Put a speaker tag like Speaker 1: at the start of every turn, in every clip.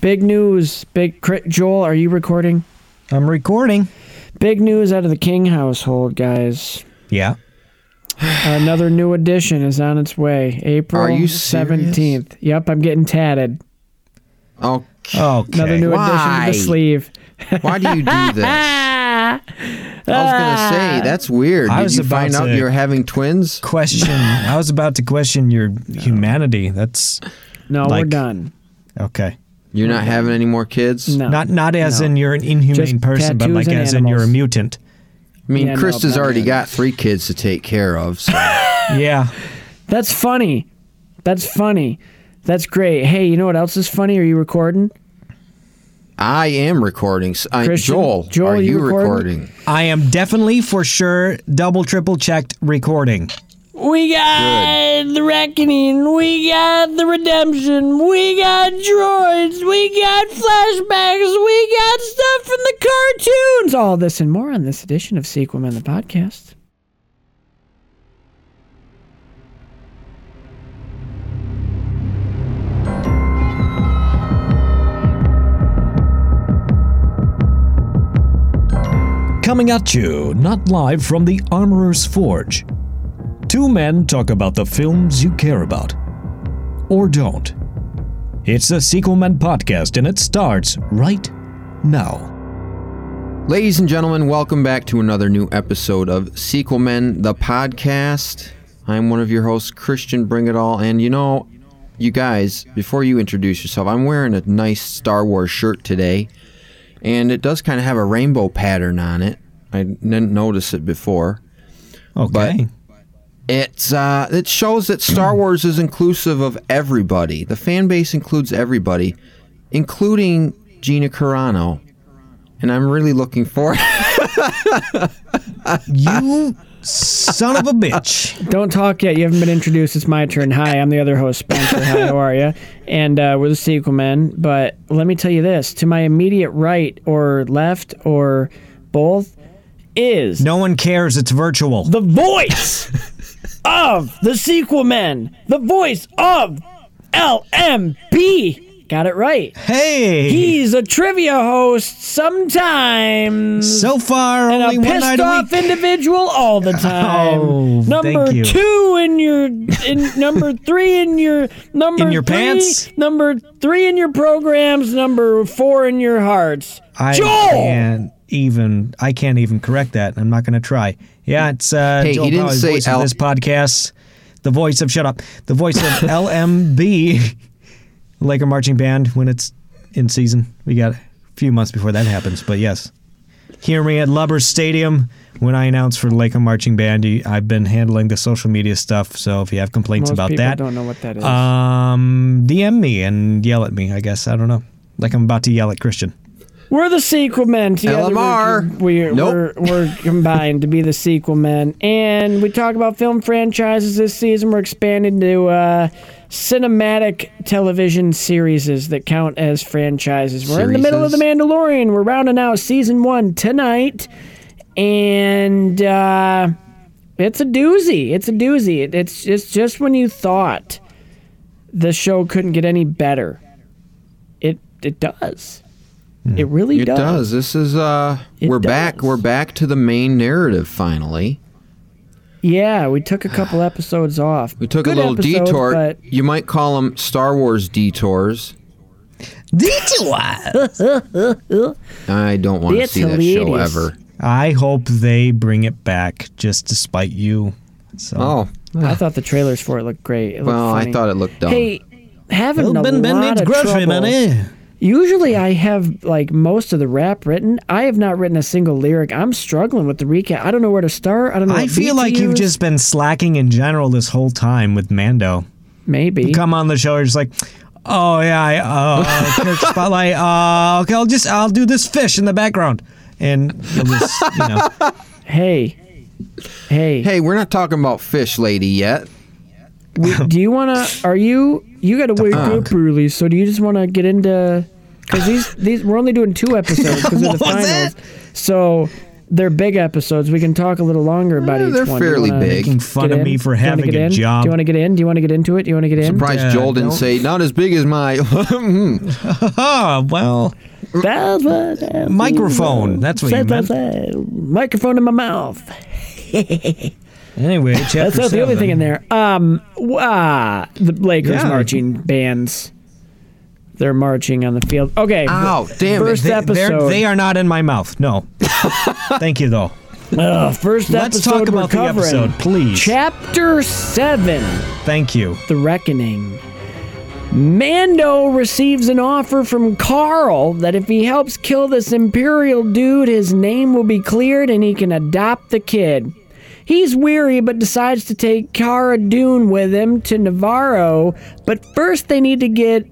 Speaker 1: Big news. Big cri- Joel, are you recording?
Speaker 2: I'm recording.
Speaker 1: Big news out of the King household, guys.
Speaker 2: Yeah.
Speaker 1: Another new edition is on its way. April
Speaker 3: Are you serious?
Speaker 1: 17th. Yep, I'm getting tatted.
Speaker 3: Okay.
Speaker 2: Okay.
Speaker 1: Another new edition
Speaker 3: Why?
Speaker 1: to the sleeve.
Speaker 3: Why do you do this? I
Speaker 1: Ah!
Speaker 3: was gonna say that's weird.
Speaker 2: I
Speaker 3: Did
Speaker 2: was
Speaker 3: you
Speaker 2: about
Speaker 3: find out
Speaker 2: to-
Speaker 3: you're having twins?
Speaker 2: question. I was about to question your humanity. That's
Speaker 1: No, we're
Speaker 2: Like-
Speaker 1: done.
Speaker 2: okay.
Speaker 3: You're not having any more kids?
Speaker 1: No.
Speaker 2: Not not as
Speaker 1: No.
Speaker 2: in you're an inhumane
Speaker 1: Just
Speaker 2: person, but
Speaker 1: tattoos
Speaker 2: like
Speaker 1: and
Speaker 2: as in you're a
Speaker 1: animals.
Speaker 2: mutant.
Speaker 3: I mean,
Speaker 1: Yeah, no,
Speaker 3: Krista's
Speaker 1: but-
Speaker 3: already got three kids to take care of. So.
Speaker 2: Yeah.
Speaker 1: That's funny. That's funny. That's great. Hey, you know what else is funny? Are you recording?
Speaker 3: I am recording. S- I,
Speaker 1: Christian,
Speaker 3: Joel,
Speaker 1: Joel,
Speaker 3: are
Speaker 1: you
Speaker 3: you
Speaker 1: recording?
Speaker 3: recording?
Speaker 2: I am definitely for sure double triple checked recording.
Speaker 1: We got the reckoning. We got the redemption. We got droids. We got flashbacks. We got stuff from the cartoons. All this and more on this edition of Sequel Man the Podcast.
Speaker 2: Coming at you, not live from the Armorer's Forge. Two men talk about the films you care about. Or don't. It's the Sequel Man podcast, and it starts right now.
Speaker 3: Ladies and gentlemen, welcome back to another new episode of Sequel Men, the podcast. I'm one of your hosts, Christian Bring It All. And you know, you guys, before you introduce yourself, I'm wearing a nice Star Wars shirt today. And it does kind of have a rainbow pattern on it. I didn't notice it before.
Speaker 2: Okay.
Speaker 3: It's uh, it shows that Star Wars is inclusive of everybody. The fan base includes everybody, including Gina Carano. And I'm really looking forward.
Speaker 2: you son of a bitch.
Speaker 1: Don't talk yet. You haven't been introduced. It's my turn. Hi, I'm the other host, Spencer. Hi, how are you? And uh, we're the Sequel Men. But let me tell you this to my immediate right or left or both is
Speaker 2: No one cares. It's virtual.
Speaker 1: the voice of the sequel men, the voice of LMB. Got it right.
Speaker 2: Hey.
Speaker 1: He's a trivia host sometimes.
Speaker 2: so far,
Speaker 1: and
Speaker 2: only
Speaker 1: a
Speaker 2: one night
Speaker 1: pissed
Speaker 2: a
Speaker 1: off
Speaker 2: week.
Speaker 1: individual all the time.
Speaker 2: Oh,
Speaker 1: number
Speaker 2: thank you.
Speaker 1: two in your in number three in your number
Speaker 2: In your
Speaker 1: three-
Speaker 2: pants?
Speaker 1: Number three in your programs. Number four in your hearts.
Speaker 2: I
Speaker 1: Joel!
Speaker 2: can't even. I can't even correct that. I'm not going to try. Yeah, it's uh,
Speaker 3: Hey,
Speaker 2: Joel
Speaker 3: he didn't
Speaker 2: Powell,
Speaker 3: say
Speaker 2: voice
Speaker 3: L-
Speaker 2: of this podcast. The voice of shut up. The voice of LMB, Laker marching band. When it's in season, we got a few months before that happens. But yes, hear me at Lubbers Stadium when I announce for the Laker marching band. I've been handling the social media stuff. So if you have complaints
Speaker 1: Most
Speaker 2: about
Speaker 1: people
Speaker 2: that,
Speaker 1: don't know what that is.
Speaker 2: um, DM me and yell at me. I guess I don't know. Like I'm about to yell at Christian.
Speaker 1: We're the sequel men together.
Speaker 3: LMR.
Speaker 1: We're, we're,
Speaker 3: Nope.
Speaker 1: we're, we're combined to be the sequel men, and we talk about film franchises this season. We're expanding to uh, cinematic television series that count as franchises. We're in the middle of the Mandalorian. We're rounding out season one tonight, and uh, it's a doozy. It's a doozy. It, it's it's just when you thought the show couldn't get any better, it it does. It really
Speaker 3: Hmm. It does. This is uh
Speaker 1: It
Speaker 3: we're back
Speaker 1: does.
Speaker 3: we're back to the main narrative finally.
Speaker 1: Yeah, we took a couple episodes off.
Speaker 3: We took
Speaker 1: Good
Speaker 3: a little
Speaker 1: episodes,
Speaker 3: detour.
Speaker 1: but
Speaker 3: You might call them Star Wars detours. I don't want to
Speaker 1: It's
Speaker 3: see that show
Speaker 1: hilarious.
Speaker 3: ever.
Speaker 2: I hope they bring it back just to spite you. So
Speaker 3: Oh,
Speaker 1: I thought the trailers for it looked great. It looked
Speaker 3: well,
Speaker 1: funny.
Speaker 3: I thought it looked dumb.
Speaker 1: Hey, having Oh, a lot of trouble. eh? Usually, I have like most of the rap written. I have not written a single lyric. I'm struggling with the recap. I don't know where to start. I don't know.
Speaker 2: I
Speaker 1: what beat
Speaker 2: feel
Speaker 1: to
Speaker 2: like you've
Speaker 1: use.
Speaker 2: just been slacking in general this whole time with Mando.
Speaker 1: maybe.
Speaker 2: Come on the show, you're just like, oh yeah, I, uh, Kirk spotlight. Uh, okay, I'll just I'll do this fish in the background, and you'll just you know.
Speaker 1: Hey, hey,
Speaker 3: Hey, we're not talking about fish lady yet.
Speaker 1: we- do you wanna? Are you? You got to wake
Speaker 2: fuck?
Speaker 1: up early. So do you just want to get into? Because these these we're only doing two episodes because of the
Speaker 2: What was
Speaker 1: finals.
Speaker 2: that?
Speaker 1: So they're big episodes. We can talk a little longer about
Speaker 3: Eh,
Speaker 1: each
Speaker 3: they're
Speaker 1: one. Do you
Speaker 3: fairly
Speaker 1: wanna
Speaker 3: big.
Speaker 2: Making fun
Speaker 1: get
Speaker 2: of
Speaker 1: in?
Speaker 2: me for
Speaker 1: Do you wanna
Speaker 2: having
Speaker 1: get
Speaker 2: a
Speaker 1: in?
Speaker 2: job.
Speaker 1: Do you want to get in? Do you want to get into it? Do you want to get in?
Speaker 3: Surprised
Speaker 2: Yeah,
Speaker 3: Joel didn't
Speaker 2: don't-
Speaker 3: say not as big as my. Hmm.
Speaker 2: Ah, well,
Speaker 1: That's what-
Speaker 2: Microphone, that's what you meant.
Speaker 1: Microphone in my mouth.
Speaker 2: anyway, chapter
Speaker 1: That's not the only
Speaker 2: seven.
Speaker 1: thing in there. Um, w- ah, the Lakers
Speaker 2: Yeah.
Speaker 1: marching bands. They're marching on the field. Okay.
Speaker 3: Ow, damn it.
Speaker 1: First
Speaker 2: They, they're-
Speaker 1: episode.
Speaker 2: they are not in my mouth. No. Thank you, though.
Speaker 1: Ugh, first
Speaker 2: Let's
Speaker 1: episode
Speaker 2: talk
Speaker 1: we're
Speaker 2: about the
Speaker 1: covering.
Speaker 2: episode, please.
Speaker 1: Chapter seven.
Speaker 2: Thank you.
Speaker 1: The Reckoning. Mando receives an offer from Carl that if he helps kill this Imperial dude, his name will be cleared and he can adopt the kid. He's weary but decides to take Cara Dune with him to Navarro, but first they need to get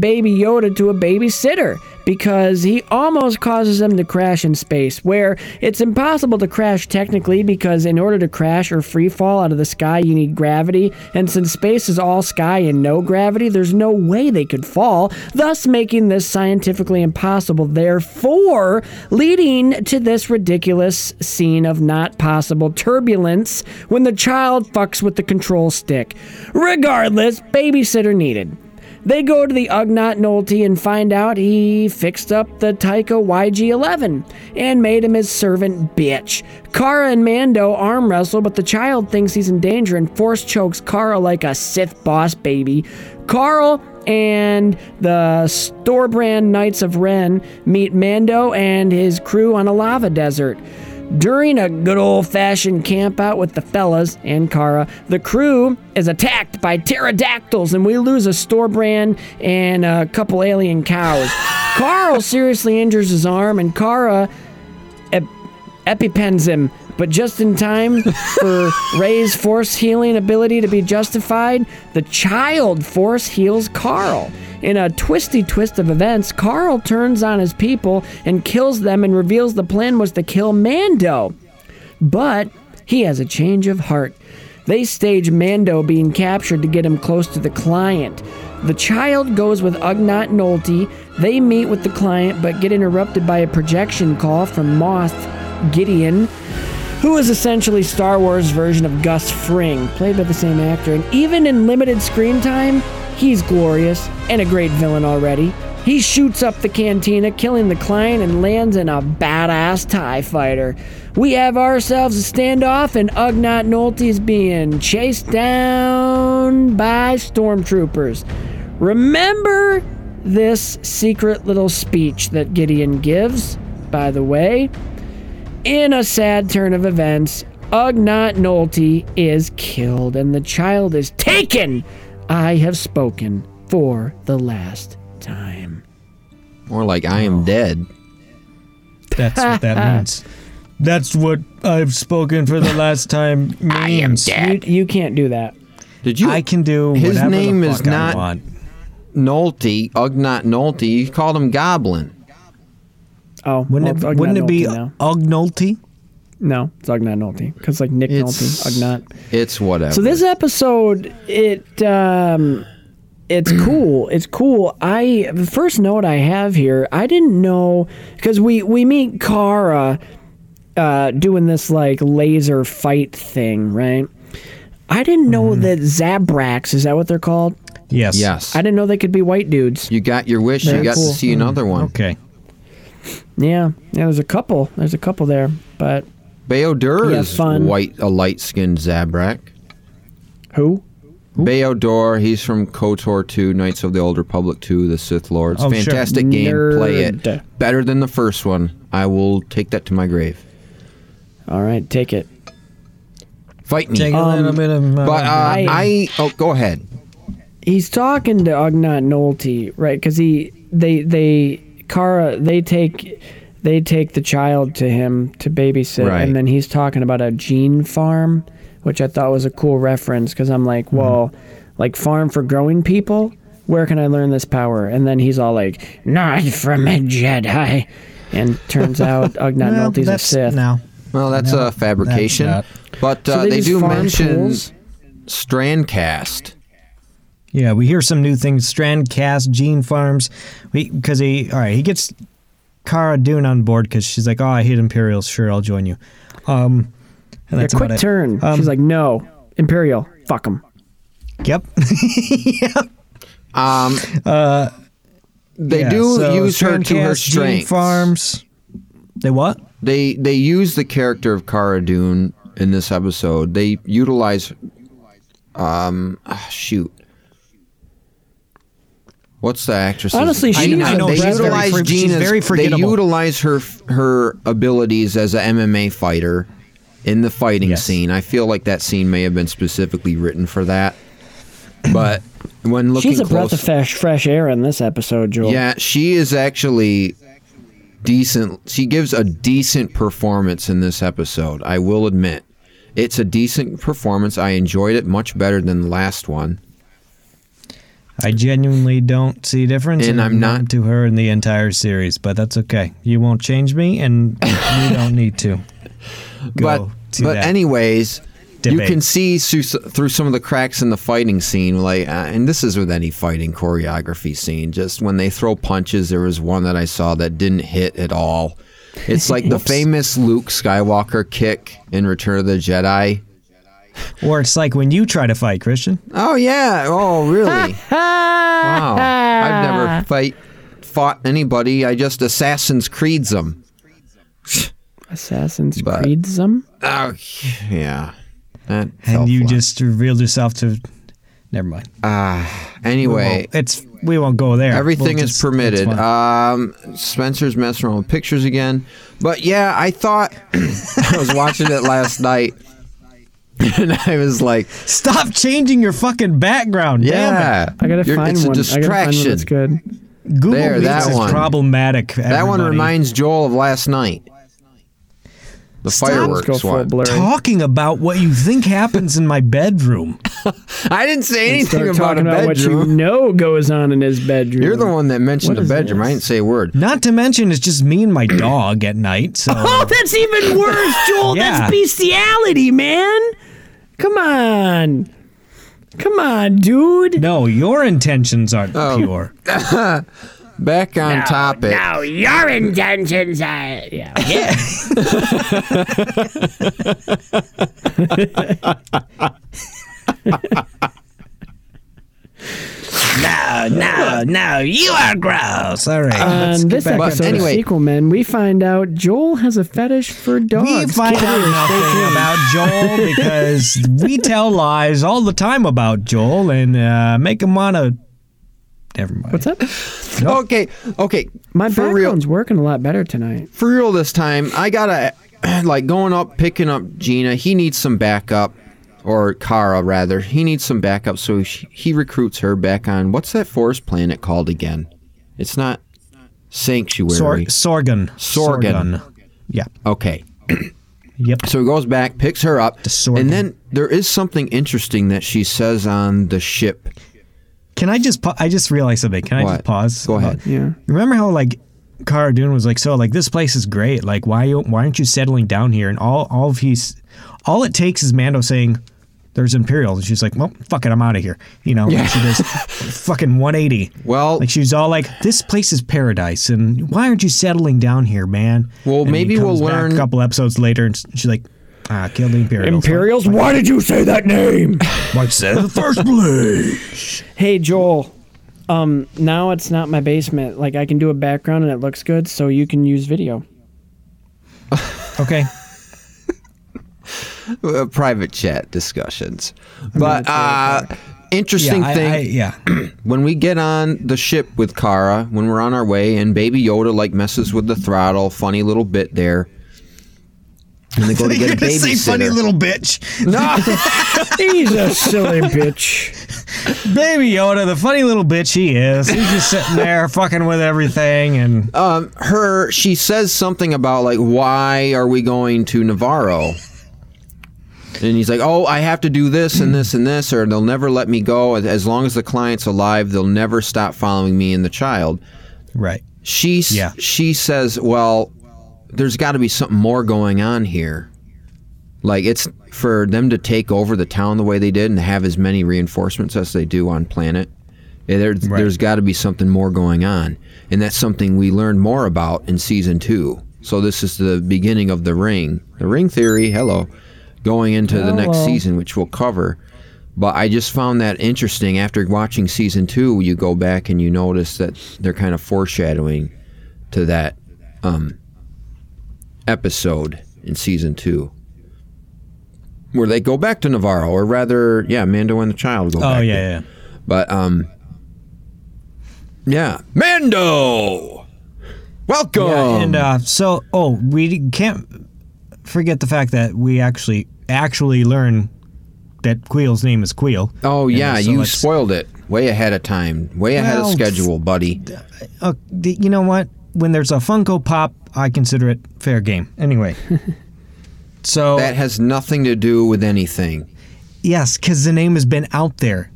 Speaker 1: Baby Yoda to a babysitter because he almost causes them to crash in space, where it's impossible to crash technically because in order to crash or free fall out of the sky, you need gravity. And since space is all sky and no gravity, there's no way they could fall, thus making this scientifically impossible, therefore leading to this ridiculous scene of not possible turbulence when the child fucks with the control stick. Regardless, babysitter needed. They go to the Ugnaught Nolte and find out he fixed up the Tycho YG-11 and made him his servant bitch. Kara and Mando arm wrestle, but the child thinks he's in danger and force chokes Kara like a Sith boss baby. Carl and the Storbrand Knights of Ren meet Mando and his crew on a lava desert. During a good old fashioned camp out with the fellas and Kara, the crew is attacked by pterodactyls and we lose a store brand and a couple alien cows. Carl seriously injures his arm and Kara ep- epipens him, but just in time for Ray's force healing ability to be justified, the child force heals Carl. In a twisty twist of events, Carl turns on his people and kills them and reveals the plan was to kill Mando. But he has a change of heart. They stage Mando being captured to get him close to the client. The child goes with Ugnat Nolte. They meet with the client but get interrupted by a projection call from Moth Gideon, who is essentially Star Wars version of Gus Fring, played by the same actor. And even in limited screen time, he's glorious and a great villain already. He shoots up the cantina, killing the client, and lands in a badass TIE fighter. We have ourselves a standoff, and Ugnat Nolte is being chased down by stormtroopers. Remember this secret little speech that Gideon gives, by the way? In a sad turn of events, Ugnat Nolte is killed and the child is taken. I have spoken for the last time.
Speaker 3: More like I am dead.
Speaker 2: That's what that means. That's what I've spoken for the last time means. I am
Speaker 1: You, you can't do that.
Speaker 3: Did you?
Speaker 2: I can do
Speaker 3: His
Speaker 2: whatever the
Speaker 3: name is
Speaker 2: fuck I
Speaker 3: not-
Speaker 2: want.
Speaker 3: Nolte, Ugnat Nolte. You called him Goblin.
Speaker 1: Oh,
Speaker 2: Wouldn't
Speaker 1: well,
Speaker 2: it,
Speaker 1: it's
Speaker 2: wouldn't
Speaker 1: Ugnat
Speaker 2: it be
Speaker 1: Nolte now.
Speaker 2: Ugnolty?
Speaker 1: No, it's Ugnat Nolte because like Nick
Speaker 3: It's-
Speaker 1: Nolte, Ugnat.
Speaker 3: It's whatever.
Speaker 1: So this episode, it um, it's cool. It's cool. I the first note I have here, I didn't know because we we meet Kara uh, doing this like laser fight thing, right? I didn't know that Zabrax is that what they're called?
Speaker 2: Yes.
Speaker 3: Yes.
Speaker 1: I didn't know they could be white dudes.
Speaker 3: you got your wish. You
Speaker 1: Very
Speaker 3: got
Speaker 1: cool.
Speaker 3: to see another one.
Speaker 2: Okay.
Speaker 1: Yeah, yeah. There's a couple. There's a couple there, but
Speaker 3: Beodor
Speaker 1: Yeah,
Speaker 3: is
Speaker 1: fun.
Speaker 3: white, a light-skinned Zabrak.
Speaker 1: who?
Speaker 3: Beodor, he's from KOTOR 2, Knights of the Old Republic 2, The Sith Lords.
Speaker 2: Oh, sure.
Speaker 3: Fantastic game. Play
Speaker 1: Nerd.
Speaker 3: it. Better than the first one. I will take that to my grave.
Speaker 1: All right, take it.
Speaker 3: Fight me.
Speaker 2: Take a little bit of my-
Speaker 3: But uh, I,
Speaker 1: I-
Speaker 3: oh, go ahead.
Speaker 1: he's talking to Ugnat Nolte, right? Because he they they Kara they take they take the child to him to babysit,
Speaker 3: Right.
Speaker 1: and then he's talking about a gene farm, which I thought was a cool reference because I'm like,
Speaker 3: Mm-hmm.
Speaker 1: well, like farm for growing people. Where can I learn this power? And then he's all like, not from a Jedi. And turns out Ugnat
Speaker 2: Well,
Speaker 1: Nolte's a
Speaker 2: that's
Speaker 1: Sith.
Speaker 2: now.
Speaker 3: Well, that's
Speaker 2: No,
Speaker 3: a fabrication.
Speaker 2: that's
Speaker 3: but
Speaker 1: So
Speaker 3: uh, they,
Speaker 1: just
Speaker 3: do
Speaker 1: farm
Speaker 3: mention
Speaker 1: tools.
Speaker 3: Strandcast.
Speaker 2: Yeah, we hear some new things. Strand cast, gene farms. We because he all right, he gets Cara Dune on board because she's like, "Oh, I hate Imperials. Sure, I'll join you." Um, and that's
Speaker 1: a quick
Speaker 2: about it.
Speaker 1: turn.
Speaker 2: Um,
Speaker 1: She's like, no, Imperial, fuck them.
Speaker 2: Yep.
Speaker 3: Um,
Speaker 2: Uh,
Speaker 3: they
Speaker 2: Yeah,
Speaker 3: do
Speaker 2: so
Speaker 3: use her to her
Speaker 2: Strandcast, Gene
Speaker 3: strength.
Speaker 2: Farms. They what?
Speaker 3: They they use the character of Cara Dune in this episode. They utilize, um, ah, shoot, what's the actress?
Speaker 1: Honestly,
Speaker 3: I,
Speaker 1: she's-
Speaker 3: I know
Speaker 1: I
Speaker 3: they
Speaker 1: know Brad's very
Speaker 3: utilize
Speaker 2: for- she's
Speaker 3: Gina's-
Speaker 2: very forgettable.
Speaker 3: They utilize her her abilities as a MMA fighter in the fighting
Speaker 2: Yes.
Speaker 3: scene. I feel like that scene may have been specifically written for that, but when looking
Speaker 1: She's a breath
Speaker 3: close,
Speaker 1: of fresh, fresh air in this episode, Joel.
Speaker 3: yeah, she is actually decent. She gives a decent performance in this episode. I will admit, it's a decent performance. I enjoyed it much better than the last one.
Speaker 2: I genuinely don't see a difference,
Speaker 3: And
Speaker 2: in
Speaker 3: I'm not-
Speaker 2: to her in the entire series, but that's okay. You won't change me, and you don't need to. Go
Speaker 3: but
Speaker 2: to
Speaker 3: but
Speaker 2: that.
Speaker 3: anyways, you
Speaker 2: Debate.
Speaker 3: can see su- through some of the cracks in the fighting scene, like, uh, and this is with any fighting choreography scene. Just when they throw punches, there was one that I saw that didn't hit at all. It's like the famous Luke Skywalker kick in Return of the Jedi.
Speaker 2: or it's like when you try to fight Christian.
Speaker 3: Oh yeah. Oh really?
Speaker 1: Ah.
Speaker 3: wow. I've never fight fought anybody. I just Assassin's Creeds them.
Speaker 1: Assassin's
Speaker 3: But-
Speaker 1: Creed some?
Speaker 3: Oh yeah. That fell
Speaker 2: and you
Speaker 3: flat.
Speaker 2: just revealed yourself to. Never mind.
Speaker 3: anyway.
Speaker 2: it's we won't go there.
Speaker 3: Everything
Speaker 2: We'll
Speaker 3: is
Speaker 2: just-
Speaker 3: permitted.
Speaker 2: it's fine.
Speaker 3: Um, Spencer's messing around with pictures again, but yeah, I thought I was watching it last night, and I was like,
Speaker 2: Stop changing your fucking background. Damn
Speaker 3: "Yeah,
Speaker 1: I gotta
Speaker 3: you're-
Speaker 1: find
Speaker 3: it's
Speaker 1: one.
Speaker 3: a
Speaker 1: I gotta find one
Speaker 3: distraction."
Speaker 1: that's good.
Speaker 2: it. Google
Speaker 3: There,
Speaker 2: Meets
Speaker 3: that
Speaker 2: is
Speaker 3: one.
Speaker 2: problematic.
Speaker 3: That one
Speaker 2: everybody.
Speaker 3: reminds Joel of last night. The
Speaker 2: Stop.
Speaker 1: Let's go
Speaker 3: fireworks
Speaker 1: full
Speaker 3: one.
Speaker 1: blurry.
Speaker 2: Talking about what you think happens in my bedroom.
Speaker 3: I didn't say anything
Speaker 1: Start
Speaker 3: about
Speaker 1: talking
Speaker 3: a
Speaker 1: about what you
Speaker 3: bedroom.
Speaker 1: know goes on in his bedroom.
Speaker 3: You are the one that mentioned
Speaker 1: What
Speaker 3: a
Speaker 1: is
Speaker 3: bedroom. I
Speaker 1: this?
Speaker 3: didn't say a word.
Speaker 2: Not to mention, it's just me and my dog at night. So
Speaker 1: Oh, that's even worse, Joel.
Speaker 2: Yeah.
Speaker 1: That's bestiality, man. Come on. Come on, dude.
Speaker 2: no, your intentions aren't
Speaker 3: Oh.
Speaker 2: pure.
Speaker 3: Back on topic.
Speaker 1: Now your intentions are. Yeah.
Speaker 2: No, no, no, you are gross. All
Speaker 3: Uh,
Speaker 2: right.
Speaker 1: On
Speaker 2: let's get
Speaker 1: Um, this
Speaker 2: back
Speaker 1: episode
Speaker 2: on
Speaker 3: anyway-
Speaker 1: of Sequel Men, we find out Joel has a fetish for dogs.
Speaker 3: Oh,
Speaker 2: We find out nothing about Joel because we tell lies all the time about Joel and uh, make him wanna. Never mind.
Speaker 1: What's up?
Speaker 3: Okay, okay.
Speaker 1: My
Speaker 3: for real,
Speaker 1: background's working a lot better tonight.
Speaker 3: for real this time. I gotta like going up, picking up Gina. He needs some backup, or Kara rather. He needs some backup, so she, he recruits her back on. What's that forest planet called again? It's not
Speaker 2: Sor-
Speaker 3: sanctuary.
Speaker 2: Sorgan.
Speaker 3: Sorgan.
Speaker 2: Yeah.
Speaker 3: okay.
Speaker 2: Yep.
Speaker 3: So he goes back, picks her up,
Speaker 2: sword.
Speaker 3: and then there is something interesting that she says on the ship.
Speaker 2: Can I just? Pa- I just realized something. Can I
Speaker 3: What?
Speaker 2: just pause?
Speaker 3: Go ahead.
Speaker 1: Yeah.
Speaker 2: Remember how like Cara Dune was like, so like this place is great. Like why why aren't you settling down here? And all all of he's all it takes is Mando saying there's Imperials, and she's like, well, fuck it, I'm out of here. You know, and she does fucking 180.
Speaker 3: Well-
Speaker 2: like she's all like, this place is paradise, and why aren't you settling down here, man?
Speaker 3: Well,
Speaker 2: And he
Speaker 3: maybe
Speaker 2: comes
Speaker 3: we'll
Speaker 2: back
Speaker 3: learn-
Speaker 2: a couple episodes later, and s- she's like. Ah, kill the Imperials.
Speaker 1: Imperials? Why did you say that name?
Speaker 2: Like, said in the first place.
Speaker 1: Hey Joel, um, now it's not my basement. Like I can do a background and it looks good, so you can use video.
Speaker 2: Okay.
Speaker 3: uh, private chat discussions. But uh, interesting
Speaker 2: yeah, I-
Speaker 3: thing
Speaker 2: I- yeah.
Speaker 3: when we get on the ship with Kara, when we're on our way, and Baby Yoda like messes with the throttle, funny little bit there. And they go to get a
Speaker 2: Gonna say
Speaker 3: babysitter.
Speaker 2: funny little bitch.
Speaker 3: no,
Speaker 1: He's a silly bitch.
Speaker 2: Baby Yoda, the funny little bitch he is. He's just sitting there fucking with everything and
Speaker 3: um, her she says something about like why are we going to Navarro? And he's like, "Oh, I have to do this and this and this, or they'll never let me go. As- As long as the client's alive, they'll never stop following me and the child."
Speaker 2: Right.
Speaker 3: she s-
Speaker 2: Yeah.
Speaker 3: she says, "Well, there's got to be something more going on here. Like it's for them to take over the town the way they did and have as many reinforcements as they do on planet. Yeah, There, There's got to be something more going on, and that's something we learned more about in season two. So this is the beginning of the ring, the ring theory. Hello, going into the next
Speaker 1: Hello.
Speaker 3: season, which we'll cover. But I just found that interesting. After watching season two, you go back and you notice that they're kind of foreshadowing to that um, episode in season two, where they go back to Navarro, or rather, yeah, Mando and the child go back.
Speaker 2: Oh yeah,
Speaker 3: to-
Speaker 2: yeah.
Speaker 3: but um, yeah, Mando, welcome.
Speaker 2: Yeah, and uh, so, oh, we can't forget the fact that we actually actually learn that Queel's name is Queel.
Speaker 3: oh
Speaker 2: And
Speaker 3: yeah,
Speaker 2: so
Speaker 3: you
Speaker 2: it's-
Speaker 3: spoiled it way ahead of time, way ahead of
Speaker 2: Well,
Speaker 3: schedule, buddy.
Speaker 2: Uh, th- you know what? When there's a Funko Pop, I consider it fair game. Anyway, so
Speaker 3: That has nothing to do with anything.
Speaker 2: yes, because the name has been out there,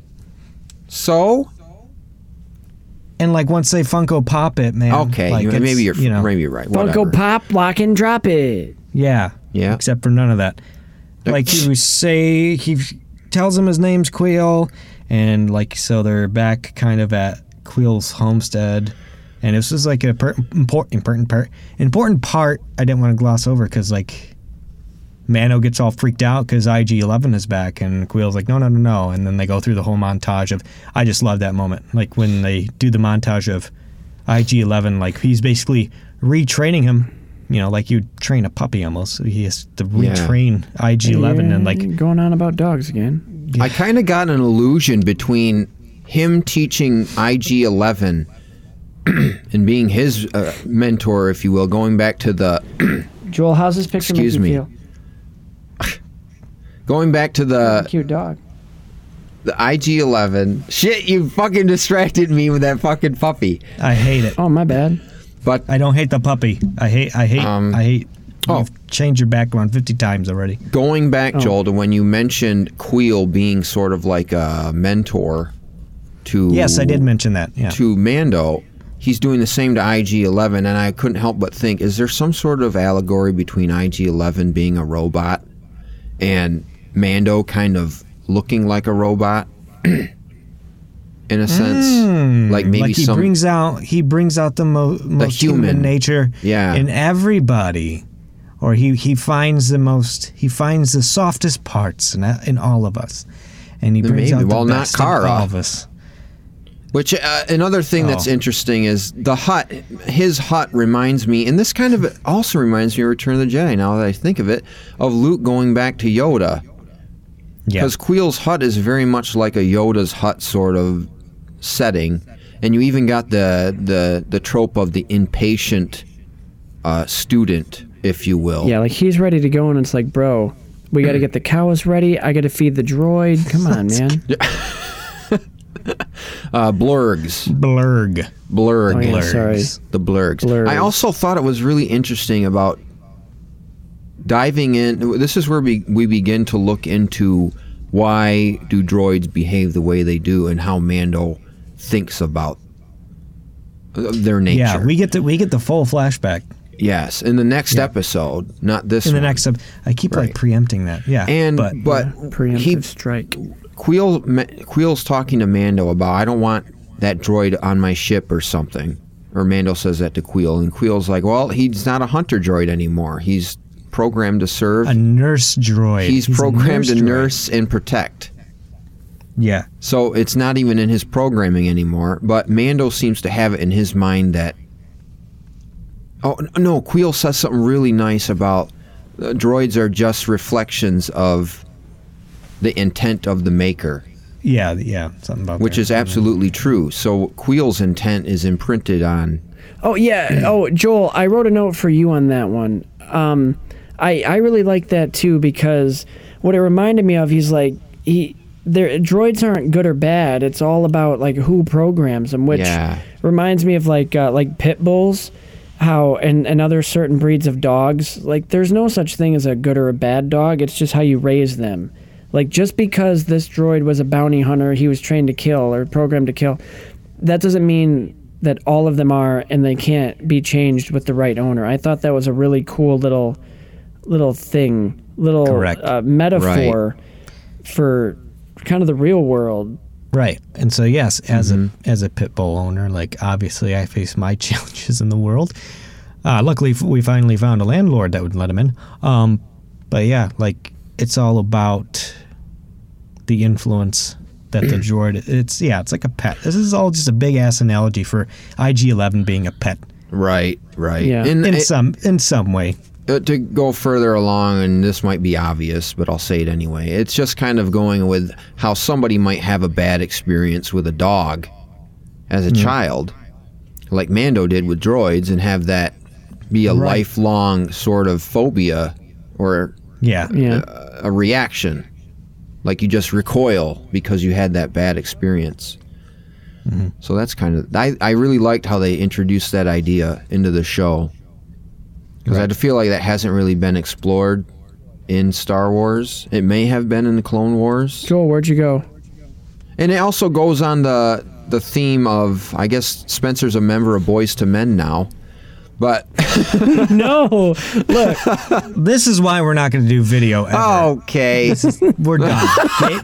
Speaker 3: So
Speaker 2: and like once they Funko Pop it, man.
Speaker 3: okay,
Speaker 2: like,
Speaker 3: you-
Speaker 2: it's,
Speaker 3: maybe you're
Speaker 2: you know,
Speaker 3: maybe you're right. Whatever.
Speaker 1: Funko Pop, lock and drop it.
Speaker 2: yeah,
Speaker 3: Yeah.
Speaker 2: Except for none of that. Like you say, he tells him his name's Queel, and like so they're back kind of at Queel's homestead, and this is like a per- important, important part. Important part I didn't want to gloss over because like Mano gets all freaked out because IG Eleven is back, and Queel's like, no, no, no, no, and then they go through the whole montage of. I just love that moment, like when they do the montage of IG Eleven, like he's basically retraining him. You know, like you train a puppy almost. He has to
Speaker 3: Yeah.
Speaker 2: retrain IG Eleven, and like
Speaker 1: Yeah, going on about dogs again.
Speaker 3: I kind of got an illusion between him teaching IG Eleven and being his uh, mentor, if you will, going back to the
Speaker 1: Joel, how's this picture
Speaker 3: Excuse
Speaker 1: make
Speaker 3: me.
Speaker 1: you
Speaker 3: going back to
Speaker 1: feel?
Speaker 3: the
Speaker 1: Cute dog.
Speaker 3: The IG Eleven. Shit, you fucking distracted me with that fucking puppy.
Speaker 2: I hate it.
Speaker 1: Oh, my bad.
Speaker 3: But
Speaker 2: I don't hate the puppy. I hate. I hate.
Speaker 3: Um,
Speaker 2: I hate.
Speaker 3: oh.
Speaker 2: You've changed your background fifty times already.
Speaker 3: going back,
Speaker 2: Oh.
Speaker 3: Joel, to when you mentioned Queel being sort of like a mentor to
Speaker 2: Yes, I did mention that. Yeah.
Speaker 3: to Mando. He's doing the same to IG Eleven, and I couldn't help but think: Is there some sort of allegory between IG Eleven being a robot and Mando kind of looking like a robot? In a sense, like maybe
Speaker 2: Hmm, like he
Speaker 3: some
Speaker 2: brings out. He brings out the mo- most human.
Speaker 3: human.
Speaker 2: nature.
Speaker 3: Yeah.
Speaker 2: In everybody, or he he finds the most. He finds the softest parts in, in all of us, and he
Speaker 3: Then
Speaker 2: brings
Speaker 3: maybe-
Speaker 2: out the
Speaker 3: well, not
Speaker 2: best
Speaker 3: Kara.
Speaker 2: of all of us.
Speaker 3: Which uh, another thing that's
Speaker 2: Oh.
Speaker 3: interesting is the hut. His hut reminds me, and this kind of also reminds me of Return of the Jedi. Now that I think of it, of Luke going back to Yoda
Speaker 2: Yeah.
Speaker 3: because Queel's hut is very much like a Yoda's hut sort of setting, and you even got the the the trope of the impatient uh, student, if you will.
Speaker 1: Yeah, like he's ready to go, and it's like, bro, we got to get the cows ready. I got to feed the droid. Come on, man.
Speaker 3: Uh, blurgs,
Speaker 2: Blurg.
Speaker 3: blurg.
Speaker 1: Oh, yeah, sorry.
Speaker 2: Blurgs.
Speaker 3: the blurgs.
Speaker 1: Blurgs.
Speaker 3: I also thought it was really interesting about diving in. This is where we, we begin to look into why do droids behave the way they do and how Mando thinks about their nature.
Speaker 2: Yeah. We get the we get the full flashback
Speaker 3: yes, in the next episode, not this
Speaker 2: in the
Speaker 3: one.
Speaker 2: next. Sub- I keep
Speaker 3: Right.
Speaker 2: like preempting that. Yeah.
Speaker 3: and but,
Speaker 1: Preemptive
Speaker 3: he
Speaker 1: strike.
Speaker 3: Queel Ma- Queel's talking to Mando about I don't want that droid on my ship or something. Or Mando says that to Queel, and Queel's like, "Well, he's not a hunter droid anymore. He's programmed to serve.
Speaker 2: a nurse droid.
Speaker 3: he's,
Speaker 2: a
Speaker 3: programmed to
Speaker 2: droid.
Speaker 3: nurse and protect.
Speaker 2: Yeah.
Speaker 3: So it's not even in his programming anymore. But Mando seems to have it in his mind that. Oh n- no! Queel says something really nice about uh, droids are just reflections of the intent of the maker.
Speaker 2: Yeah, yeah, something about
Speaker 3: which
Speaker 2: that.
Speaker 3: is absolutely true. So Queel's intent is imprinted on.
Speaker 1: Oh yeah. Oh Joel, I wrote a note for you on that one. Um, I I really like that too because what it reminded me of, he's like he. Their droids aren't good or bad. It's all about like who programs them, which
Speaker 3: Yeah.
Speaker 1: reminds me of like uh, like pit bulls, how and, and other certain breeds of dogs. Like there's no such thing as a good or a bad dog. It's just how you raise them. Like just because this droid was a bounty hunter, he was trained to kill or programmed to kill, that doesn't mean that all of them are and they can't be changed with the right owner. I thought that was a really cool little little thing, little
Speaker 2: Correct.
Speaker 1: uh, metaphor for kind of the real world
Speaker 2: Right. And so yes, as a as a pit bull owner, like obviously I face my challenges in the world. Uh, luckily f- we finally found a landlord that would let him in. Um, but yeah, like it's all about the influence that the droid it's yeah, it's like a pet. This is all just a big ass analogy for IG-11 being a pet
Speaker 3: Right, right.
Speaker 1: Yeah.
Speaker 3: And
Speaker 2: in
Speaker 3: it-
Speaker 2: some in some way.
Speaker 3: uh, to go further along, and this might be obvious, but I'll say it anyway. It's just kind of going with how somebody might have a bad experience with a dog as a child, like Mando did with droids, and have that be a
Speaker 2: Right.
Speaker 3: lifelong sort of phobia or
Speaker 2: Yeah.
Speaker 1: Yeah.
Speaker 3: a reaction. Like you just recoil because you had that bad experience.
Speaker 2: Mm-hmm.
Speaker 3: So that's kind of I, I really liked how they introduced that idea into the show because I feel like that hasn't really been explored in Star Wars. It may have been in the Clone Wars,
Speaker 1: Joel, where'd you go?
Speaker 3: and it also goes on the the theme of I guess Spencer's a member of Boys to Men now, but
Speaker 1: no. Look.
Speaker 2: This is why we're not going to do video ever.
Speaker 3: Oh. okay,
Speaker 2: We're done. Okay?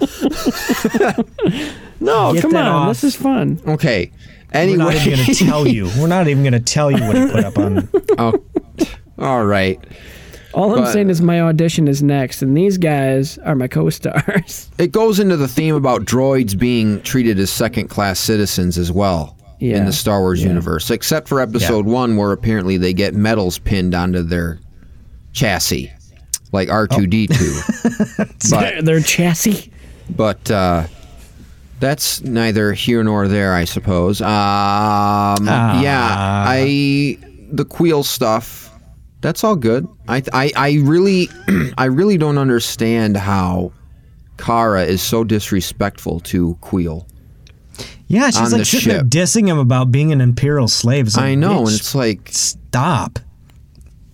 Speaker 1: No,
Speaker 2: Get
Speaker 1: come
Speaker 2: that
Speaker 1: on.
Speaker 2: off.
Speaker 1: This is fun.
Speaker 3: okay.
Speaker 2: We're
Speaker 3: Anyway,
Speaker 2: not even going to tell you. We're not even going to tell you what he put up on.
Speaker 3: oh, all right.
Speaker 1: All I'm
Speaker 3: But-
Speaker 1: saying is my audition is next, and these guys are my co-stars.
Speaker 3: it goes into the theme about droids being treated as second class citizens as well
Speaker 1: Yeah.
Speaker 3: in the Star Wars universe, except for episode
Speaker 2: Yeah.
Speaker 3: one, where apparently they get medals pinned onto their chassis, like R2D2.
Speaker 1: They're,
Speaker 3: but
Speaker 1: they're chassis.
Speaker 3: but uh, that's neither here nor there, I suppose. Um,
Speaker 2: Ah.
Speaker 3: yeah, I the Queel stuff. That's all good. I I, I really I really don't understand how Kara is so disrespectful to Queel.
Speaker 2: Yeah, she's
Speaker 3: On
Speaker 2: like
Speaker 3: the
Speaker 2: sitting there
Speaker 3: ship.
Speaker 2: dissing him about being an imperial slave. Mm, It's like,
Speaker 3: I know, and
Speaker 2: "Bitch,
Speaker 3: it's like
Speaker 2: stop.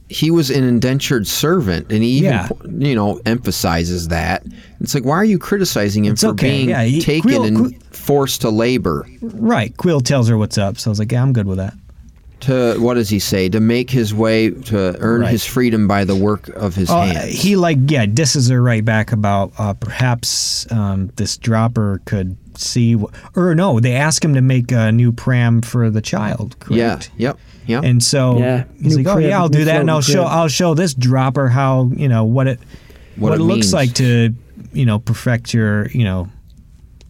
Speaker 3: he was an indentured servant, and he even
Speaker 2: Yeah.
Speaker 3: po- you know emphasizes that. It's like, why are you criticizing him for
Speaker 2: okay,
Speaker 3: being
Speaker 2: yeah, he-
Speaker 3: taken
Speaker 2: Quill-
Speaker 3: and
Speaker 2: Quill-
Speaker 3: forced to labor?
Speaker 2: Right. Quill tells her what's up, so I was like, yeah, I'm good with that.
Speaker 3: To what does he say? To make his way to earn
Speaker 2: Right.
Speaker 3: his freedom by the work of his
Speaker 2: Oh, uh,
Speaker 3: hands.
Speaker 2: he like yeah disses her right back about uh, perhaps um, this dropper could see wh- or no they ask him to make a new pram for the child correct
Speaker 3: yeah. Yep. Yep.
Speaker 2: And so
Speaker 1: Yeah.
Speaker 2: he's
Speaker 1: New
Speaker 2: like, "Oh
Speaker 1: crib,
Speaker 2: yeah, I'll
Speaker 1: new
Speaker 2: do that, and
Speaker 1: floating
Speaker 2: I'll show
Speaker 1: crib."
Speaker 2: I'll show this dropper how you know what it
Speaker 3: What
Speaker 2: what,
Speaker 3: it
Speaker 2: it, looks
Speaker 3: means.
Speaker 2: like to you know perfect your you know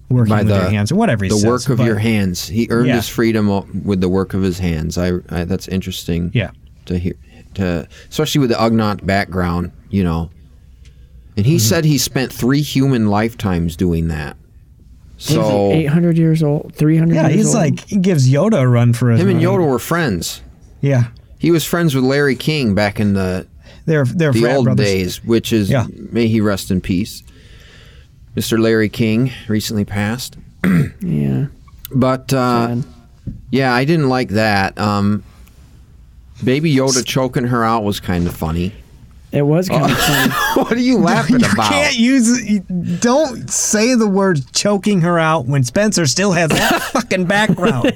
Speaker 2: working
Speaker 3: By
Speaker 2: with
Speaker 3: the-
Speaker 2: your hands or whatever he
Speaker 3: the
Speaker 2: says,
Speaker 3: work of
Speaker 2: but-
Speaker 3: your hands. He earned
Speaker 2: Yeah.
Speaker 3: his freedom o- with the work of his hands. I, I that's interesting.
Speaker 2: Yeah,
Speaker 3: to hear to especially with the Ugnaught background, you know. And
Speaker 2: Mm-hmm.
Speaker 3: he said he spent three human lifetimes doing that. So
Speaker 1: Eight
Speaker 3: him
Speaker 1: hundred years old. Three hundred.
Speaker 2: yeah,
Speaker 1: years
Speaker 2: he's
Speaker 1: old.
Speaker 2: like he gives Yoda a run for his
Speaker 3: and
Speaker 2: money.
Speaker 3: Yoda were friends.
Speaker 2: Yeah,
Speaker 3: He was friends with Larry King back in the
Speaker 2: they're they're
Speaker 3: the
Speaker 2: frat
Speaker 3: old
Speaker 2: brothers.
Speaker 3: days, which is
Speaker 2: Yeah.
Speaker 3: may he rest in peace. Mr. Larry King recently passed.
Speaker 1: yeah.
Speaker 3: But uh,
Speaker 1: man.
Speaker 3: yeah, I didn't like that. Um, Baby Yoda choking her out was kind of funny.
Speaker 1: It was kind of fun.
Speaker 3: what are you laughing
Speaker 2: You
Speaker 3: about?
Speaker 2: can't use. You don't say the word choking her out when Spencer still has that fucking background.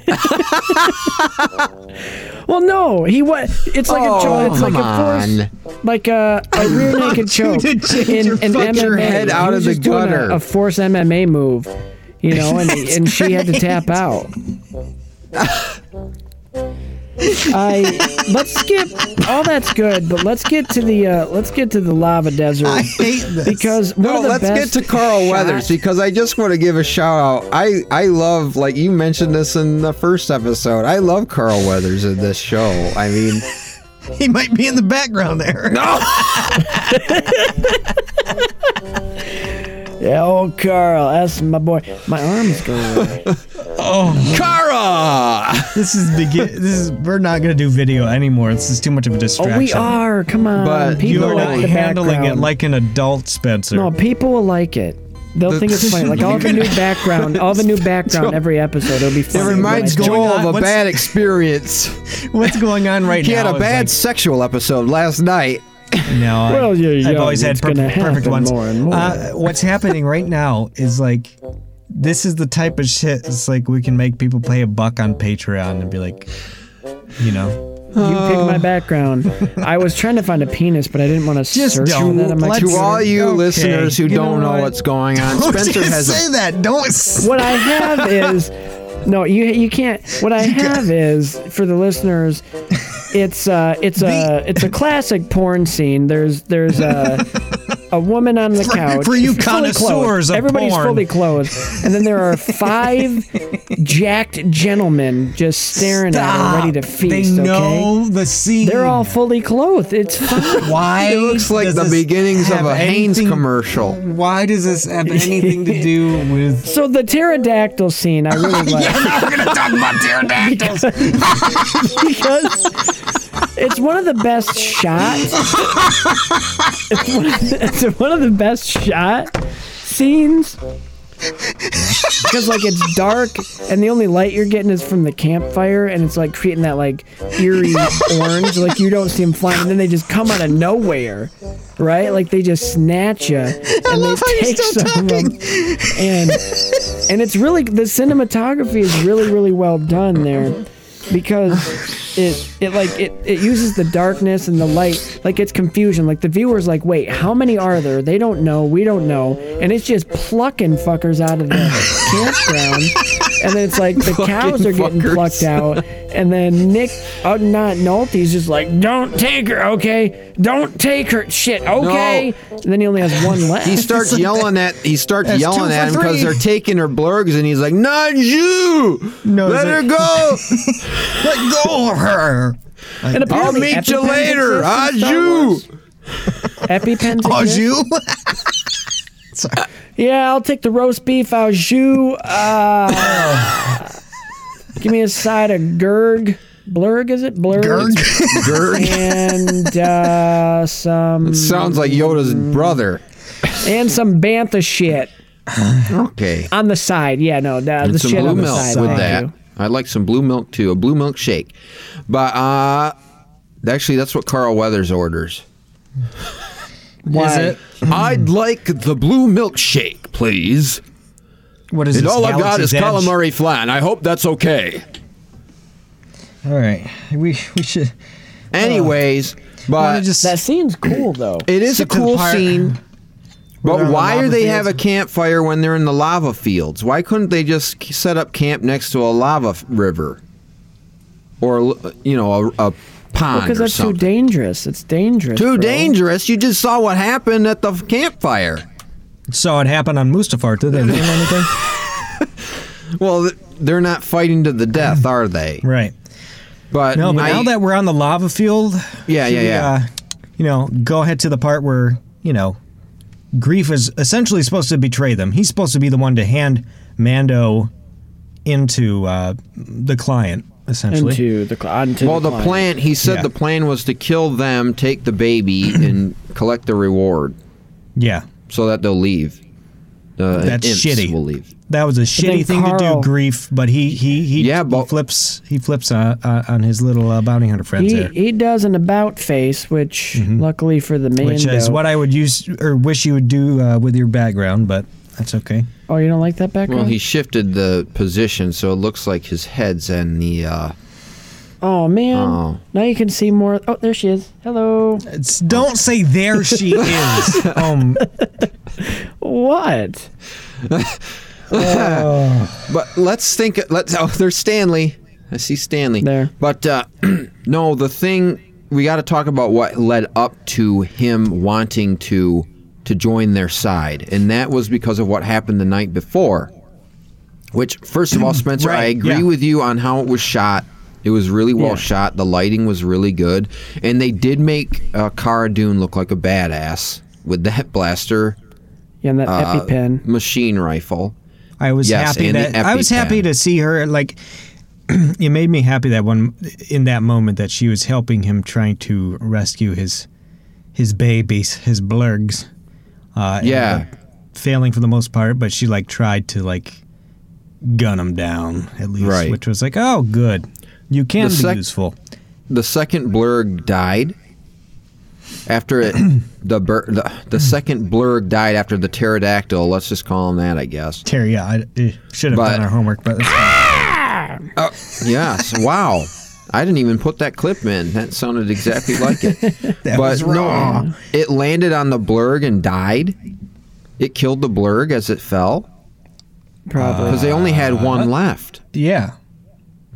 Speaker 1: Well, no, he was. It's like
Speaker 3: Oh,
Speaker 1: a choke. It's like
Speaker 3: come
Speaker 1: a force, like a, a rear naked choke.
Speaker 2: to change
Speaker 1: in
Speaker 2: your-
Speaker 1: an
Speaker 3: Put
Speaker 1: MMA.
Speaker 3: your head out
Speaker 1: He
Speaker 3: of
Speaker 1: was
Speaker 3: the
Speaker 1: just doing
Speaker 3: gutter.
Speaker 1: A, a force MMA move, you know, and and she had to tap out. I let's skip all that's good, but let's get to the uh, let's get to the lava desert
Speaker 2: I hate this
Speaker 1: because one
Speaker 3: No,
Speaker 1: of the
Speaker 3: let's
Speaker 1: best
Speaker 3: get to Carl
Speaker 1: shots-
Speaker 3: Weathers because I just want to give a shout out. I I love like you mentioned this in the first episode. I love Carl Weathers in this show. I mean,
Speaker 2: He might be in the background there. No.
Speaker 1: Yeah, oh, Carl, that's my boy. My arm's going. away.
Speaker 3: Oh. Kara.
Speaker 2: This is begin. This is we're not gonna do video anymore. This is too much of a distraction.
Speaker 1: Oh, we are. Come on,
Speaker 3: But
Speaker 1: people
Speaker 2: You are
Speaker 1: like
Speaker 2: not
Speaker 1: the
Speaker 2: handling it
Speaker 1: background.
Speaker 2: like an adult, Spencer.
Speaker 1: No, people will like it. They'll
Speaker 3: The-
Speaker 1: think it's funny. Like I'll have a new background. I'll have a new background every episode. It'll be
Speaker 3: It
Speaker 1: funny.
Speaker 3: reminds
Speaker 1: Like,
Speaker 3: Joel
Speaker 2: on?
Speaker 3: of a
Speaker 2: What's-
Speaker 3: bad experience.
Speaker 2: What's going on right
Speaker 3: He
Speaker 2: now?
Speaker 3: had a
Speaker 2: is
Speaker 3: bad sexual episode last night.
Speaker 2: Like, no, I-
Speaker 1: Well, you're
Speaker 2: I've
Speaker 1: young,
Speaker 2: always had
Speaker 1: it's gonna
Speaker 2: perfect, perfect
Speaker 1: happen
Speaker 2: ones.
Speaker 1: more and more.
Speaker 2: Uh, what's happening right now is like. This is the type of shit. It's like we can make people pay a buck on Patreon and be like, you know,
Speaker 1: you pick my background. I was trying to find a penis, but I didn't want to
Speaker 2: Just
Speaker 1: search for
Speaker 2: don't.
Speaker 1: that on my
Speaker 2: Let's-
Speaker 3: To
Speaker 1: computer.
Speaker 3: all you
Speaker 2: Okay.
Speaker 3: listeners who
Speaker 2: You
Speaker 3: don't
Speaker 2: know
Speaker 3: know
Speaker 2: what?
Speaker 3: what's going on,
Speaker 2: Don't
Speaker 3: Spencer
Speaker 2: just
Speaker 3: has a
Speaker 2: say that. Don't. s-
Speaker 1: What I have is no, you you can't. What I have is for the listeners, it's uh it's a it's a classic porn scene. There's there's a a woman on the
Speaker 2: For-
Speaker 1: couch.
Speaker 2: for you
Speaker 1: fully clothed.
Speaker 2: connoisseurs of
Speaker 1: everybody's
Speaker 2: porn.
Speaker 1: fully clothed, and then there are five jacked gentlemen just staring at her, ready to feast.
Speaker 2: They
Speaker 1: Okay,
Speaker 2: know the scene.
Speaker 1: they're all fully clothed. It's fine.
Speaker 2: Why?
Speaker 3: It looks like
Speaker 2: does
Speaker 3: the
Speaker 2: this
Speaker 3: beginnings of
Speaker 2: have
Speaker 3: a Haynes
Speaker 2: anything-
Speaker 3: commercial.
Speaker 2: Why does this have anything to do with?
Speaker 1: So the pterodactyl scene, I really like.
Speaker 2: We're gonna talk about pterodactyls.
Speaker 1: because it's one of the best shots. It's one of the, it's one of the best shot scenes. Because like it's dark and the only light you're getting is from the campfire and it's like creating that like eerie orange like you don't see them flying and then they just come out of nowhere, right? Like they just snatch you and
Speaker 2: love how
Speaker 1: they
Speaker 2: you're
Speaker 1: take
Speaker 2: still
Speaker 1: some of them and and it's really the cinematography is really really well done there because it it like it, it uses the darkness and the light like it's confusion like the viewers like wait how many are there they don't know we don't know and it's just plucking fuckers out of the campground and then it's like the cows are getting
Speaker 3: fuckers.
Speaker 1: plucked out and then Nick uh, not Nolte's just like don't take her okay don't take her shit okay and then he only has one left
Speaker 3: He starts yelling at he starts
Speaker 2: That's
Speaker 3: yelling
Speaker 2: two
Speaker 3: at him
Speaker 2: for
Speaker 3: because
Speaker 2: three.
Speaker 3: they're taking her blurgs, and he's like, "Not you!
Speaker 2: No,
Speaker 3: Let
Speaker 2: is
Speaker 3: her
Speaker 2: it-
Speaker 3: go!
Speaker 2: Let go of her.
Speaker 1: And
Speaker 3: I'll
Speaker 1: apparently
Speaker 3: meet you
Speaker 1: EpiPens
Speaker 3: later!
Speaker 1: exist in Star
Speaker 3: Adieu!"
Speaker 1: Wars. EpiPens.
Speaker 2: Oh,
Speaker 1: exist?
Speaker 2: you? Sorry.
Speaker 1: Yeah, I'll take the roast beef au jus. Uh, give me a side of Gurg. Blurg, is it? Blurg.
Speaker 2: Gerg.
Speaker 3: Dirk.
Speaker 1: And uh, some
Speaker 3: Sounds like Yoda's brother.
Speaker 1: and some bantha shit
Speaker 3: Okay.
Speaker 1: on the side. Yeah, no, the, the
Speaker 3: and some
Speaker 1: shit
Speaker 3: blue
Speaker 1: on the
Speaker 3: milk
Speaker 1: side.
Speaker 3: with
Speaker 1: thank
Speaker 3: that.
Speaker 1: you.
Speaker 3: I like some blue milk too, a blue milk shake. But uh actually that's what Carl Weathers orders.
Speaker 1: Why? Mm.
Speaker 3: I'd like the blue milkshake, please.
Speaker 2: What is
Speaker 3: And
Speaker 2: this?
Speaker 3: all I've got
Speaker 2: Galaxy's
Speaker 3: is
Speaker 2: Edge?
Speaker 3: calamari flan. I hope that's okay.
Speaker 2: All right, we we should.
Speaker 3: Anyways,
Speaker 2: wanna
Speaker 3: but
Speaker 2: just
Speaker 1: That seems cool though.
Speaker 3: it is a
Speaker 2: stick to the
Speaker 3: cool
Speaker 2: part
Speaker 3: scene.
Speaker 2: they're
Speaker 3: But
Speaker 2: on
Speaker 3: why
Speaker 2: the
Speaker 3: are
Speaker 2: lava
Speaker 3: they
Speaker 2: fields.
Speaker 3: have a campfire when they're in the lava fields? Why couldn't they just k- set up camp next to a lava f- river, or l- you know, a, a pond
Speaker 1: Because
Speaker 3: or
Speaker 1: that's too
Speaker 3: something?
Speaker 1: dangerous. It's dangerous.
Speaker 3: Too
Speaker 1: bro.
Speaker 3: dangerous. You just saw what happened at the campfire.
Speaker 2: saw it happen on Mustafar, did they? Learn anything?
Speaker 3: Well, th- they're not fighting to the death, are they?
Speaker 2: Right.
Speaker 3: But
Speaker 2: No, but
Speaker 3: I-
Speaker 2: now that we're on the lava field,
Speaker 3: Yeah,
Speaker 2: should
Speaker 3: yeah,
Speaker 2: we,
Speaker 3: yeah.
Speaker 2: uh, you know, go ahead to the part where you know, grief is essentially supposed to betray them. He's supposed to be the one to hand Mando into uh, the client, essentially.
Speaker 1: Into the cl- onto
Speaker 3: well, the
Speaker 1: climb.
Speaker 3: plan. He said
Speaker 2: Yeah.
Speaker 3: the plan was to kill them, take the baby, and collect the reward
Speaker 2: yeah,
Speaker 3: so that they'll leave. The
Speaker 2: That's
Speaker 3: imps
Speaker 2: shitty.
Speaker 3: Will leave.
Speaker 2: that was a shitty
Speaker 1: then
Speaker 2: thing to
Speaker 1: Carl-
Speaker 2: do, grief. But he he he, he
Speaker 3: Yeah, but-
Speaker 2: flips he flips uh, uh, on his little uh, bounty hunter friends
Speaker 1: He,
Speaker 2: there. Mm-hmm.
Speaker 1: he does an about face, which luckily for the man,
Speaker 2: which is what I would use or wish you would do uh, with your background, but that's okay.
Speaker 1: oh, you don't like that background?
Speaker 3: Well, he shifted the position, so it looks like his head's in the. Uh,
Speaker 1: Oh man!
Speaker 3: Oh.
Speaker 1: Now you can see more. Oh, there she is. Hello.
Speaker 2: It's, don't say there she is. Um,
Speaker 1: What?
Speaker 3: but let's think. Let's. Oh, there's Stanley. I see Stanley
Speaker 1: There.
Speaker 3: But uh, no, the thing we got to talk about what led up to him wanting to to join their side, and that was because of what happened the night before. Which, first of all, Spencer, I
Speaker 2: Right,
Speaker 3: agree
Speaker 2: yeah.
Speaker 3: with you on how it was shot. It was really well
Speaker 1: Yeah.
Speaker 3: shot. The lighting was really good, and they did make uh, Cara Dune look like a badass with that blaster
Speaker 1: Yeah, and that
Speaker 3: uh,
Speaker 1: EpiPen.
Speaker 3: machine rifle.
Speaker 2: I was
Speaker 3: Yes,
Speaker 2: happy
Speaker 3: and the
Speaker 2: that I was
Speaker 3: EpiPen.
Speaker 2: happy to see her. Like, it made me happy that one in that moment that she was helping him, trying to rescue his his babies, his blurgs. Uh, and
Speaker 3: Yeah.
Speaker 2: ended up failing for the most part, but she like tried to like gun him down at least,
Speaker 3: Right.
Speaker 2: which was like, oh, good. You can
Speaker 3: The
Speaker 2: be
Speaker 3: sec-
Speaker 2: useful.
Speaker 3: the second blurg died after it the, bur- the the second blurg died after the pterodactyl let's just call him that i guess
Speaker 2: Terry, eh, yeah, I, I should have
Speaker 3: But-
Speaker 2: Oh. done our homework, but that's fine.
Speaker 3: yes wow I didn't even put that clip in. That sounded exactly like it.
Speaker 2: That
Speaker 3: but
Speaker 2: was raw.
Speaker 3: no, it landed on the blurg and died. It killed the blurg as it fell
Speaker 1: Probably.
Speaker 3: because they only had
Speaker 2: Uh.
Speaker 3: one left.
Speaker 2: Yeah.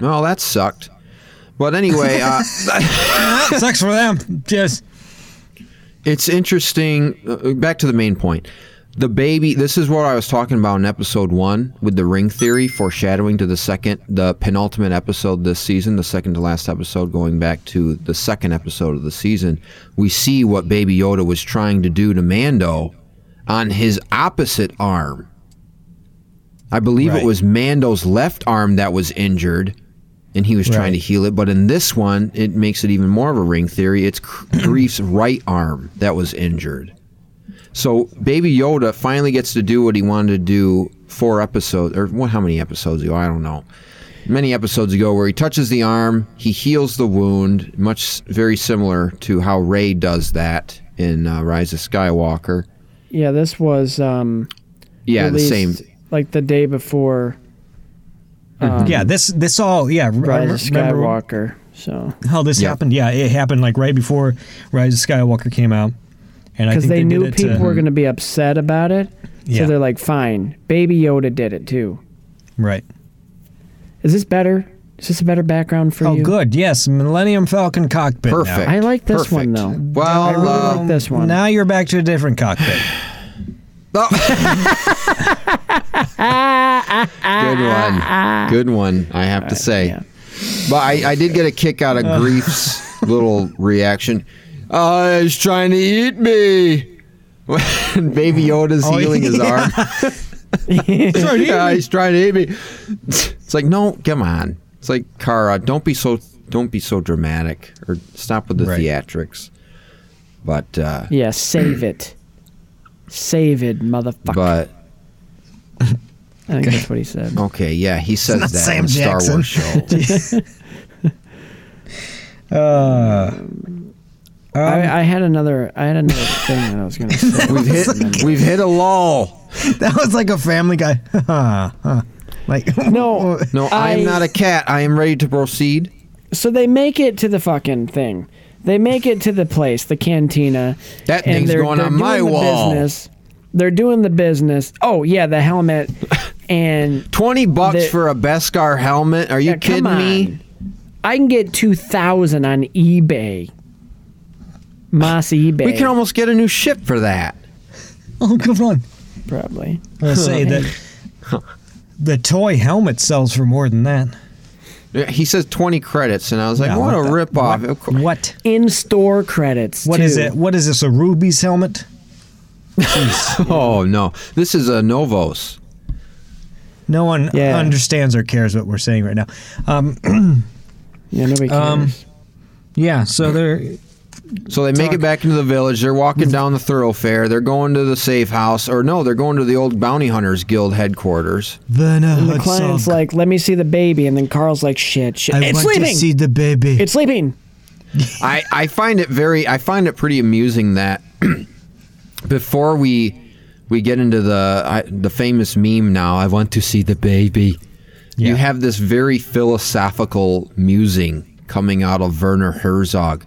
Speaker 3: Oh, that sucked. But anyway, uh,
Speaker 2: Sucks for them. Just
Speaker 3: it's interesting. uh, Back to the main point. The baby. This is what I was talking about in episode one with the ring theory, foreshadowing to the second, the penultimate episode this season, the second to last episode, going back to the second episode of the season. We see what Baby Yoda was trying to do to Mando on his opposite arm. I believe
Speaker 2: Right.
Speaker 3: it was Mando's left arm that was injured, and he was trying
Speaker 2: Right.
Speaker 3: to heal it. But in this one, it makes it even more of a ring theory. It's Grief's right arm that was injured. So Baby Yoda finally gets to do what he wanted to do four episodes or what? How many episodes ago? I don't know. Many episodes ago, where he touches the arm, he heals the wound, much very similar to how Ray does that in uh, Rise of Skywalker.
Speaker 1: yeah, this was um
Speaker 3: Yeah,
Speaker 1: released,
Speaker 3: the same.
Speaker 1: like the day before
Speaker 2: yeah. This this all yeah. r-
Speaker 1: Um, Rise of
Speaker 2: remember
Speaker 1: Skywalker. So
Speaker 2: how this
Speaker 3: Yeah.
Speaker 2: happened? Yeah, it happened like right before Rise of Skywalker came out, and I
Speaker 1: because
Speaker 2: think
Speaker 1: they,
Speaker 2: they,
Speaker 1: knew
Speaker 2: did it to-
Speaker 1: people were going to be upset about it,
Speaker 2: Yeah.
Speaker 1: so they're like, "Fine, Baby Yoda did it too."
Speaker 2: right.
Speaker 1: Is this better? Is this a better background for
Speaker 2: Oh,
Speaker 1: you?
Speaker 2: good. Yes, Millennium Falcon cockpit. now.
Speaker 3: Perfect.
Speaker 1: I like this one
Speaker 3: Perfect.
Speaker 1: though.
Speaker 3: Well,
Speaker 1: I really
Speaker 3: uh,
Speaker 1: like this one.
Speaker 2: Now you're back to a different cockpit.
Speaker 3: Good one. Good one, I have to say.
Speaker 1: yeah.
Speaker 3: But I, I did get a kick out of Grief's little reaction. Uh, he's trying to eat me. When Baby Yoda's
Speaker 2: Oh,
Speaker 3: healing his
Speaker 2: yeah.
Speaker 3: arm. yeah, he's trying to eat me. It's like, no, come on. It's like, Kara, don't be so don't be so dramatic or stop with the
Speaker 2: Right.
Speaker 3: theatrics. But uh,
Speaker 1: yeah, save it, save it, motherfucker.
Speaker 3: but
Speaker 1: I think that's what he said.
Speaker 3: okay, yeah, he says
Speaker 2: not
Speaker 3: that
Speaker 2: Sam
Speaker 3: in the Star
Speaker 2: Jackson.
Speaker 3: Wars show.
Speaker 1: I, I had another. I had another thing that I was going to say.
Speaker 3: We've hit we've hit a lull.
Speaker 2: that was like a Family Guy. like
Speaker 1: No,
Speaker 3: No, I, am not a cat. I am ready to proceed.
Speaker 1: So they make it to the fucking thing. They make it to the place, the cantina.
Speaker 3: That
Speaker 1: and
Speaker 3: thing's
Speaker 1: they're,
Speaker 3: going
Speaker 1: they're
Speaker 3: on my
Speaker 1: doing the
Speaker 3: wall.
Speaker 1: Business. They're doing the business. Oh yeah, the helmet. And
Speaker 3: 20 bucks
Speaker 1: The-
Speaker 3: for a Beskar helmet. Are you
Speaker 1: Yeah,
Speaker 3: kidding
Speaker 1: come on.
Speaker 3: me?
Speaker 1: I can get two thousand on eBay. Moss eBay.
Speaker 3: We can almost get a new ship for that.
Speaker 2: oh, come on.
Speaker 1: probably.
Speaker 2: I'll say that the toy helmet sells for more than that.
Speaker 3: Yeah, He says 20 credits, and I was like,
Speaker 2: Yeah,
Speaker 3: what, a
Speaker 2: the-
Speaker 3: ripoff. Of cour-
Speaker 2: What?
Speaker 1: In store credits.
Speaker 2: What
Speaker 1: too.
Speaker 2: is it? What is this? A Ruby's helmet?
Speaker 3: Oh, no. This is a Novos.
Speaker 2: No one
Speaker 1: Yeah.
Speaker 2: understands or cares what we're saying right now. Um,
Speaker 1: Yeah, nobody cares.
Speaker 2: Um, yeah, so they're
Speaker 3: So they make it
Speaker 2: Talk.
Speaker 3: back into the village. They're walking down the thoroughfare. They're going to the safe house. Or no, they're going to the old Bounty Hunters Guild headquarters.
Speaker 2: then
Speaker 1: and the client's
Speaker 3: um,
Speaker 1: like, "Let me see the baby," and then Carl's like, "Shit, shit, it's sleeping.
Speaker 2: the baby.
Speaker 1: it's sleeping."
Speaker 3: I, I find it very I find it pretty amusing that before we we get into the I, the famous meme now I want to see the baby you
Speaker 2: Yeah.
Speaker 3: have this very philosophical musing coming out of Werner Herzog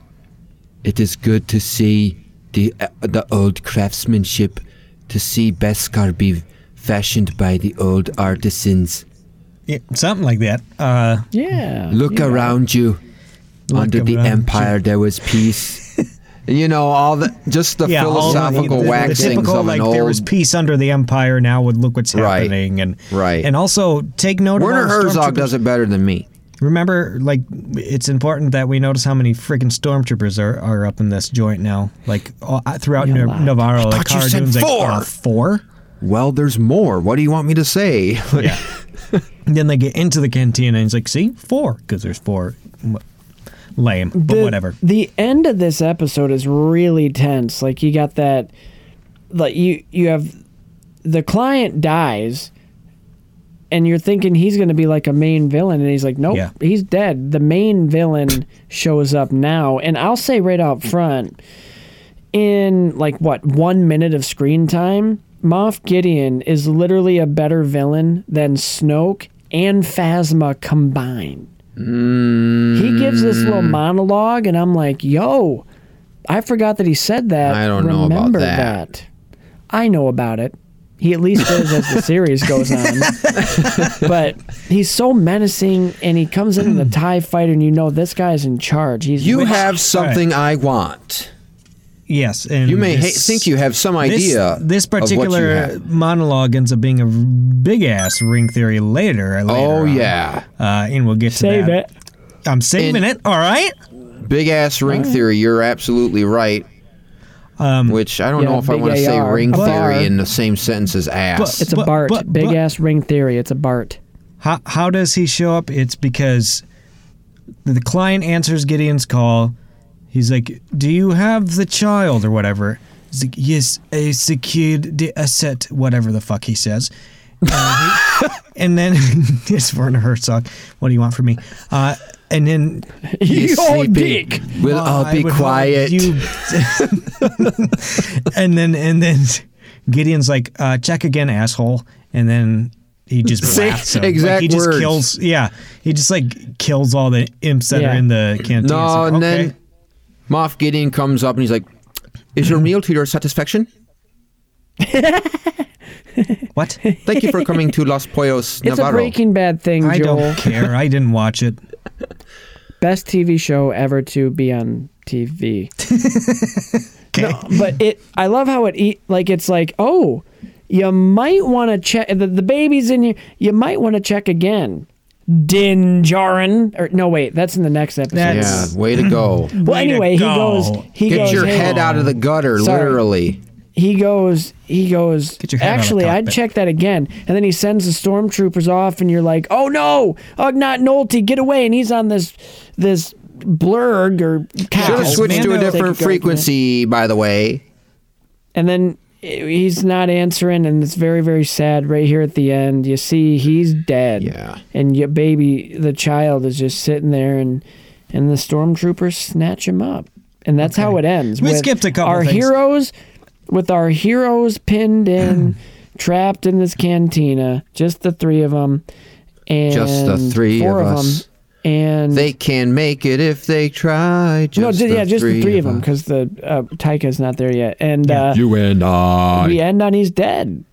Speaker 3: it is good to see the uh, the old craftsmanship to see Beskar be fashioned by the old artisans
Speaker 2: Yeah, something like that. Uh,
Speaker 1: Yeah.
Speaker 3: Look
Speaker 1: yeah.
Speaker 3: around you.
Speaker 2: Look
Speaker 3: Under the
Speaker 2: around
Speaker 3: empire, there was peace. you know, all the just the
Speaker 2: yeah, all the-
Speaker 3: philosophical
Speaker 2: the, the
Speaker 3: waxings
Speaker 2: typical,
Speaker 3: of an
Speaker 2: like
Speaker 3: old.
Speaker 2: there was peace under the empire. Now would look what's
Speaker 3: Right.
Speaker 2: happening, and
Speaker 3: Right.
Speaker 2: and also take note.
Speaker 3: Werner
Speaker 2: of all the
Speaker 3: Herzog
Speaker 2: stormtroopers.
Speaker 3: does it better than me.
Speaker 2: Remember, like it's important that we notice how many freaking stormtroopers are, are up in this joint now. Like all, uh, throughout
Speaker 1: Yeah, a
Speaker 2: Nav-
Speaker 1: lot.
Speaker 2: Navarro, like
Speaker 3: thought you
Speaker 2: Cara
Speaker 3: said
Speaker 2: Dune's like
Speaker 3: four.
Speaker 2: "Uh, four.
Speaker 3: Well, there's more. What do you want me to say?
Speaker 2: Yeah. then they get into the cantina and he's like, "See, four, because there's four. Lame, but
Speaker 1: the,
Speaker 2: whatever.
Speaker 1: The end of this episode is really tense. Like you got that like you you have the client dies and you're thinking he's going to be like a main villain and he's like nope,
Speaker 2: Yeah.
Speaker 1: he's dead. The main villain shows up now and I'll say right out front in like what, 1 minute of screen time, Moff Gideon is literally a better villain than Snoke and Phasma combined. He gives this little
Speaker 3: Mm.
Speaker 1: monologue, and I'm like, yo, I forgot that he said that.
Speaker 3: I don't know about
Speaker 1: Remember
Speaker 3: that."
Speaker 1: I know about it. He at least does as the series goes on. but he's so menacing, and he comes in in a TIE fighter, and you know this guy's in charge. He's
Speaker 3: You
Speaker 1: rich-
Speaker 3: have something I want.
Speaker 2: Yes, and
Speaker 3: You may ha-
Speaker 2: this-
Speaker 3: think you have some
Speaker 2: this-
Speaker 3: idea.
Speaker 2: This
Speaker 3: of what you
Speaker 2: particular
Speaker 3: have.
Speaker 2: monologue ends up being a big ass ring theory later. later
Speaker 3: Oh
Speaker 2: on.
Speaker 3: yeah,
Speaker 2: uh, and we'll get to
Speaker 1: save
Speaker 2: that.
Speaker 1: it.
Speaker 2: I'm saving
Speaker 3: And-
Speaker 2: it. All right.
Speaker 3: big ass ring theory. You're absolutely right.
Speaker 2: Um,
Speaker 3: Which I don't
Speaker 1: yeah,
Speaker 3: know if I
Speaker 1: big
Speaker 3: want to say
Speaker 1: AR.
Speaker 3: ring
Speaker 1: But-
Speaker 3: theory in the same sentence as ass.
Speaker 1: It's a
Speaker 2: But-
Speaker 1: Bart,
Speaker 2: but-
Speaker 1: big
Speaker 2: but-
Speaker 1: ass ring theory. It's a Bart.
Speaker 2: How how does he show up? It's because the client answers Gideon's call. He's like, "Do you have the child or whatever?" He's like, "Yes, I secured the asset, whatever the fuck he says." Uh, he- and then it's Werner Herzog. What do you want from me? Uh, and then
Speaker 3: He's
Speaker 1: Yo,
Speaker 3: sleeping.
Speaker 1: dick. Oh,
Speaker 3: We'll
Speaker 2: "Well,
Speaker 3: all
Speaker 2: I
Speaker 3: be
Speaker 2: would want
Speaker 3: quiet.
Speaker 2: you-" and then and then Gideon's like, uh, "Check again, asshole." And then he just
Speaker 3: Say
Speaker 2: blasts him.
Speaker 3: exact
Speaker 2: like, he just
Speaker 3: words.
Speaker 2: kills. Yeah, he just like kills all the imps that
Speaker 1: Yeah.
Speaker 2: are in the canteen.
Speaker 3: No,
Speaker 2: It's like,
Speaker 3: and
Speaker 2: okay.
Speaker 3: then Moff Gideon comes up and he's like, "Is your meal to your satisfaction?
Speaker 2: what?
Speaker 3: Thank you for coming to Los Pollos
Speaker 1: It's a
Speaker 3: Navarro."
Speaker 1: Breaking Bad thing,
Speaker 2: I
Speaker 1: Joel.
Speaker 2: don't care. I didn't watch it.
Speaker 1: Best TV show ever to be on TV.
Speaker 2: Okay.
Speaker 1: but it I love how it eat like it's like oh you might want to check the, the baby's in here you might want to check again Dinjarin or no wait that's in the next episode
Speaker 3: yeah,
Speaker 2: That's-
Speaker 3: way to go.
Speaker 1: well
Speaker 2: way to
Speaker 1: anyway he
Speaker 2: go.
Speaker 1: goes he
Speaker 3: Get
Speaker 1: goes
Speaker 3: your
Speaker 1: hey,
Speaker 3: head out of the gutter,
Speaker 1: Sorry.
Speaker 3: literally.
Speaker 1: he goes he goes
Speaker 2: Get your head out of the
Speaker 1: actually I'd
Speaker 2: cockpit."
Speaker 1: check that again and then he sends the stormtroopers off and you're like oh no Ugnat Nolte get away and he's on this this blurg or cow.
Speaker 3: Should have
Speaker 2: Ow.
Speaker 3: switched to a
Speaker 1: They
Speaker 2: Mando-
Speaker 3: different
Speaker 1: could go from there.
Speaker 3: frequency, by the way.
Speaker 1: and then eh, he's not answering and it's very very sad right here at the end you see he's dead
Speaker 3: Yeah.
Speaker 1: and your baby the child is just sitting there and and the stormtroopers snatch him up and that's how it ends
Speaker 2: We
Speaker 1: with
Speaker 2: skipped a couple
Speaker 1: our
Speaker 2: things.
Speaker 1: heroes with our heroes pinned in trapped in this cantina just the three of them and
Speaker 3: Just the three
Speaker 1: four
Speaker 3: of
Speaker 1: of,
Speaker 3: us.
Speaker 1: them and
Speaker 3: They can make it if they try. Just
Speaker 1: no, ju- yeah, just the three of them
Speaker 3: us.
Speaker 1: because the uh, Taika's not there yet, and uh,
Speaker 3: You and
Speaker 1: we
Speaker 3: I.
Speaker 1: end on he's dead,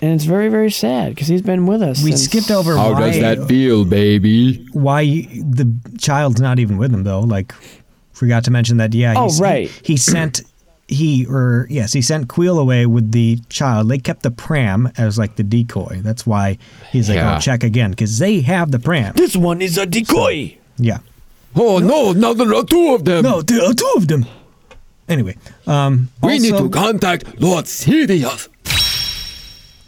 Speaker 1: and it's very very sad because he's been with us.
Speaker 2: We
Speaker 1: since-
Speaker 2: skipped over why,
Speaker 3: feel, baby?
Speaker 2: why the child's not even with him though. Like, forgot to mention that. Yeah.
Speaker 1: Oh,
Speaker 2: he's-
Speaker 1: right.
Speaker 2: He, sent he or yes he sent Queel away with the child. They kept the pram as like the decoy. That's why he's like,
Speaker 3: Yeah.
Speaker 2: oh, check again because they have the pram.
Speaker 1: This one is a decoy.
Speaker 2: Yeah.
Speaker 3: Oh no! Now there are two of them.
Speaker 2: No, there are two of them. Anyway, um, also-
Speaker 3: contact Lord Sidious.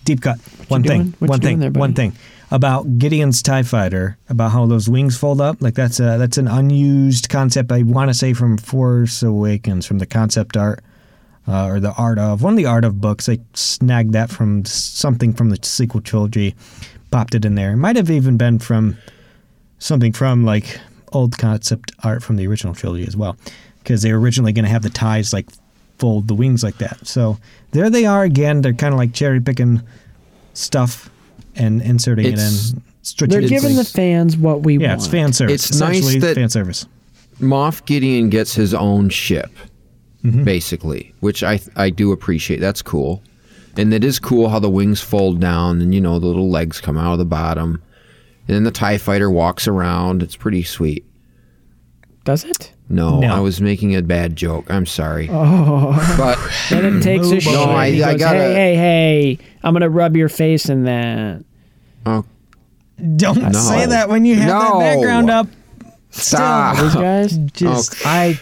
Speaker 2: deep cut. One
Speaker 1: you
Speaker 2: thing,
Speaker 1: doing? What
Speaker 2: one
Speaker 1: you doing
Speaker 2: thing,
Speaker 1: there, buddy?
Speaker 2: one thing about Gideon's Tie Fighter. About how those wings fold up. Like that's a that's an unused concept. I want to say from Force Awakens, from the concept art uh, or the art of one of the art of books. I snagged that from something from the sequel trilogy. Popped it in there. It might have even been from something from like old concept art from the original trilogy as well, because they were originally going to have the ties like fold the wings like that. So there they are again. They're kind of like cherry picking stuff and inserting
Speaker 3: It's-
Speaker 2: it in
Speaker 1: They're
Speaker 2: strategically.
Speaker 1: giving the fans what we
Speaker 2: yeah,
Speaker 1: want.
Speaker 2: it's fan service.
Speaker 3: It's nice
Speaker 2: Essentially,
Speaker 3: that-
Speaker 2: fan service.
Speaker 3: Moff Gideon gets his own ship,
Speaker 2: Mm-hmm.
Speaker 3: basically, which I I do appreciate. That's cool, and it is cool how the wings fold down, and you know the little legs come out of the bottom, and then the Tie Fighter walks around. It's pretty sweet.
Speaker 1: Does it?
Speaker 3: No,
Speaker 2: No.
Speaker 3: I was making a bad joke. I'm sorry,
Speaker 1: Oh,
Speaker 3: but
Speaker 1: then it takes a shit.
Speaker 3: No, I-
Speaker 1: and he
Speaker 3: I
Speaker 1: goes,
Speaker 3: gotta-
Speaker 1: Hey, hey, hey! I'm gonna rub your face in that.
Speaker 3: oh,
Speaker 2: Don't
Speaker 3: No.
Speaker 2: say that when you have
Speaker 3: No.
Speaker 2: that background up.
Speaker 1: These
Speaker 3: stop.
Speaker 1: guys,
Speaker 2: Just I,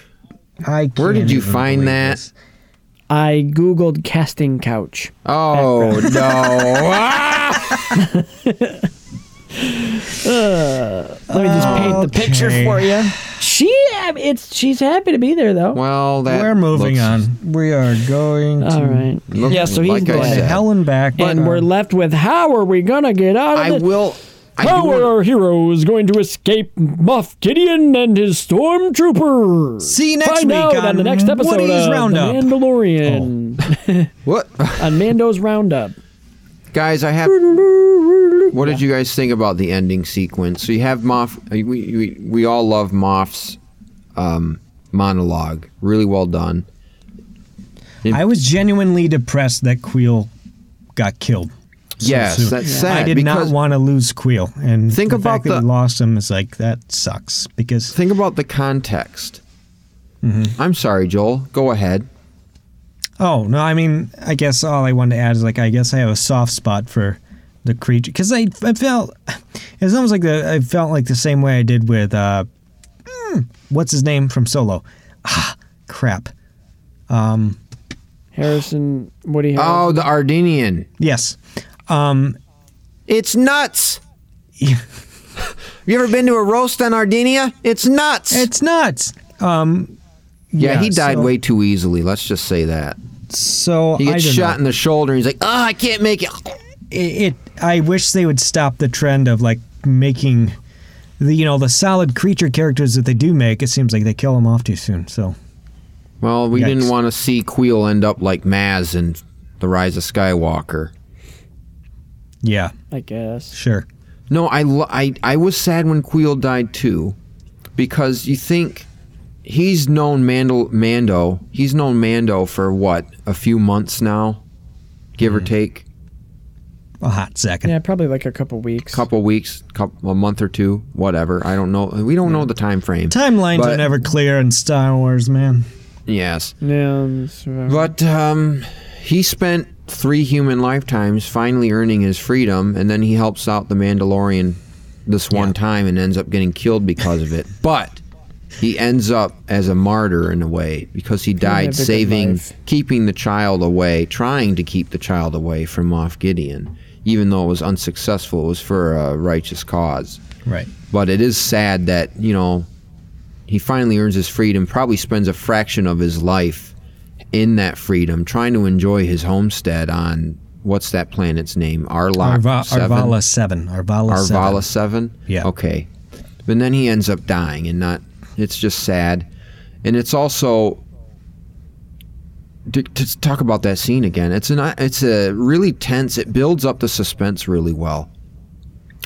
Speaker 2: I.
Speaker 3: Where did
Speaker 2: can't
Speaker 3: you
Speaker 2: even
Speaker 3: find
Speaker 2: believe
Speaker 3: that?
Speaker 2: this.
Speaker 1: I googled casting couch.
Speaker 3: Oh no!
Speaker 1: Let me just paint the picture
Speaker 2: Okay.
Speaker 1: for you.
Speaker 3: Oh.
Speaker 1: She, I mean, it's she's happy to be there though.
Speaker 3: Well, that
Speaker 2: We're moving
Speaker 3: looks-
Speaker 2: on. We are going
Speaker 1: All
Speaker 2: to
Speaker 1: right.
Speaker 3: Look,
Speaker 1: yeah, so he's
Speaker 3: like I
Speaker 1: dead.
Speaker 2: going to
Speaker 3: said,
Speaker 2: hell and back.
Speaker 1: and we're left with how are we gonna get out of
Speaker 3: I
Speaker 1: this?
Speaker 3: will. I do
Speaker 1: How
Speaker 3: want-
Speaker 1: are our heroes going to escape Moff Gideon and his stormtrooper?
Speaker 2: See you next
Speaker 1: Find
Speaker 2: week
Speaker 1: out
Speaker 2: on
Speaker 1: on, the next episode
Speaker 2: Woody's
Speaker 1: of
Speaker 2: Roundup.
Speaker 1: The Mandalorian
Speaker 3: What?
Speaker 1: on Mando's Roundup.
Speaker 3: Guys, I have. What did you guys think about the ending sequence? So you have Moff. uh, We, we, we all love Moff's um, monologue. Really well done.
Speaker 2: I was genuinely depressed that Queel got killed. so
Speaker 3: yes,
Speaker 2: soon.
Speaker 3: that's
Speaker 2: I
Speaker 3: sad.
Speaker 2: did not
Speaker 3: because-
Speaker 2: want to lose Queel, and
Speaker 3: Think
Speaker 2: the
Speaker 3: about
Speaker 2: fact that
Speaker 3: the-
Speaker 2: we lost him is like that sucks because
Speaker 3: Think about the context.
Speaker 2: Mm-hmm.
Speaker 3: I'm sorry, Joel. Go ahead.
Speaker 2: oh no, I mean I guess all I wanted to add is like I guess I have a soft spot for the creature because I I felt it's almost like the I felt like the same way I did with uh mm, what's his name from Solo ah crap
Speaker 1: Harrison, Woody
Speaker 3: Oh,
Speaker 1: Harrelson.
Speaker 3: the Ardenian.
Speaker 2: yes
Speaker 3: It's nuts. you ever been to a roast on Ardenia? It's nuts.
Speaker 2: it's nuts Um,
Speaker 3: yeah,
Speaker 2: yeah,
Speaker 3: he died
Speaker 2: so-
Speaker 3: way too easily. Let's just say that.
Speaker 2: so
Speaker 3: He
Speaker 2: I
Speaker 3: gets
Speaker 2: don't
Speaker 3: shot
Speaker 2: know.
Speaker 3: in the shoulder. and He's like, oh, I can't make it.
Speaker 2: it, it I wish they would stop the trend of like making the you know the solid creature characters that they do make it seems like they kill them off too soon so
Speaker 3: Well, we didn't
Speaker 2: Yikes.
Speaker 3: want to see Queel end up like Maz in The Rise of Skywalker.
Speaker 2: yeah
Speaker 1: I guess.
Speaker 2: sure
Speaker 3: No, I, lo- I, I was sad when Queel died too, because you think he's known Mandal- Mando. He's known Mando for what a few months now, give or take,
Speaker 2: a hot second
Speaker 1: Yeah, probably like a couple weeks.
Speaker 3: couple weeks, couple a month or two, whatever. I don't know. We don't know the time frame.
Speaker 2: timelines
Speaker 3: But-
Speaker 2: are never clear in Star Wars man
Speaker 3: Yes,
Speaker 1: Yeah, um, so-
Speaker 3: but um, he spent three human lifetimes finally earning his freedom, and then he helps out the Mandalorian this one time and ends up getting killed because of it. But he ends up as a martyr in a way because he
Speaker 1: lived
Speaker 3: died
Speaker 1: a good
Speaker 3: saving,
Speaker 1: life.
Speaker 3: keeping the child away, trying to keep the child away from Moff Gideon, even though it was unsuccessful. It was for a righteous cause.
Speaker 2: right
Speaker 3: But it is sad that, you know, he finally earns his freedom, probably spends a fraction of his life in that freedom, trying to enjoy his homestead on what's that planet's name? Arlock
Speaker 2: Arva,
Speaker 3: 7?
Speaker 2: Arvala 7 Arvala, 7
Speaker 3: Arvala 7?
Speaker 2: Yeah.
Speaker 3: Okay. And then he ends up dying and not it's just sad. And it's also to, to talk about that scene again. It's an it's a really tense. It builds up the suspense really well.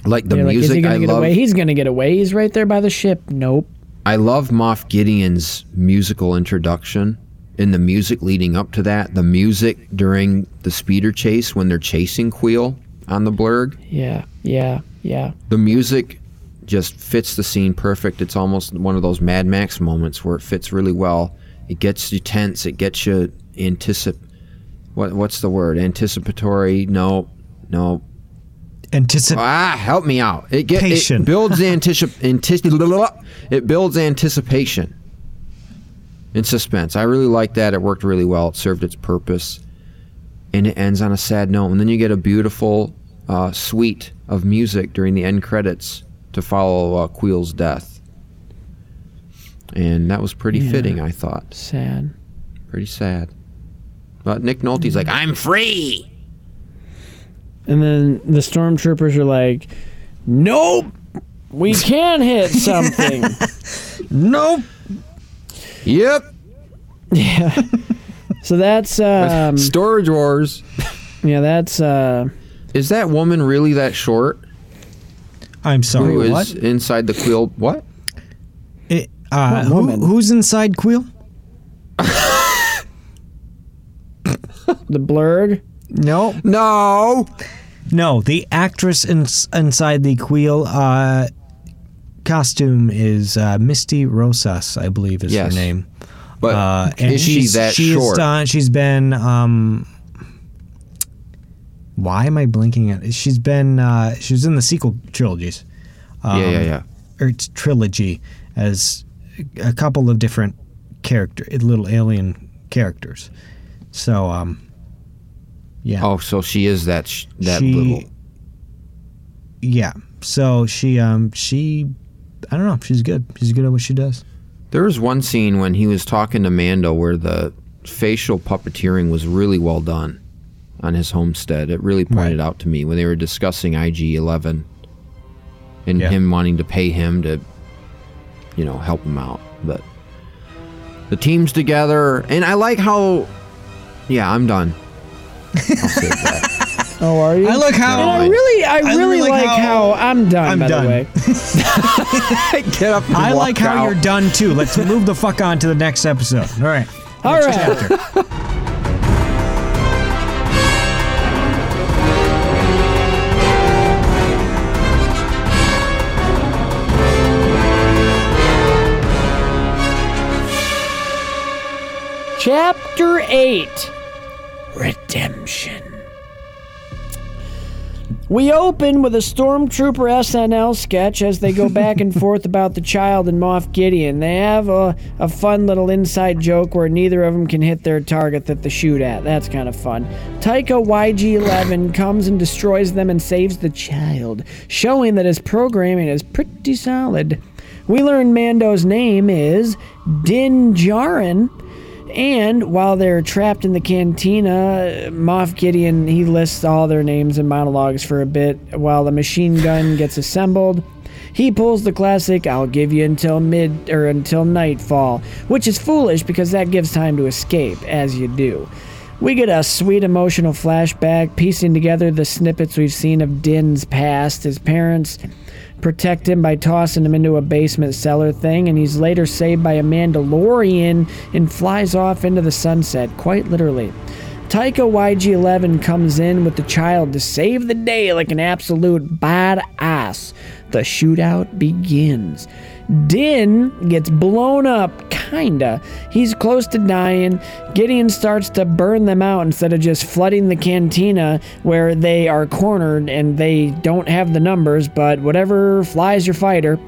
Speaker 3: Like the
Speaker 1: You're like, is he
Speaker 3: music
Speaker 1: gonna
Speaker 3: I
Speaker 1: get
Speaker 3: love.
Speaker 1: away? He's gonna get away. He's right there by the ship. Nope.
Speaker 3: I love Moff Gideon's musical introduction and the music leading up to that. The music during the speeder chase when they're chasing Queel on the Blurg.
Speaker 1: Yeah, yeah, yeah.
Speaker 3: The music just fits the scene perfect. It's almost one of those Mad Max moments where it fits really well. It gets you tense. It gets you anticip. What what's the word? Anticipatory? No, no.
Speaker 2: anticipate
Speaker 3: Ah, help me out. It get, It
Speaker 2: Patient.
Speaker 3: builds anticip- antici- It builds anticipation and suspense. I really like that. It worked really well. It served its purpose, and it ends on a sad note. And then you get a beautiful uh, suite of music during the end credits to follow uh, Queel's death, and that was pretty
Speaker 1: Yeah.
Speaker 3: fitting. I thought
Speaker 1: Sad.
Speaker 3: pretty sad. But Nick Nolte's like, I'm free.
Speaker 1: And then the stormtroopers are like, "Nope, we can hit something."
Speaker 2: nope
Speaker 3: Yep.
Speaker 1: so that's um,
Speaker 3: Storage Wars.
Speaker 1: yeah, that's uh,
Speaker 3: Is that woman really that short?
Speaker 2: I'm
Speaker 3: Who
Speaker 2: sorry
Speaker 3: is
Speaker 2: Oh, what
Speaker 3: inside the quill? What?
Speaker 2: It- uh,
Speaker 1: What
Speaker 2: who-
Speaker 1: woman?
Speaker 2: who's inside Queel
Speaker 1: the blurg.
Speaker 2: no
Speaker 3: No.
Speaker 2: No, the actress in, inside the Queel uh, costume is uh, Misty Rosas, I believe is
Speaker 3: Yes.
Speaker 2: her name.
Speaker 3: But
Speaker 2: Uh, and
Speaker 3: is she
Speaker 2: she's-
Speaker 3: that
Speaker 2: she's
Speaker 3: short?
Speaker 2: done- she's been. Um, why am I blinking at? She's been. Uh, she was in the sequel trilogies um,
Speaker 3: yeah, yeah, yeah.
Speaker 2: or it's trilogy as a couple of different character, little alien characters. So, um, yeah.
Speaker 3: Oh, so she is that sh- that
Speaker 2: she-
Speaker 3: little.
Speaker 2: Yeah. So she um she I don't know, she's good. She's good at what she does.
Speaker 3: There was one scene when he was talking to Mando where the facial puppeteering was really well done on his homestead. It really pointed out to me when they were discussing IG Eleven and
Speaker 2: Yeah.
Speaker 3: him wanting to pay him to, you know, help him out. But the team's together, and I like how. Yeah, I'm done. I'll save that.
Speaker 1: Oh, are you?
Speaker 2: I like how
Speaker 1: And I really, I
Speaker 2: I
Speaker 1: really
Speaker 2: like
Speaker 1: like how,
Speaker 2: how-
Speaker 1: I'm done.
Speaker 2: I'm
Speaker 1: by
Speaker 2: done.
Speaker 1: the way,
Speaker 3: Get up. And
Speaker 2: I
Speaker 3: walk
Speaker 2: like how
Speaker 3: out.
Speaker 2: you're done too. Let's move the fuck on to the next episode. All right.
Speaker 1: all right. Chapter 8 Redemption. We open with a Stormtrooper SNL sketch as they go back and forth about the child and Moff Gideon. They have a, a fun little inside joke where neither of them can hit their target that they shoot at. That's kind of fun. Taika YG11 comes and destroys them and saves the child, showing that his programming is pretty solid. We learn Mando's name is Din Djarin. And while they're trapped in the cantina, Moff Gideon he lists all their names and monologues for a bit while the machine gun gets assembled. He pulls the classic "I'll give you until mid or until nightfall," which is foolish because that gives time to escape, as you do. We get a sweet emotional flashback piecing together the snippets we've seen of Din's past. His parents protect him by tossing him into a basement cellar thing, and he's later saved by a Mandalorian and flies off into the sunset, quite literally. Taika YG11 comes in with the child to save the day like an absolute badass. The shootout begins. Din gets blown up, kinda. He's close to dying. Gideon starts to burn them out instead of just flooding the cantina where they are cornered and they don't have the numbers, but whatever flies your fighter.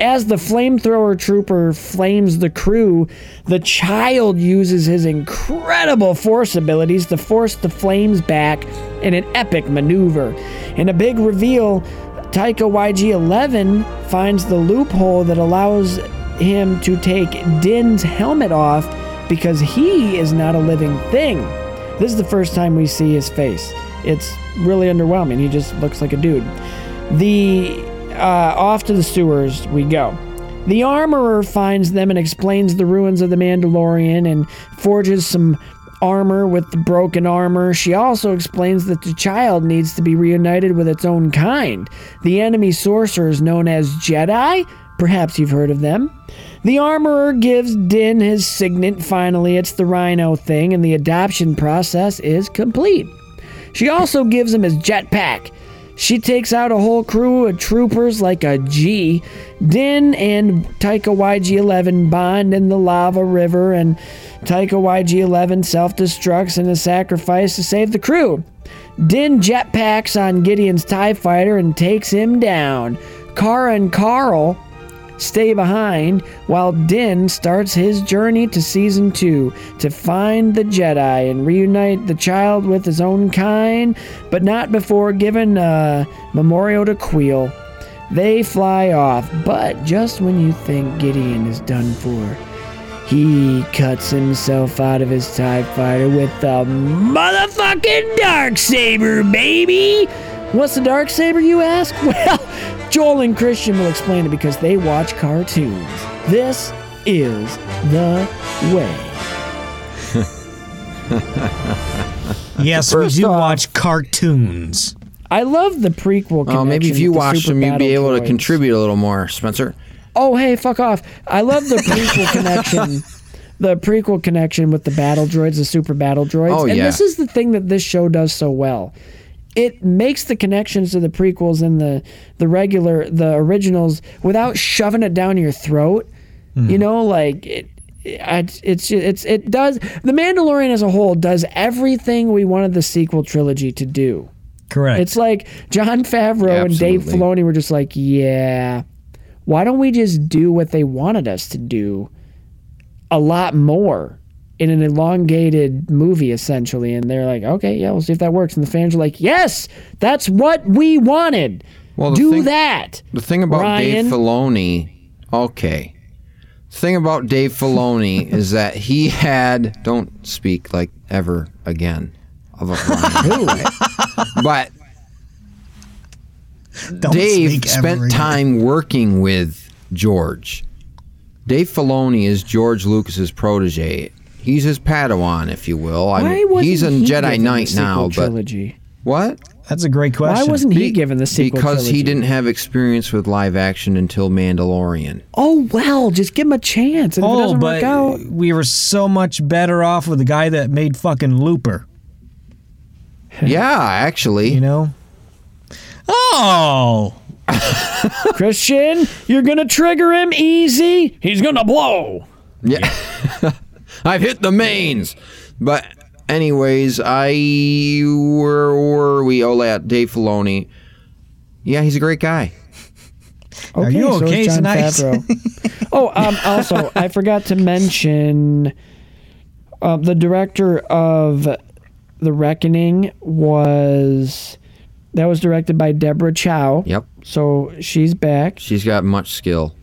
Speaker 1: As the flamethrower trooper flames the crew, the child uses his incredible force abilities to force the flames back in an epic maneuver. In a big reveal, Taika YG11 finds the loophole that allows him to take Din's helmet off because he is not a living thing. This is the first time we see his face. It's really underwhelming. He just looks like a dude. The uh, off to the sewers we go. The armorer finds them and explains the ruins of the Mandalorian and forges some armor with the broken armor. She also explains that the child needs to be reunited with its own kind. The enemy sorcerers known as Jedi, perhaps you've heard of them. The armorer gives Din his signet finally. It's the rhino thing and the adoption process is complete. She also gives him his jetpack. She takes out a whole crew of troopers like a G. Din and Taika YG11 bond in the lava river, and Taika YG11 self destructs in a sacrifice to save the crew. Din jetpacks on Gideon's TIE fighter and takes him down. Kara and Carl stay behind while Din starts his journey to season 2 to find the Jedi and reunite the child with his own kind, but not before giving a memorial to Queel. They fly off, but just when you think Gideon is done for, he cuts himself out of his TIE fighter with the motherfucking dark saber, baby! What's the dark saber, you ask? Well, Joel and Christian will explain it because they watch cartoons. This is the way.
Speaker 2: Yes, we
Speaker 3: First
Speaker 2: do
Speaker 1: off-
Speaker 2: watch cartoons.
Speaker 1: I love the prequel.
Speaker 3: Oh, maybe
Speaker 1: connection
Speaker 3: if you
Speaker 1: with the
Speaker 3: watched
Speaker 1: Super
Speaker 3: them, you'd be
Speaker 1: Battle
Speaker 3: able to
Speaker 1: Droids.
Speaker 3: contribute a little more, Spencer.
Speaker 1: Oh, hey, fuck off! I love the prequel connection. The prequel connection with the battle droids, the super battle droids.
Speaker 3: Oh,
Speaker 1: and
Speaker 3: yeah.
Speaker 1: this is the thing that this show does so well. It makes the connections to the prequels and the the regular the originals without shoving it down your throat.
Speaker 3: Mm-hmm.
Speaker 1: You know, like it, it, it's it's it does. The Mandalorian as a whole does everything we wanted the sequel trilogy to do.
Speaker 2: Correct.
Speaker 1: It's like John Favreau and Dave
Speaker 3: Absolutely.
Speaker 1: Filoni were just like, yeah, why don't we just do what they wanted us to do a lot more in an elongated movie, essentially? And they're like, okay, yeah, we'll see if that works. And the fans are like, yes, that's what we wanted.
Speaker 3: Well, the
Speaker 1: do
Speaker 3: thing-
Speaker 1: that.
Speaker 3: The thing about
Speaker 1: Ryan.
Speaker 3: Dave Filoni, okay. The thing about Dave Filoni is that he had don't speak like ever again of a Ryan. but
Speaker 2: Don't
Speaker 3: Dave
Speaker 2: speak ever
Speaker 3: spent
Speaker 2: again.
Speaker 3: time working with George. Dave Filoni is George Lucas's protege. He's his Padawan, if you will. I
Speaker 1: Why
Speaker 3: mean,
Speaker 1: was
Speaker 3: he's a
Speaker 1: he
Speaker 3: Jedi
Speaker 1: given the
Speaker 3: Knight
Speaker 1: sequel
Speaker 3: now, but
Speaker 1: trilogy?
Speaker 3: What?
Speaker 2: That's a great question.
Speaker 1: Why wasn't he
Speaker 3: Be-
Speaker 1: given the sequel?
Speaker 3: Because
Speaker 1: trilogy?
Speaker 3: he didn't have experience with live action until Mandalorian.
Speaker 1: Oh well, just give him a chance. And if it
Speaker 2: Oh,
Speaker 1: doesn't
Speaker 2: but
Speaker 1: work out,
Speaker 2: we were so much better off with the guy that made fucking Looper.
Speaker 3: yeah, actually.
Speaker 2: You know. Oh.
Speaker 1: Christian, you're gonna trigger him easy. He's gonna blow.
Speaker 3: Yeah. I've hit the mains. But anyways, I where were we? Oh, at Dave Filoni. Yeah, he's a great guy.
Speaker 1: Okay,
Speaker 2: you
Speaker 1: so
Speaker 2: okay
Speaker 1: it's John
Speaker 2: tonight?
Speaker 1: Favreau. oh, um, also, I forgot to mention uh, the director of The Reckoning was that was directed by Deborah Chow.
Speaker 3: Yep.
Speaker 1: So she's back.
Speaker 3: She's got much skill.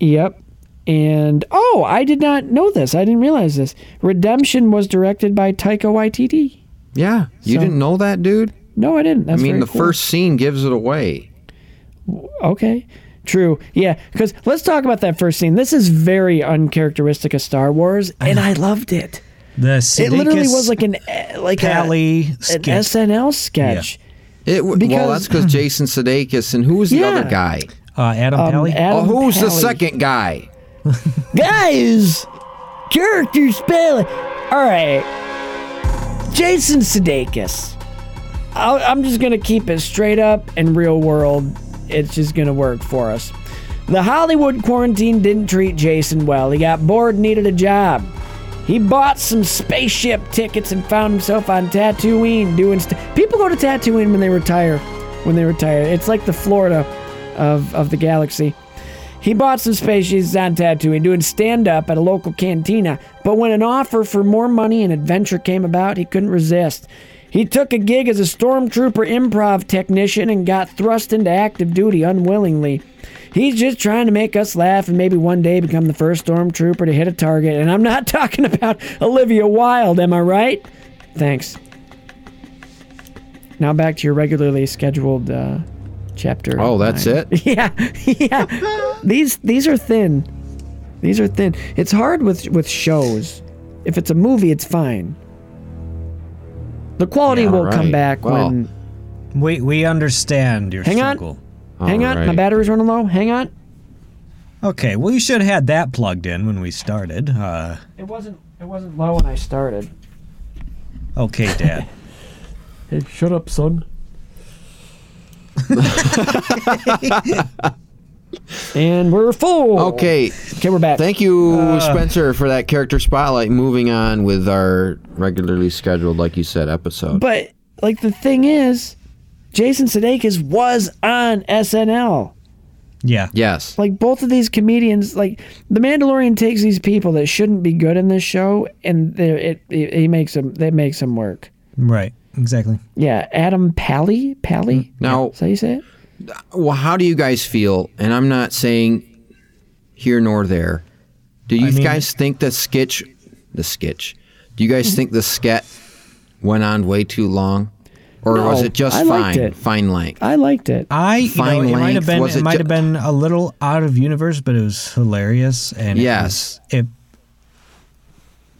Speaker 1: Yep. And oh, I did not know this. I didn't realize this. Redemption was directed by Taika Waititi.
Speaker 3: Yeah. You
Speaker 1: So-
Speaker 3: didn't know that, dude?
Speaker 1: No, I didn't.
Speaker 3: I
Speaker 1: That's
Speaker 3: mean,
Speaker 1: very
Speaker 3: the
Speaker 1: cool.
Speaker 3: first scene gives it away.
Speaker 1: Okay. True. Yeah. Because let's talk about that first scene. This is very uncharacteristic of Star Wars, and I loved it.
Speaker 2: The
Speaker 1: It literally
Speaker 2: Sidious
Speaker 1: was like an eh, like a, an
Speaker 2: Pally skit.
Speaker 1: SNL sketch.
Speaker 3: It w- well,
Speaker 1: Because- uh-huh.
Speaker 3: that's because Jason Sudeikis and who was the
Speaker 1: Yeah.
Speaker 3: other guy?
Speaker 2: uh, Adam
Speaker 1: Um,
Speaker 2: Pally.
Speaker 1: Adam
Speaker 3: Oh, who's the
Speaker 1: Pally.
Speaker 3: second guy?
Speaker 1: guys? Character spelling. All right, Jason Sudeikis. I'll, I'm just gonna keep it straight up and real world. It's just gonna work for us. The Hollywood quarantine didn't treat Jason well. He got bored, and needed a job. He bought some spaceship tickets and found himself on Tatooine doing stuff. People go to Tatooine when they retire. When they retire, it's like the Florida of of the galaxy. He bought some spaceships on Tatooine doing stand up at a local cantina, but when an offer for more money and adventure came about, he couldn't resist. He took a gig as a stormtrooper improv technician and got thrust into active duty unwillingly. He's just trying to make us laugh and maybe one day become the first stormtrooper to hit a target, and I'm not talking about Olivia Wilde, am I right? Thanks. Now back to your regularly scheduled uh, chapter.
Speaker 3: Oh, that's
Speaker 1: nine.
Speaker 3: it?
Speaker 1: Yeah, yeah. these these are thin. These are thin. It's hard with with shows. If it's a movie, it's fine. The quality
Speaker 3: Yeah,
Speaker 1: will come
Speaker 3: right.
Speaker 1: back
Speaker 3: Well,
Speaker 1: when.
Speaker 2: we we understand your
Speaker 1: Hang on.
Speaker 2: struggle.
Speaker 1: Hang
Speaker 3: All
Speaker 1: on, my
Speaker 3: right.
Speaker 1: battery's running low. Hang on.
Speaker 2: Okay, well you should have had that plugged in when we started. Uh,
Speaker 1: It wasn't. It wasn't low when I started.
Speaker 2: okay, Dad.
Speaker 1: Hey, shut up, son. and we're full.
Speaker 3: Okay.
Speaker 1: Okay, we're back.
Speaker 3: Thank you,
Speaker 1: Uh.
Speaker 3: Spencer, for that character spotlight. Moving on with our regularly scheduled, like you said, episode.
Speaker 1: But like the thing is, Jason Sudeikis was on SNL.
Speaker 2: yeah.
Speaker 3: yes.
Speaker 1: Like both of these comedians, like The Mandalorian takes these people that shouldn't be good in this show, and they're- it, it he makes them that makes them work.
Speaker 2: Right. Exactly.
Speaker 1: Yeah, Adam Pally, Pally.
Speaker 2: Mm.
Speaker 3: Now,
Speaker 1: is that how you say it?
Speaker 3: well, how do you guys feel? And I'm not saying here nor there. Do you
Speaker 2: mean-
Speaker 3: guys think the sketch, the sketch? Do you guys think the sket went on way too long, or
Speaker 1: No,
Speaker 3: was it just
Speaker 1: I liked
Speaker 3: fine,
Speaker 1: it.
Speaker 3: fine length?
Speaker 1: I liked it.
Speaker 2: I you
Speaker 3: Fine
Speaker 2: know, it might
Speaker 3: length,
Speaker 2: have been
Speaker 3: was
Speaker 2: it,
Speaker 3: it
Speaker 2: might
Speaker 3: ju-
Speaker 2: have been a little out of universe, but it was hilarious and it
Speaker 3: Yes.
Speaker 2: was-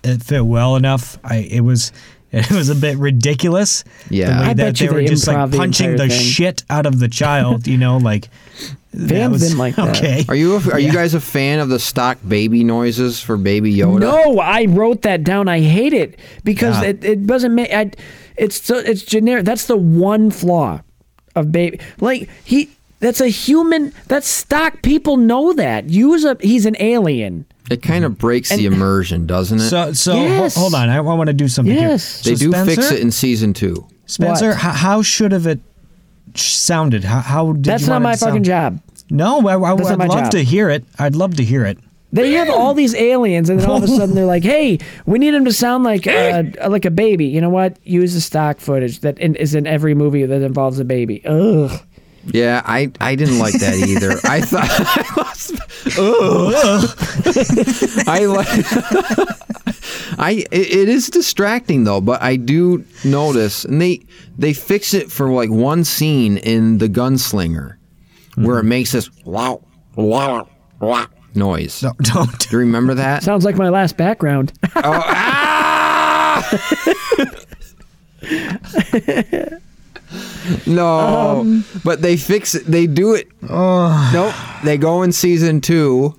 Speaker 2: it it fit well enough. I it was it was a bit ridiculous.
Speaker 3: Yeah.
Speaker 2: the way
Speaker 3: I
Speaker 2: that
Speaker 1: bet
Speaker 2: they
Speaker 1: you
Speaker 2: were
Speaker 1: they
Speaker 2: just
Speaker 1: improv
Speaker 2: like
Speaker 1: the
Speaker 2: punching
Speaker 1: entire
Speaker 2: the
Speaker 1: thing.
Speaker 2: shit out of the child. You know, like that
Speaker 1: Fans
Speaker 2: was-
Speaker 1: didn't like that.
Speaker 2: Okay,
Speaker 3: Are you a, are you guys a fan of the stock baby noises for Baby Yoda?
Speaker 1: No, I wrote that down. I hate it because
Speaker 2: Yeah.
Speaker 1: it, it doesn't make. I, it's so it's generic. That's the one flaw of baby. Like he, that's a human. That's stock. People know that. Use a. He's an alien.
Speaker 3: It kind of breaks the immersion, doesn't it?
Speaker 2: So so ho-
Speaker 1: Yes.
Speaker 2: hold on, I, want to do something. here.
Speaker 1: Yes.
Speaker 3: they
Speaker 2: So
Speaker 3: do fix
Speaker 2: Spencer-
Speaker 3: it in season two.
Speaker 2: Spencer,
Speaker 1: What?
Speaker 2: how, how should have it sh- sounded? How, how did
Speaker 1: That's
Speaker 2: you
Speaker 1: not
Speaker 2: want it
Speaker 1: my
Speaker 2: to sound?
Speaker 1: fucking job.
Speaker 2: No, I, I, would
Speaker 1: That's not my
Speaker 2: love
Speaker 1: job.
Speaker 2: to hear it. I'd love to hear it.
Speaker 1: They have all these aliens, and then all of a sudden they're like, "Hey, we need him to sound like uh, like a baby." You know what? Use the stock footage that in, is in every movie that involves a baby. Ugh.
Speaker 3: Yeah, I, I didn't like that either. I thought I like I it- it is distracting though, but I do notice and they they fix it for like one scene in The Gunslinger where it makes this wow wow wow noise.
Speaker 2: No, don't.
Speaker 3: Do you remember that? Oh,
Speaker 1: Sounds like my last background.
Speaker 3: Ah! No,
Speaker 1: Um,
Speaker 3: but they fix it. They do it. Nope. They go in season two,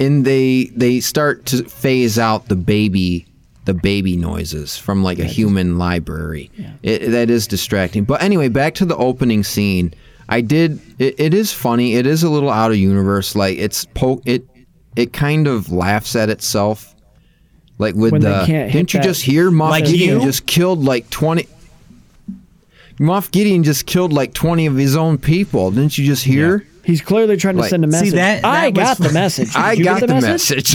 Speaker 3: and they they start to phase out the baby the baby noises from like a human library. It, that is distracting. But anyway, back to the opening scene. I did. It, it is funny. It is a little out of universe. Like it's po- It it kind of laughs at itself. Like with
Speaker 1: When they
Speaker 3: the
Speaker 1: can't hit
Speaker 3: didn't you
Speaker 1: that-
Speaker 3: just hear Moff
Speaker 2: Like
Speaker 3: Gideon
Speaker 2: you?
Speaker 3: just killed like twenty. Moff Gideon just killed like 20 of his own people. Didn't you just hear?
Speaker 1: He's clearly trying to
Speaker 3: Like,
Speaker 1: send a
Speaker 3: see,
Speaker 1: message.
Speaker 2: that-
Speaker 1: I
Speaker 2: that was-
Speaker 1: got the message. Did
Speaker 3: I
Speaker 1: you
Speaker 3: got
Speaker 1: get
Speaker 3: the message.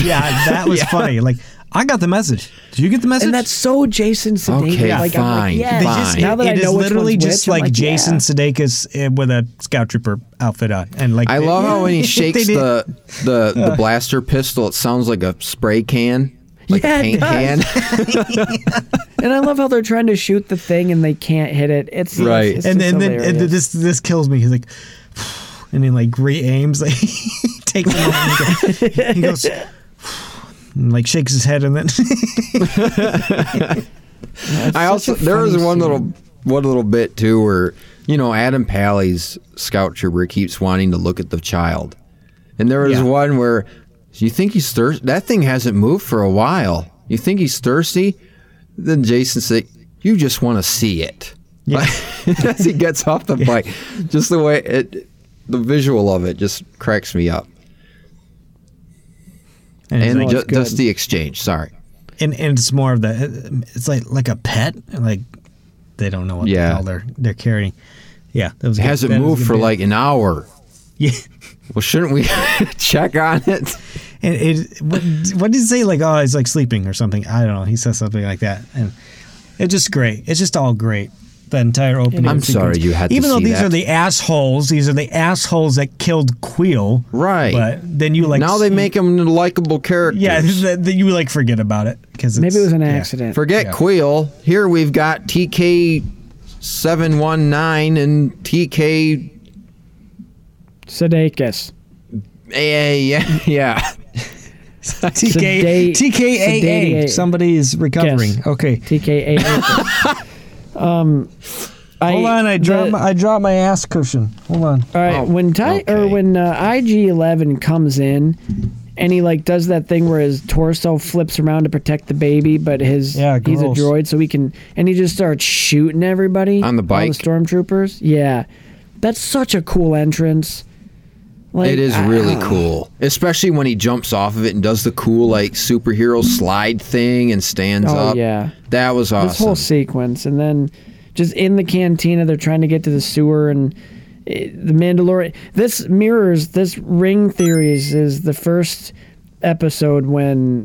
Speaker 2: Yeah, that was funny. Like, I got the message. Did you get the message?
Speaker 4: And that's so Jason Sudeikis.
Speaker 3: Okay,
Speaker 4: like,
Speaker 3: fine,
Speaker 4: I'm like, yes.
Speaker 3: They just- fine.
Speaker 1: Now that I
Speaker 2: it is
Speaker 1: know which
Speaker 2: literally
Speaker 1: one's
Speaker 2: just
Speaker 1: which, I'm
Speaker 2: like,
Speaker 1: like,
Speaker 2: Jason
Speaker 1: yeah.
Speaker 2: Sudeikis uh, with a scout trooper outfit on, and like
Speaker 3: I love how when he
Speaker 2: They
Speaker 3: shakes
Speaker 2: did-
Speaker 3: the the, the blaster pistol, it sounds like a spray can, like
Speaker 4: Yeah,
Speaker 3: a
Speaker 4: it
Speaker 3: paint can.
Speaker 4: does.
Speaker 1: And I love how they're trying to shoot the thing and they can't hit it. It's
Speaker 3: Right.
Speaker 1: It's, it's
Speaker 2: and
Speaker 1: just
Speaker 2: then, then and
Speaker 1: hilarious.
Speaker 2: this this kills me. He's like, and he like re-aims, like he takes him off. and He goes, he goes and like shakes his head, and then
Speaker 3: I also there was one little one little bit too where you know Adam Pally's scout trooper keeps wanting to look at the child, and there was
Speaker 2: Yeah.
Speaker 3: one where you think he's thirsty. That thing hasn't moved for a while. You think he's thirsty? Then Jason said, "You just want to see it."
Speaker 2: Yeah.
Speaker 3: As he gets off the bike, just the way it, the visual of it just cracks me up.
Speaker 2: and, he's
Speaker 3: And
Speaker 2: like-
Speaker 3: ju-
Speaker 1: it's good.
Speaker 3: just the exchange. Sorry.
Speaker 2: and and it's more of the it's like like a pet, like they don't know what
Speaker 3: Yeah.
Speaker 2: the hell they're they're carrying. Yeah, that was
Speaker 3: It
Speaker 2: good.
Speaker 3: hasn't
Speaker 2: That was
Speaker 3: moved
Speaker 2: good
Speaker 3: for
Speaker 2: bit.
Speaker 3: like an hour.
Speaker 2: yeah.
Speaker 3: Well, shouldn't we check on it?
Speaker 2: And it, what, what did he say? Like, oh, he's like sleeping or something. I don't know. He says something like that, and it's just great. It's just all great. The entire opening.
Speaker 3: I'm
Speaker 2: sequence.
Speaker 3: sorry you had to
Speaker 2: Even though
Speaker 3: see
Speaker 2: these
Speaker 3: that.
Speaker 2: are the assholes, these are the assholes that killed Queel.
Speaker 3: Right.
Speaker 2: But then you like
Speaker 3: now they
Speaker 2: see-
Speaker 3: make him into likable characters.
Speaker 2: Yeah, th- th- you like forget about it because
Speaker 1: Maybe it was an accident.
Speaker 3: Forget
Speaker 2: Yeah.
Speaker 3: Quill. Here we've got TK seven one nine and TK.
Speaker 1: Sudeikis.
Speaker 3: Yeah, yeah, yeah.
Speaker 2: TK
Speaker 1: Sedate-
Speaker 2: TKAA.
Speaker 1: sedate-
Speaker 2: Somebody is recovering.
Speaker 1: Yes.
Speaker 2: Okay.
Speaker 1: TKA. um, I,
Speaker 2: Hold on, I
Speaker 1: the-
Speaker 2: dropped my, I dropped my ass cushion. Hold on.
Speaker 1: All right,
Speaker 3: Oh,
Speaker 1: when Ty or
Speaker 3: okay.
Speaker 1: when uh, IG Eleven comes in, and he like does that thing where his torso flips around to protect the baby, but his
Speaker 2: Yeah,
Speaker 1: he's a
Speaker 2: gross.
Speaker 1: droid, so he can and he just starts shooting everybody
Speaker 3: On the
Speaker 1: all
Speaker 3: bike?
Speaker 1: the stormtroopers. Yeah, that's such a cool entrance. Like,
Speaker 3: It is
Speaker 1: I-
Speaker 3: really cool, especially when he jumps off of it and does the cool like superhero slide thing and stands
Speaker 1: Oh,
Speaker 3: up.
Speaker 1: yeah.
Speaker 3: that was
Speaker 1: this whole
Speaker 3: awesome.
Speaker 1: sequence, and then just in the cantina, they're trying to get to the sewer, and it, the Mandalorian. This mirrors this Ring Theories is the first episode when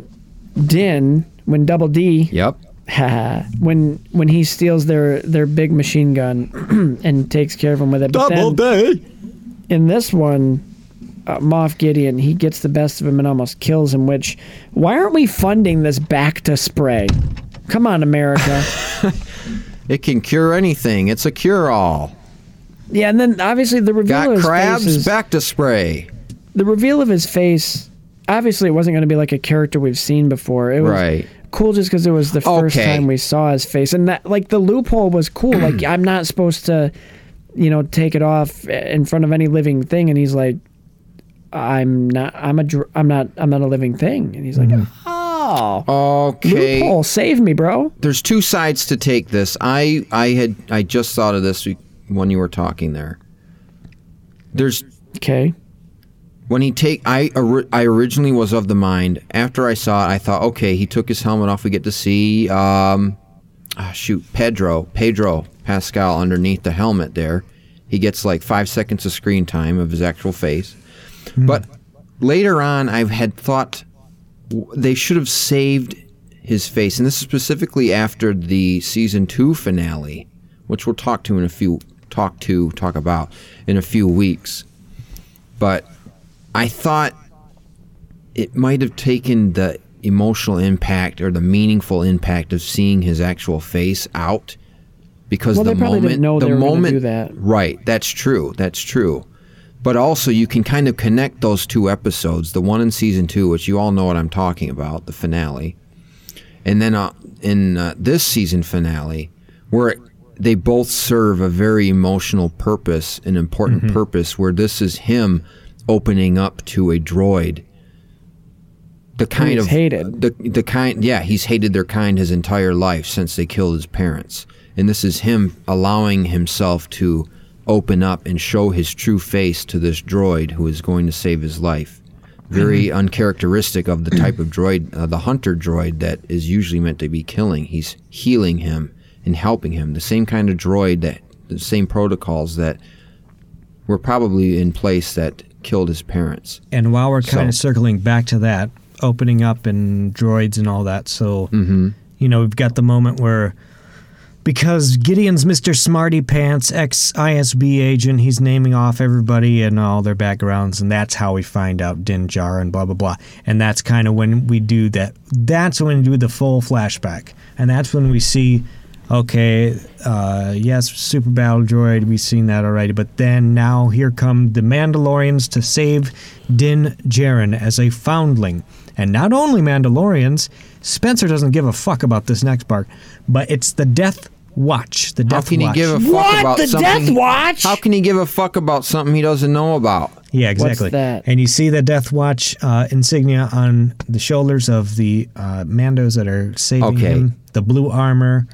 Speaker 1: Din, when Double D,
Speaker 3: Yep.
Speaker 1: haha, when when he steals their their big machine gun and takes care of them with it. But then
Speaker 3: day.
Speaker 1: in this one. Uh, Moff Gideon, he gets the best of him and almost kills him. Which, why aren't we funding this back to spray? Come on, America.
Speaker 3: It can cure anything. It's a cure all.
Speaker 1: Yeah, and then obviously the reveal of
Speaker 3: Got
Speaker 1: his
Speaker 3: crabs.
Speaker 1: face is,
Speaker 3: Back to spray.
Speaker 1: the reveal of his face. Obviously, it wasn't going to be like a character we've seen before. It was
Speaker 3: Right.
Speaker 1: cool just because it was the first
Speaker 3: Okay.
Speaker 1: time we saw his face, and that like the loophole was cool. like I'm not supposed to, you know, take it off in front of any living thing, and he's like, I'm not, I'm a, dr- I'm not, I'm not a living thing, and he's like, oh,
Speaker 3: Mm-hmm. Okay.
Speaker 1: loophole, save me, bro.
Speaker 3: there's two sides to take this. I I had I just thought of this when you were talking there. There's
Speaker 1: Okay,
Speaker 3: when he take I ori- I originally was of the mind after I saw it I thought okay he took his helmet off we get to see um ah, shoot Pedro Pedro Pascal underneath the helmet there he gets like 5 seconds of screen time of his actual face but later on I've had thought w- they should have saved his face and this is specifically after the season 2 finale which we'll talk to in a few talk to talk about in a few weeks but I thought it might have taken the emotional impact or the meaningful impact of seeing his actual face out because
Speaker 1: Well,
Speaker 3: the
Speaker 1: they probably
Speaker 3: moment
Speaker 1: didn't know
Speaker 3: the
Speaker 1: they were gonna
Speaker 3: moment
Speaker 1: do that.
Speaker 3: right that's true that's true but also you can kind of connect those two episodes the one in season 2 which you all know what I'm talking about the finale and then uh, in uh, this season finale where it, they both serve a very emotional purpose, an important purpose, where this is him opening up to a droid. The kind
Speaker 1: he's
Speaker 3: of
Speaker 1: hated.
Speaker 3: the the kind yeah, he's hated their kind his entire life since they killed his parents. And this is him allowing himself to open up and show his true face to this droid who is going to save his life. Very
Speaker 1: Mm-hmm.
Speaker 3: uncharacteristic of the type of droid, uh, the hunter droid that is usually meant to be killing. He's healing him and helping him. The same kind of droid that, the same protocols that were probably in place that killed his parents.
Speaker 2: And while we're kind of
Speaker 3: So-
Speaker 2: circling back to that, opening up and droids and all that, so you know we've got the moment where because Gideon's Mr. Smarty Pants, ex ISB agent, he's naming off everybody and all their backgrounds, and that's how we find out Din Djarin and blah blah blah. And that's kind of when we do that. That's when we do the full flashback, and that's when we see. Okay, uh, yes, Super Battle Droid, we've seen that already. But then now here come the Mandalorians to save Din Djarin as a foundling. And not only Mandalorians, Spencer doesn't give a fuck about this next part, but it's the Death Watch. The
Speaker 3: How
Speaker 2: Death
Speaker 3: can
Speaker 2: Watch.
Speaker 3: he give a fuck
Speaker 1: What?
Speaker 3: about
Speaker 1: The
Speaker 3: something?
Speaker 1: Death Watch?
Speaker 3: How can he give a fuck about something he doesn't know about?
Speaker 2: yeah, exactly.
Speaker 1: that?
Speaker 2: And you see the Death Watch uh, insignia on the shoulders of the uh, Mandos that are saving
Speaker 3: Okay.
Speaker 2: him. The blue armor.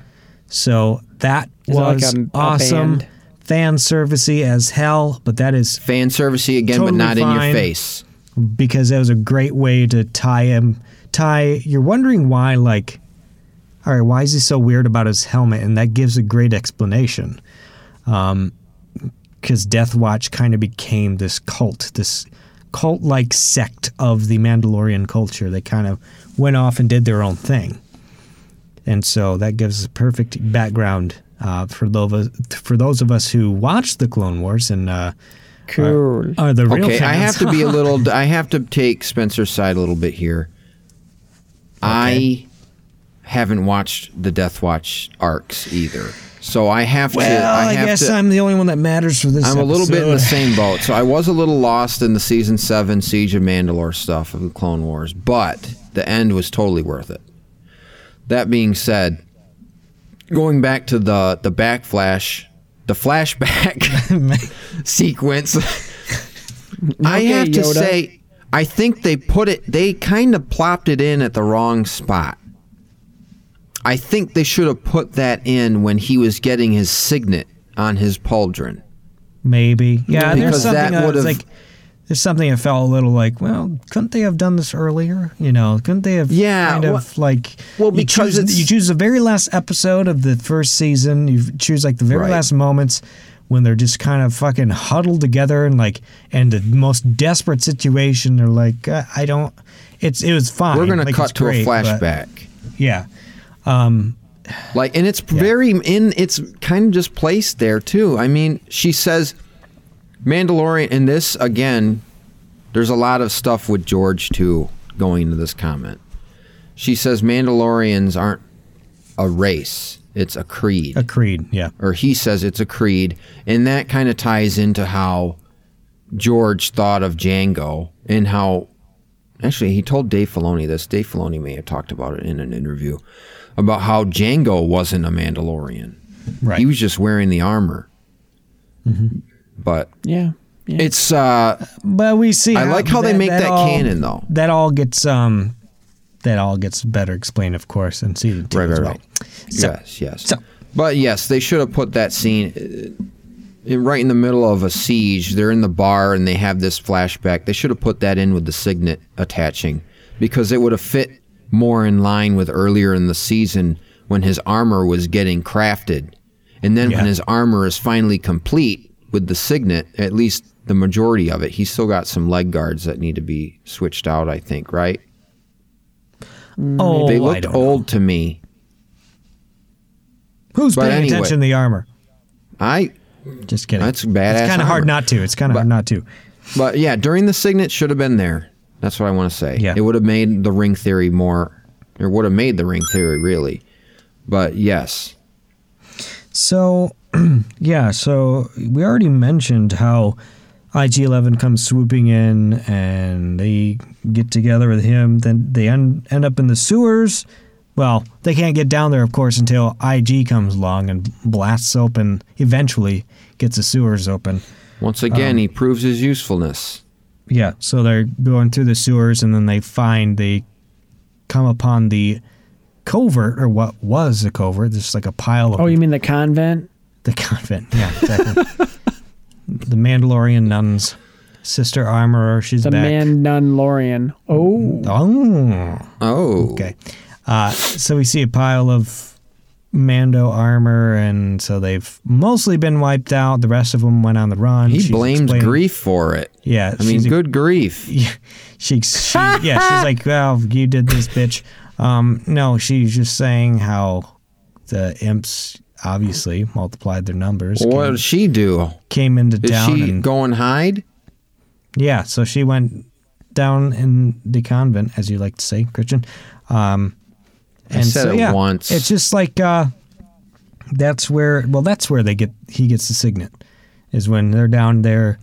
Speaker 2: So that
Speaker 1: Is it like
Speaker 2: was
Speaker 1: a- a
Speaker 2: awesome.
Speaker 1: band?
Speaker 2: Fan servicey as hell, but that is
Speaker 3: Fan servicey again,
Speaker 2: Totally
Speaker 3: but not in your
Speaker 2: fine.
Speaker 3: face.
Speaker 2: because that was a great way to tie him. Tie. You're wondering why, like, all right, why is he so weird about his helmet? And that gives a great explanation. Because Death Watch kind of became this cult, this cult like sect of the Mandalorian culture. They kind of went off and did their own thing. And so that gives us a perfect background uh, for, those, for those of us who watched the Clone Wars and uh,
Speaker 1: Cool.
Speaker 2: are the real
Speaker 3: Okay,
Speaker 2: fans.
Speaker 3: I have to be a little. I have to take Spencer's side a little bit here. I haven't watched the Death Watch arcs either, so I have to.
Speaker 2: Well,
Speaker 3: I,
Speaker 2: I,
Speaker 3: have
Speaker 2: guess
Speaker 3: to,
Speaker 2: I'm the only one that matters for this.
Speaker 3: I'm a little bit in the
Speaker 2: episode.
Speaker 3: same boat. So I was a little lost in the season seven Siege of Mandalore stuff of the Clone Wars, but the end was totally worth it. That being said, going back to the the backflash, the flashback sequence, I
Speaker 1: Okay,
Speaker 3: have to
Speaker 1: Yoda.
Speaker 3: say, I think they put it. They kind of plopped it in at the wrong spot. I think they should have put that in when he was getting his signet on his pauldron.
Speaker 2: Maybe. Yeah, there's
Speaker 3: Because
Speaker 2: something
Speaker 3: that
Speaker 2: that was
Speaker 3: would've-
Speaker 2: like there's something that felt a little like, well, couldn't they have done this earlier? You know, couldn't they have
Speaker 3: Yeah,
Speaker 2: kind
Speaker 3: well-
Speaker 2: of like
Speaker 3: well,
Speaker 2: you
Speaker 3: because
Speaker 2: choose,
Speaker 3: it's-
Speaker 2: you choose the very last episode of the first season, you choose like the very
Speaker 3: Right.
Speaker 2: last moments when they're just kind of fucking huddled together and like in the most desperate situation they're like uh, I don't it's it was fine.
Speaker 3: We're gonna
Speaker 2: Like, it's
Speaker 3: cut to
Speaker 2: great,
Speaker 3: a
Speaker 2: but-
Speaker 3: flashback.
Speaker 2: yeah.
Speaker 3: Like, and it's very in. It's kind of just placed there too. I mean, she says, "Mandalorian." In this again, there's a lot of stuff with George too going into this comment. She says Mandalorians aren't a race; it's a creed
Speaker 2: A creed, yeah.
Speaker 3: or he says it's a creed, and that kind of ties into how George thought of Django and how actually he told Dave Filoni this. Dave Filoni may have talked about it in an interview about how Django wasn't a Mandalorian.
Speaker 2: Right.
Speaker 3: He was just wearing the armor. But
Speaker 1: Yeah. Yeah.
Speaker 3: it's uh
Speaker 2: But we see.
Speaker 3: I like how they make that
Speaker 2: all-
Speaker 3: canon, though.
Speaker 2: That all gets um, that all gets better explained, of course, in season two
Speaker 3: right,
Speaker 2: as
Speaker 3: right,
Speaker 2: well.
Speaker 3: right.
Speaker 2: So-
Speaker 3: yes, yes.
Speaker 2: so-
Speaker 3: but yes, they should have put that scene uh, in, right in the middle of a siege. They're in the bar and they have this flashback. They should have put that in with the signet attaching because it would have fit more in line with earlier in the season when his armor was getting crafted. And then when
Speaker 2: Yeah.
Speaker 3: his armor is finally complete with the signet, at least the majority of it, he's still got some leg guards that need to be switched out, I think, right?
Speaker 2: Oh,
Speaker 3: they
Speaker 2: I
Speaker 3: looked
Speaker 2: don't
Speaker 3: old to me.
Speaker 2: know. Who's
Speaker 3: but
Speaker 2: paying
Speaker 3: anyway.
Speaker 2: attention to the armor?
Speaker 3: I
Speaker 2: Just kidding.
Speaker 3: That's
Speaker 2: It's
Speaker 3: badass
Speaker 2: kind of
Speaker 3: armor.
Speaker 2: hard not to. It's kind of hard not to.
Speaker 3: But yeah, during the signet should have been there. That's what I want to say.
Speaker 2: Yeah.
Speaker 3: It would have made the ring theory more or would have made the ring theory really. But yes.
Speaker 2: So, yeah. So we already mentioned how IG Eleven comes swooping in, and they get together with him. Then they end, end up in the sewers. Well, they can't get down there, of course, until IG comes along and blasts open, eventually gets the sewers open.
Speaker 3: Once again,
Speaker 2: Um,
Speaker 3: he proves his usefulness.
Speaker 2: Yeah, so they're going through the sewers, and then they find they come upon the covert, or what was a covert. There's like a pile of
Speaker 1: Oh, you mean the convent?
Speaker 2: the convent. Yeah, exactly. the Mandalorian nuns, sister armorer. She's
Speaker 1: The
Speaker 2: back.
Speaker 1: man nun Lorian. Oh,
Speaker 2: oh,
Speaker 3: Oh.
Speaker 2: okay. Uh, so we see a pile of Mando armor, and so they've mostly been wiped out. The rest of them went on the run.
Speaker 3: He
Speaker 2: She's
Speaker 3: blames
Speaker 2: explaining-
Speaker 3: grief for it.
Speaker 2: Yeah,
Speaker 3: I mean,
Speaker 2: she's a-
Speaker 3: good grief.
Speaker 2: she, she yeah she's like well you did this bitch um no she's just saying how the imps obviously multiplied their numbers
Speaker 3: What
Speaker 2: came,
Speaker 3: did she do?
Speaker 2: came into
Speaker 3: Did
Speaker 2: down
Speaker 3: she
Speaker 2: and,
Speaker 3: go and hide?
Speaker 2: yeah so she went down in the convent as you like to say christian um and
Speaker 3: said
Speaker 2: so
Speaker 3: it
Speaker 2: yeah
Speaker 3: once.
Speaker 2: it's just like uh that's where well that's where they get he gets the signet is when they're down there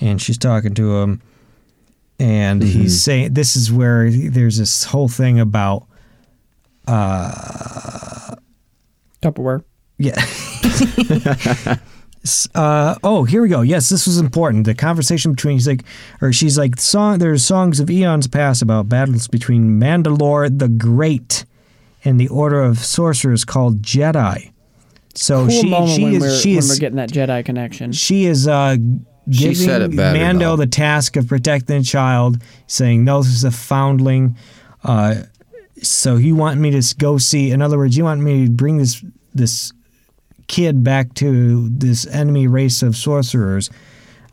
Speaker 2: and she's talking to him and
Speaker 3: Mm-hmm.
Speaker 2: he's saying this is where there's this whole thing about
Speaker 1: Tupperware.
Speaker 2: Yeah. S- uh, oh, here we go. Yes, this was important. The conversation between he's like, or she's like, song. There's songs of eons past about battles between Mandalore the Great and the Order of Sorcerers called Jedi. So
Speaker 1: Cool
Speaker 2: she
Speaker 1: moment
Speaker 2: she
Speaker 1: when,
Speaker 2: is
Speaker 1: we're,
Speaker 2: she
Speaker 1: when
Speaker 2: is
Speaker 1: we're getting that Jedi connection.
Speaker 2: she is uh, giving
Speaker 3: said it better,
Speaker 2: Mando
Speaker 3: though.
Speaker 2: the task of protecting a child, saying, "No, this is a foundling." Uh, so you want me to s- go see? In other words, you want me to bring this this kid back to this enemy race of sorcerers?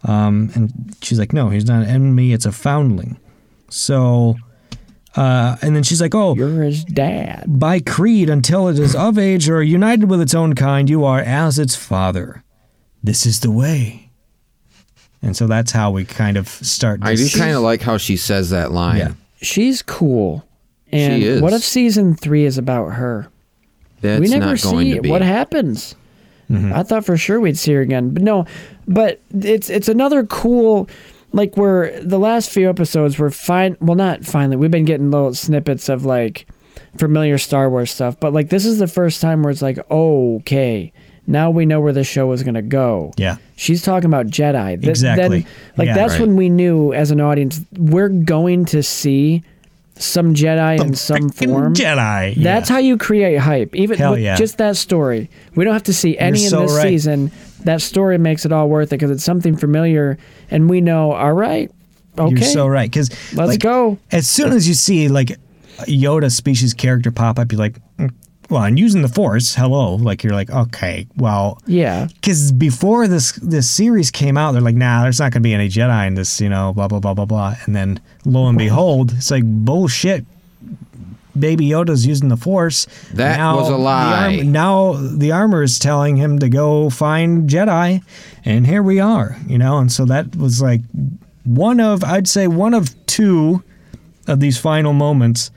Speaker 2: Um, and she's like, "No, he's not an enemy. It's a foundling." So, uh, and then she's like, "Oh,
Speaker 1: You're his dad.
Speaker 2: by creed until it is of age or united with its own kind, you are as its father. This is the way. And so that's how we kind of start.
Speaker 3: I do
Speaker 2: this-
Speaker 3: kind of like how she says that line.
Speaker 2: Yeah.
Speaker 1: She's cool. And
Speaker 3: is.
Speaker 1: what if season three is about her?
Speaker 3: That's
Speaker 1: we never
Speaker 3: not going
Speaker 1: see
Speaker 3: to be.
Speaker 1: what happens. I thought for sure we'd see her again, but no. But it's it's another cool, like we're the last few episodes were fine. Well, not finally. We've been getting little snippets of like familiar Star Wars stuff, but like this is the first time where it's like, okay, now we know where the show is gonna go.
Speaker 2: Yeah.
Speaker 1: She's talking about Jedi. Th-
Speaker 2: Exactly.
Speaker 1: Then, like
Speaker 2: Yeah.
Speaker 1: that's
Speaker 2: Right.
Speaker 1: when we knew as an audience we're going to see some Jedi in some
Speaker 2: Frickin'
Speaker 1: form.
Speaker 2: Jedi.
Speaker 1: That's how you create hype. Even
Speaker 2: Hell
Speaker 1: with
Speaker 2: yeah.
Speaker 1: just that story. We don't have to see any in
Speaker 2: so
Speaker 1: this
Speaker 2: right.
Speaker 1: season. That story makes it all worth it because it's something familiar, and we know. All right, okay,
Speaker 2: You're so right. Because
Speaker 1: let's go.
Speaker 2: As soon as you see like a Yoda species character pop up, you're like, "Mm, well, and using the Force, hello. Like you're like, okay, well,
Speaker 1: Yeah,
Speaker 2: because before this this series came out, they're like, nah, there's not gonna be any Jedi in this, you know, blah blah blah blah blah. And then lo and behold, it's like bullshit. Baby Yoda's using the Force.
Speaker 3: That was a
Speaker 2: the
Speaker 3: lie.
Speaker 2: arm- now the armor is telling him to go find Jedi, and here we are, you know. And so that was like one of, I'd say, one of two of these final moments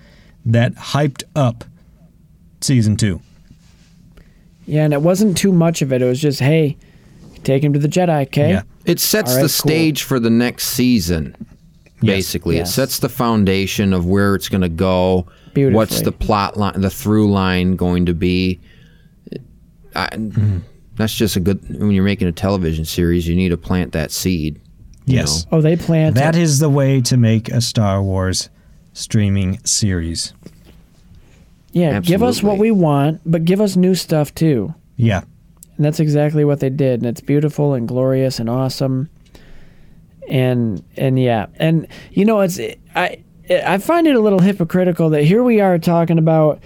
Speaker 2: that hyped up season two.
Speaker 1: yeah, and it wasn't too much of it. It was just, hey, take him to the Jedi, okay?
Speaker 2: Yeah.
Speaker 3: It sets
Speaker 1: All right,
Speaker 3: the
Speaker 1: cool.
Speaker 3: stage for the next season. Basically,
Speaker 1: Yes.
Speaker 3: it sets the foundation of where it's going to go. What's
Speaker 1: Beautifully.
Speaker 3: the plot line, the through line going to be? I,
Speaker 1: Hmm.
Speaker 3: That's just a good. When you're making a television series, you need to plant that seed. you
Speaker 2: Yes.
Speaker 1: Oh, they planned
Speaker 2: That
Speaker 1: it.
Speaker 2: is the way to make a Star Wars streaming series.
Speaker 1: yeah, give us what
Speaker 3: absolutely.
Speaker 1: we want, but give us new stuff too.
Speaker 2: Yeah.
Speaker 1: And that's exactly what they did, and it's beautiful and glorious and awesome. And and yeah, and you know it's I I find it a little hypocritical that here we are talking about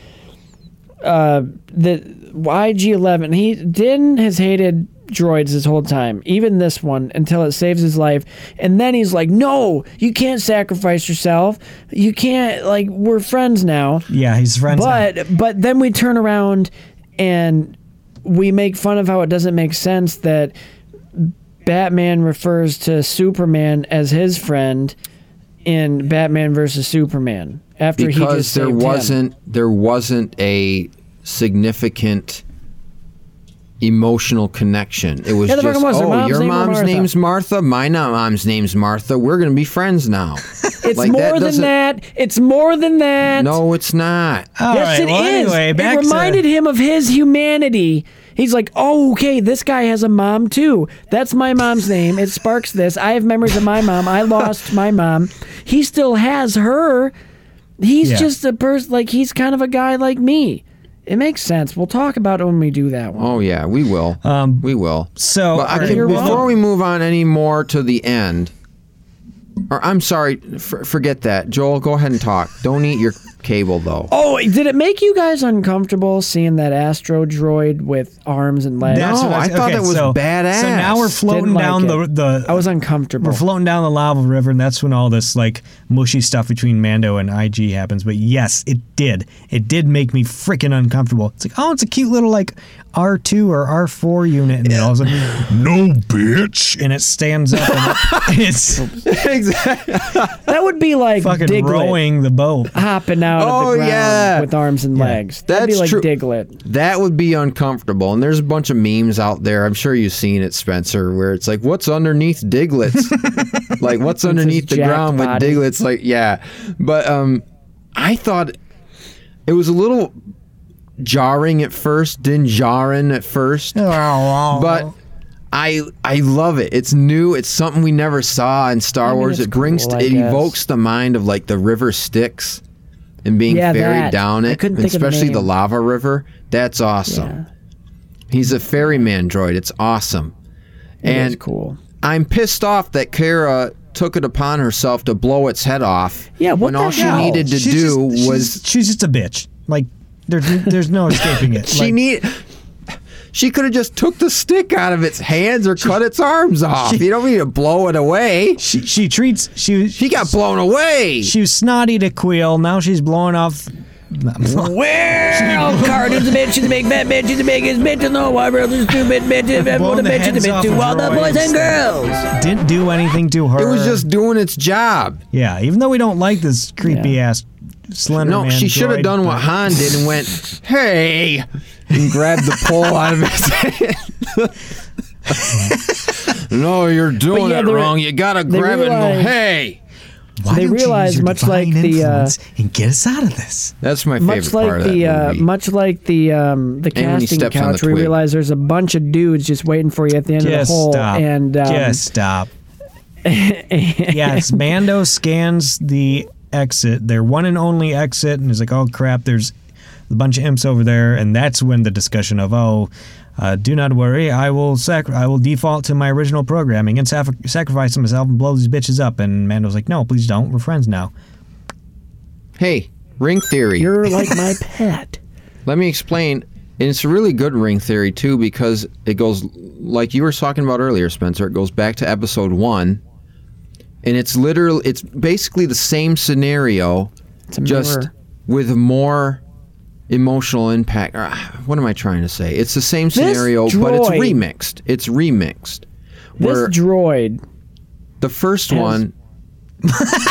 Speaker 1: uh the YG11. He Din has hated droids this whole time, even this one until it saves his life, and then he's like, "No, you can't sacrifice yourself. You can't like we're friends now."
Speaker 2: Yeah, his friends.
Speaker 1: But but then we turn around and we make fun of how it doesn't make sense that Batman refers to Superman as his friend in Batman versus Superman after he
Speaker 3: because
Speaker 1: just
Speaker 3: there
Speaker 1: saved him.
Speaker 3: wasn't there wasn't a significant emotional connection. It was
Speaker 1: Yeah, the fuck it
Speaker 3: just,
Speaker 1: was. Their
Speaker 3: oh,
Speaker 1: mom's
Speaker 3: your
Speaker 1: name was
Speaker 3: mom's
Speaker 1: Martha."
Speaker 3: name's Martha. My no- mom's name's Martha. We're gonna be friends now.
Speaker 1: It's
Speaker 3: Like,
Speaker 1: more than
Speaker 3: doesn't-
Speaker 1: that. It's more than that.
Speaker 3: No, it's not.
Speaker 2: All
Speaker 1: yes,
Speaker 2: right,
Speaker 1: it
Speaker 2: well,
Speaker 1: is.
Speaker 2: Anyway, back
Speaker 1: it reminded
Speaker 2: to,
Speaker 1: him of his humanity. He's like, oh, okay, this guy has a mom too. That's my mom's name. It sparks this. I have memories of my mom. I lost my mom. He still has her. He's
Speaker 2: Yeah.
Speaker 1: just a person, like, he's kind of a guy like me. It makes sense. We'll talk about it when we do that one.
Speaker 3: Oh yeah, we will.
Speaker 2: Um,
Speaker 3: we will.
Speaker 2: so,
Speaker 3: but I
Speaker 2: all
Speaker 3: can,
Speaker 2: right.
Speaker 1: You're
Speaker 3: before
Speaker 1: wrong.
Speaker 3: we move on any more to the end, or I'm sorry, for, forget that. Joel, go ahead and talk. Don't eat your cable though.
Speaker 1: Oh, did it make you guys uncomfortable seeing that astro droid with arms and legs?
Speaker 2: That's
Speaker 3: No,
Speaker 2: what
Speaker 3: I thought
Speaker 2: okay,
Speaker 3: that was
Speaker 2: so,
Speaker 3: badass.
Speaker 2: So now we're floating
Speaker 1: Didn't like
Speaker 2: down
Speaker 1: it.
Speaker 2: the the
Speaker 1: I was uncomfortable.
Speaker 2: we're floating down the lava river, and that's when all this like mushy stuff between Mando and IG happens. But yes, it did. It did make me freaking uncomfortable. It's like, oh, it's a cute little like R two or R four unit, and then all of a sudden, no bitch, and it stands up. and it- It's
Speaker 3: exactly.
Speaker 1: that would be like
Speaker 2: fucking
Speaker 1: Diglett
Speaker 2: rowing the boat.
Speaker 1: hopping out of
Speaker 3: Oh,
Speaker 1: the ground
Speaker 3: yeah.
Speaker 1: with arms and legs. That'd be
Speaker 3: That's
Speaker 1: like
Speaker 3: true.
Speaker 1: Diglett.
Speaker 3: That would be uncomfortable. And there's a bunch of memes out there. I'm sure you've seen it, Spencer, where it's like, what's underneath Diglett's? like, what's underneath the
Speaker 1: jacked
Speaker 3: ground with
Speaker 1: body.
Speaker 3: Diglett's? Like, yeah. But um, I thought it was a little jarring at first, didn't jarring at first.
Speaker 2: but
Speaker 1: Uh-huh.
Speaker 3: but I I love it. It's new. It's something we never saw in Star
Speaker 1: mean,
Speaker 3: Wars.
Speaker 1: it's
Speaker 3: It brings
Speaker 1: cool, I
Speaker 3: it
Speaker 1: guess.
Speaker 3: evokes the mind of like the river Styx and being
Speaker 1: Yeah,
Speaker 3: ferried
Speaker 1: that.
Speaker 3: down
Speaker 1: I
Speaker 3: it,
Speaker 1: couldn't think of the
Speaker 3: especially the
Speaker 1: name.
Speaker 3: lava river. That's awesome.
Speaker 1: Yeah.
Speaker 3: He's a ferryman droid. It's awesome.
Speaker 1: That's
Speaker 3: and
Speaker 1: cool.
Speaker 3: I'm pissed off that Kara took it upon herself to blow its head off.
Speaker 1: Yeah, what
Speaker 3: when all
Speaker 1: the
Speaker 3: she
Speaker 1: hell?
Speaker 3: needed to
Speaker 2: She's
Speaker 3: do
Speaker 2: just- she's-
Speaker 3: was
Speaker 2: she's just a bitch. Like there's there's no escaping it.
Speaker 3: she
Speaker 2: Like,
Speaker 3: need she could have just took the stick out of its hands or cut its arms off.
Speaker 2: she-
Speaker 3: you don't need to blow it away.
Speaker 2: she she treats she
Speaker 3: He got blown away.
Speaker 2: She was snotty to Quill. Now she's blowing off.
Speaker 1: Well, Carter's a bitch, she's a big fat bitch, she's a biggest bitch in the whole wide world, she's stupid bitch,
Speaker 2: Blowing
Speaker 1: everyone
Speaker 2: the
Speaker 1: a bitch,
Speaker 2: heads
Speaker 1: she's a bitch
Speaker 2: off
Speaker 1: to
Speaker 2: of
Speaker 1: all the boys
Speaker 2: droids.
Speaker 1: and girls.
Speaker 2: Didn't do anything to her.
Speaker 3: it was just doing its job.
Speaker 2: yeah. Even though we don't like this creepy
Speaker 1: Yeah.
Speaker 2: ass slender
Speaker 3: No,
Speaker 2: man
Speaker 3: she should have
Speaker 2: droid,
Speaker 3: done what
Speaker 2: but-
Speaker 3: Han did and went, "Hey," and grabbed the pole out of his hand. no, you're doing
Speaker 1: yeah,
Speaker 3: it
Speaker 1: they-
Speaker 3: wrong. You gotta
Speaker 1: they
Speaker 3: grab it and
Speaker 1: realized-
Speaker 3: go, "Hey."
Speaker 2: Why
Speaker 1: They
Speaker 2: don't you use
Speaker 1: realized,
Speaker 2: your
Speaker 1: much like
Speaker 2: divine
Speaker 1: the, uh,
Speaker 2: influence and get us out of this.
Speaker 3: That's my favorite
Speaker 1: Much
Speaker 3: part
Speaker 1: like
Speaker 3: of that
Speaker 1: the uh,
Speaker 3: movie.
Speaker 1: much like the um, the
Speaker 3: And when he
Speaker 1: casting
Speaker 3: steps on the
Speaker 1: couch, we
Speaker 3: twig.
Speaker 1: realize there's a bunch of dudes just waiting for you at the end of
Speaker 2: Just
Speaker 1: the hole,
Speaker 2: stop.
Speaker 1: and um,
Speaker 2: just stop. yes, Mando scans the exit, their one and only exit, and is like, "Oh crap, there's a bunch of imps over there." And that's when the discussion of, "Oh, uh, do not worry, I will sac- I will default to my original programming and sac- sacrifice myself and blow these bitches up." And Mando's like, "No, please don't. We're friends now."
Speaker 3: hey, ring theory.
Speaker 1: you're like my pet.
Speaker 3: Let me explain. And it's a really good ring theory too, because it goes like you were talking about earlier, Spencer. It goes back to episode one, and it's literally it's basically the same scenario,
Speaker 1: It's a
Speaker 3: just
Speaker 1: mirror.
Speaker 3: with more emotional impact. Ah, What am I trying to say? It's the same scenario, but it's
Speaker 1: droid-
Speaker 3: remixed. It's remixed.
Speaker 1: this
Speaker 3: Where
Speaker 1: droid.
Speaker 3: the first one,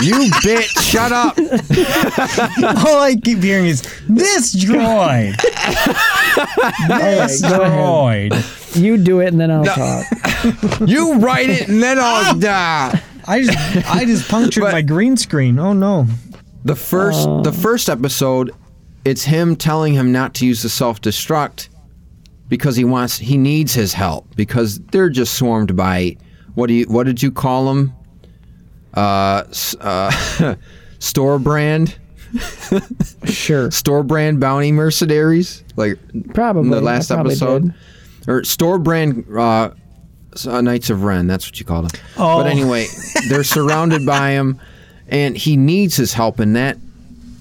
Speaker 3: you bitch, shut up.
Speaker 2: All I keep hearing is this droid, this droid.
Speaker 1: You do it, and then I'll talk.
Speaker 3: You write it, and then
Speaker 1: Ah!
Speaker 3: I'll die.
Speaker 2: I just I just punctured
Speaker 3: But-
Speaker 2: my green screen. Oh no.
Speaker 3: The first the first episode, it's him telling him not to use the self destruct because he wants he needs his help because they're just swarmed by what do you what did you call them? Uh, s- uh store brand
Speaker 1: Sure,
Speaker 3: store brand bounty mercenaries like
Speaker 1: probably
Speaker 3: in the
Speaker 1: I
Speaker 3: last
Speaker 1: probably
Speaker 3: episode
Speaker 1: did.
Speaker 3: or store brand uh s- uh, Knights of Ren. That's what you call them.
Speaker 2: Oh.
Speaker 3: But anyway, they're surrounded by him, and he needs his help in that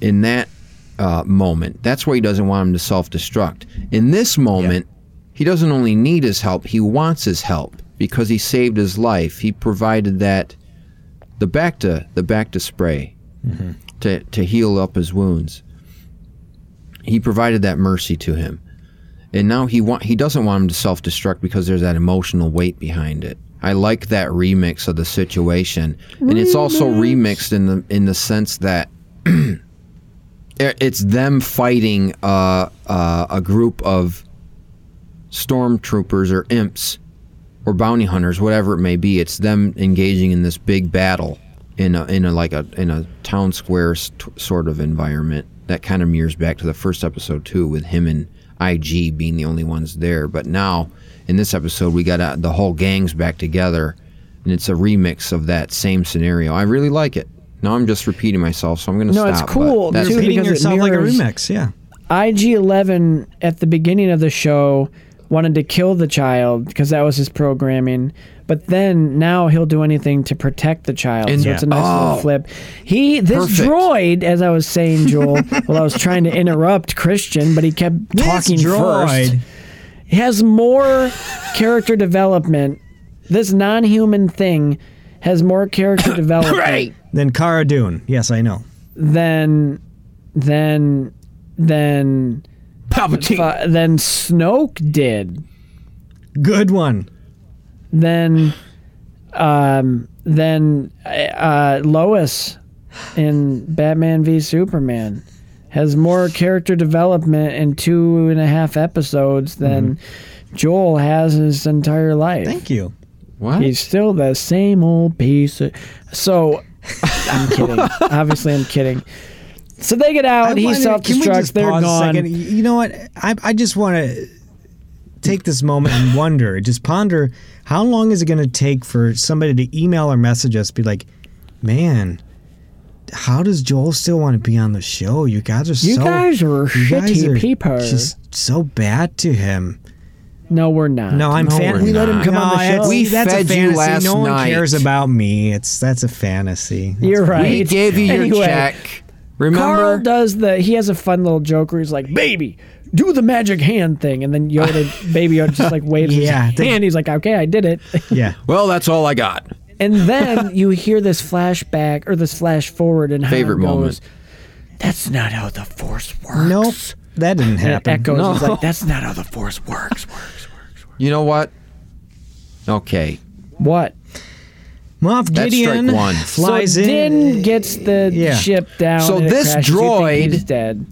Speaker 3: in that uh, moment. That's why he doesn't want him to self destruct. In this moment, he doesn't only need his help; he wants his help because he saved his life. He provided that the Bacta the Bacta spray
Speaker 1: Mm-hmm.
Speaker 3: to to heal up his wounds. He provided that mercy to him and now he want he doesn't want him to self destruct because there's that emotional weight behind it. I like that remix of the situation, and it's also remixed in the in the sense that it- it's them fighting uh, uh, a group of stormtroopers or imps or bounty hunters, whatever it may be. It's them engaging in this big battle in a, in a like a in a town square st- sort of environment. That kind of mirrors back to the first episode too, with him and IG being the only ones there. But now in this episode, we got uh, the whole gang's back together, and it's a remix of that same scenario. I really like it. Now I'm just repeating myself, so I'm going to
Speaker 1: No,
Speaker 3: stop.
Speaker 1: it's
Speaker 3: but
Speaker 1: cool,
Speaker 3: that's-
Speaker 1: too.
Speaker 2: Repeating
Speaker 1: because it
Speaker 2: yourself like a
Speaker 1: mirrors-
Speaker 2: remix, yeah.
Speaker 1: IG11 at the beginning of the show wanted to kill the child because that was his programming, but then now he'll do anything to protect the child.
Speaker 3: And-
Speaker 1: so it's a nice
Speaker 3: Yeah.
Speaker 1: little
Speaker 3: Oh.
Speaker 1: flip. He this
Speaker 3: Perfect.
Speaker 1: droid, as I was saying, Joel, while I was trying to interrupt Christian, but he kept talking first. He has more character development. This non-human thing has more character development
Speaker 3: Right.
Speaker 2: Then Cara Dune. Yes, I know.
Speaker 1: than than than
Speaker 3: Palpatine.
Speaker 1: uh, than Snoke did,
Speaker 2: Good one.
Speaker 1: than um, than uh, Lois in Batman v Superman has more character development in two and a half episodes than Joel has in his entire life.
Speaker 2: Mm-hmm. Thank you.
Speaker 3: What?
Speaker 1: He's still the same old piece. Of, so I'm kidding. Obviously, I'm kidding. So they get out.
Speaker 2: I
Speaker 1: he
Speaker 2: wonder-
Speaker 1: self
Speaker 2: can we
Speaker 1: destructs.
Speaker 2: just
Speaker 1: They're
Speaker 2: pause a
Speaker 1: gone.
Speaker 2: second? You know what? I, I just want to take this moment and wonder, just ponder how long is it going to take for somebody to email or message us, be like, man, how does Joel still want to be on the show? You guys are
Speaker 1: You
Speaker 2: so.
Speaker 1: guys are
Speaker 2: you guys
Speaker 1: shitty
Speaker 2: are
Speaker 1: people.
Speaker 2: Just so bad to him.
Speaker 1: no, we're not.
Speaker 2: No, I'm
Speaker 3: No,
Speaker 2: fan.
Speaker 3: we're
Speaker 2: We let him
Speaker 3: not.
Speaker 2: come
Speaker 1: No,
Speaker 2: on the show.
Speaker 1: it's-
Speaker 2: See,
Speaker 1: We
Speaker 2: that's
Speaker 3: fed
Speaker 2: a
Speaker 3: you
Speaker 2: fantasy.
Speaker 3: last
Speaker 2: no one
Speaker 3: night.
Speaker 2: cares about me. It's that's a fantasy. That's
Speaker 1: You're right.
Speaker 3: We gave you your
Speaker 1: Anyway,
Speaker 3: check.
Speaker 1: Carl
Speaker 3: Remember?
Speaker 1: does the. He has a fun little joke where he's like, "Baby, do the magic hand thing," and then Yoda, baby Yoda, just like waves
Speaker 2: Yeah,
Speaker 1: his
Speaker 2: they-
Speaker 1: hand. He's like, "Okay, I did it."
Speaker 2: Yeah.
Speaker 3: well, that's all I got.
Speaker 1: And then you hear this flashback or this flash forward and
Speaker 3: Favorite
Speaker 1: Han goes,
Speaker 3: moment.
Speaker 1: That's not how the Force works.
Speaker 2: Nope. That didn't
Speaker 1: And it
Speaker 2: happen.
Speaker 1: echoes.
Speaker 3: No.
Speaker 1: It's like that's not how the Force works. Works. Works. works."
Speaker 3: You know what? Okay.
Speaker 1: What?
Speaker 2: Moff
Speaker 3: That's strike
Speaker 2: Gideon
Speaker 3: one.
Speaker 2: flies
Speaker 1: so
Speaker 2: in.
Speaker 1: Din gets the
Speaker 2: Yeah.
Speaker 1: ship down.
Speaker 3: So
Speaker 1: and it
Speaker 3: this
Speaker 1: crashes. You think
Speaker 3: droid-
Speaker 1: he's dead.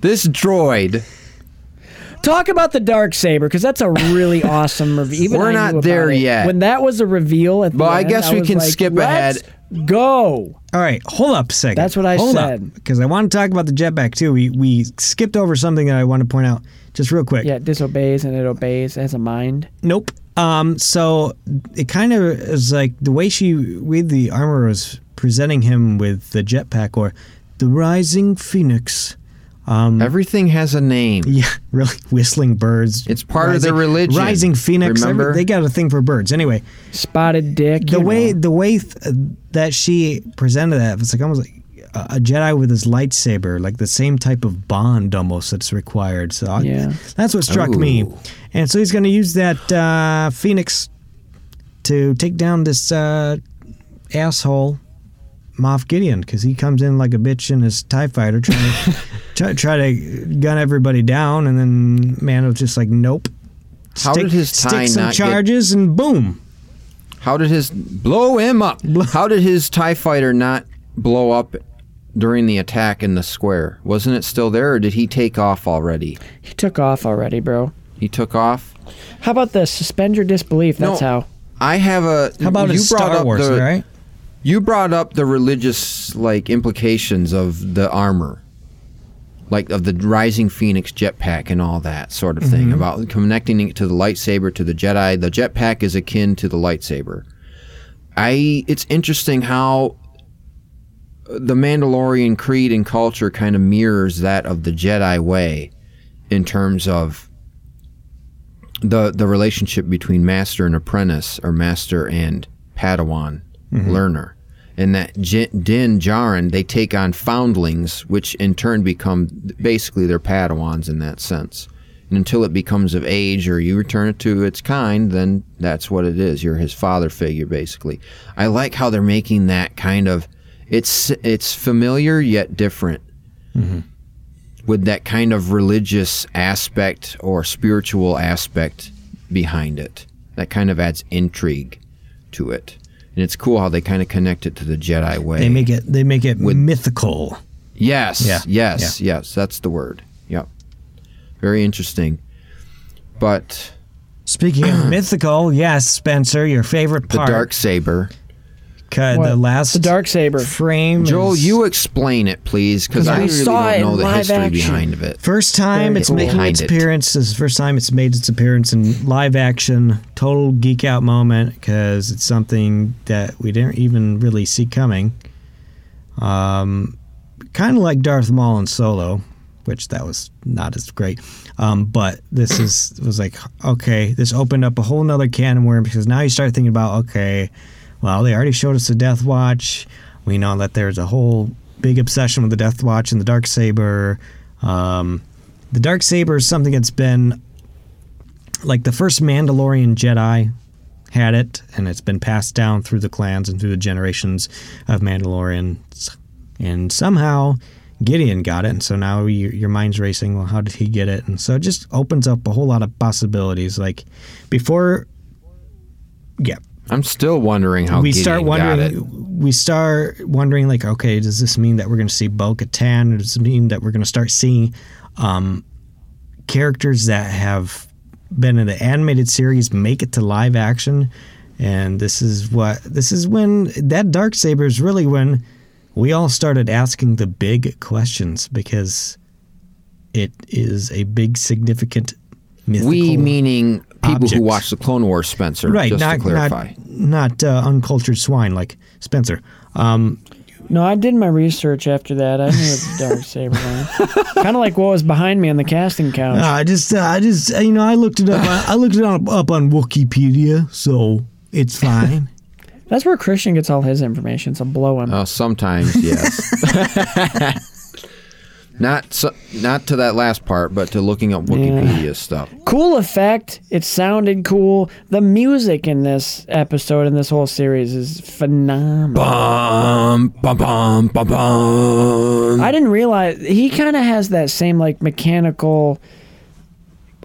Speaker 3: This droid.
Speaker 1: Talk about the dark saber because that's a really awesome review. Even
Speaker 3: We're
Speaker 1: I knew
Speaker 3: not
Speaker 1: about
Speaker 3: there
Speaker 1: it.
Speaker 3: yet.
Speaker 1: When that was a reveal at the
Speaker 3: Well, I
Speaker 1: end,
Speaker 3: guess we
Speaker 1: was
Speaker 3: can
Speaker 1: like,
Speaker 3: skip
Speaker 1: "Let's Go.
Speaker 2: All right, hold up a second.
Speaker 1: That's what I
Speaker 2: hold
Speaker 1: said.
Speaker 2: Because I want to talk about the jetpack too. We we skipped over something that I want to point out just real quick.
Speaker 1: Yeah, it disobeys and it obeys. It has a mind.
Speaker 2: Nope. Um. So it kind of is like the way she, way the armor was presenting him with the jetpack or the rising phoenix.
Speaker 3: Everything has a name.
Speaker 2: Mm. Yeah, really. Whistling birds.
Speaker 3: It's part of their religion,
Speaker 2: Rising phoenix. every-
Speaker 3: remember?
Speaker 2: they got a thing for birds. Anyway,
Speaker 1: Spotted dick.
Speaker 2: the
Speaker 1: you
Speaker 2: way
Speaker 1: know.
Speaker 2: the way th- that she presented that it's like almost like a a Jedi with his lightsaber, like the same type of bond almost that's required. So I-
Speaker 1: Yeah.
Speaker 2: that's what struck me.
Speaker 3: Ooh.
Speaker 2: And so he's going to use that uh, phoenix to take down this uh, asshole Moff Gideon because he comes in like a bitch in his Tie Fighter trying to try, try to gun everybody down, and then Mano's just like, nope.
Speaker 3: How did his tie
Speaker 2: stick some
Speaker 3: not get-
Speaker 2: charges and boom.
Speaker 3: How did his blow him up? How did his Tie Fighter not blow up during the attack in the square? Wasn't it still there, or did he take off already?
Speaker 1: he took off already, bro.
Speaker 3: He took off.
Speaker 1: How about this? Suspend your disbelief. That's
Speaker 3: No.
Speaker 1: how.
Speaker 3: I have a.
Speaker 2: How about
Speaker 3: you
Speaker 2: his
Speaker 3: brought
Speaker 2: Star
Speaker 3: up
Speaker 2: Wars,
Speaker 3: the,
Speaker 2: right?
Speaker 3: You brought up the religious like implications of the armor, like of the Rising Phoenix jetpack and all that sort of thing about connecting it to the lightsaber to the Jedi. The jetpack is akin to the lightsaber. I it's interesting how the Mandalorian creed and culture kind of mirrors that of the Jedi way in terms of the the relationship between master and apprentice or master and padawan learner and that J- Din Djarin they take on foundlings which in turn become basically their padawans in that sense and until it becomes of age or you return it to its kind then that's what it is you're his father figure basically i like how they're making that kind of it's it's familiar yet different with that kind of religious aspect or spiritual aspect behind it. That kind of adds intrigue to it. And it's cool how they kind of connect it to the Jedi way.
Speaker 2: They make it. They make it mythical.
Speaker 3: yes,
Speaker 2: Yeah,
Speaker 3: yes, yes. That's the word. Yep. Very interesting. but
Speaker 2: Speaking of mythical, yes, Spencer, your favorite
Speaker 3: the
Speaker 2: part.
Speaker 3: dark saber.
Speaker 2: Cut,
Speaker 1: What?
Speaker 2: the last
Speaker 1: the dark saber.
Speaker 2: frame.
Speaker 3: Joel,
Speaker 2: is-
Speaker 3: Oh, you explain it, please, because
Speaker 1: Yeah.
Speaker 3: I
Speaker 1: We
Speaker 3: really
Speaker 1: saw it
Speaker 3: don't know
Speaker 1: in
Speaker 3: the
Speaker 1: live
Speaker 3: history
Speaker 1: action.
Speaker 3: behind of it.
Speaker 2: First time
Speaker 1: Very
Speaker 2: it's
Speaker 1: cool.
Speaker 2: making
Speaker 3: Behind
Speaker 2: its
Speaker 3: it.
Speaker 2: appearance. This is the first time it's made its appearance in live action. Total geek out moment because it's something that we didn't even really see coming. Um, kind of like Darth Maul in Solo, which that was not as great. Um, but this is was like okay, this opened up a whole nother can of worms because now you start thinking about okay, well they already showed us the Death Watch. We know that there's a whole big obsession with the Death Watch and the Dark Saber. Um, the Dark Saber is something that's been like the first Mandalorian Jedi had it, and it's been passed down through the clans and through the generations of Mandalorians. And somehow Gideon got it, and so now your, your mind's racing. Well, how did he get it? And so it just opens up a whole lot of possibilities. Like before, yeah,
Speaker 3: I'm still wondering how
Speaker 2: we
Speaker 3: Gideon
Speaker 2: start
Speaker 3: got it.
Speaker 2: wondering. We start wondering, like, okay, does this mean that we're going to see Bo Katan? Does this mean that we're going to start seeing um, characters that have been in the animated series make it to live action? And this is what this is when that dark saber is really when we all started asking the big questions because it is a big, significant. Mythical
Speaker 3: We meaning people
Speaker 2: objects.
Speaker 3: who watch the Clone Wars, Spencer.
Speaker 2: right,
Speaker 3: just
Speaker 2: not
Speaker 3: to clarify.
Speaker 2: not not uh, uncultured swine like Spencer. Um,
Speaker 1: No, I did my research after that. I knew it was the dark saber. kind of like what was behind me on the casting couch.
Speaker 2: I just uh, I just uh, you know I looked it up I looked it up, up on Wikipedia, so it's fine.
Speaker 1: That's where Christian gets all his information. So blow him.
Speaker 3: Uh, sometimes, yes. not so, not to that last part, but to looking up Wikipedia stuff.
Speaker 1: cool effect. It sounded cool. The music in this episode and this whole series is phenomenal.
Speaker 3: Bum bum bum bum bum.
Speaker 1: I didn't realize he kind of has that same like mechanical,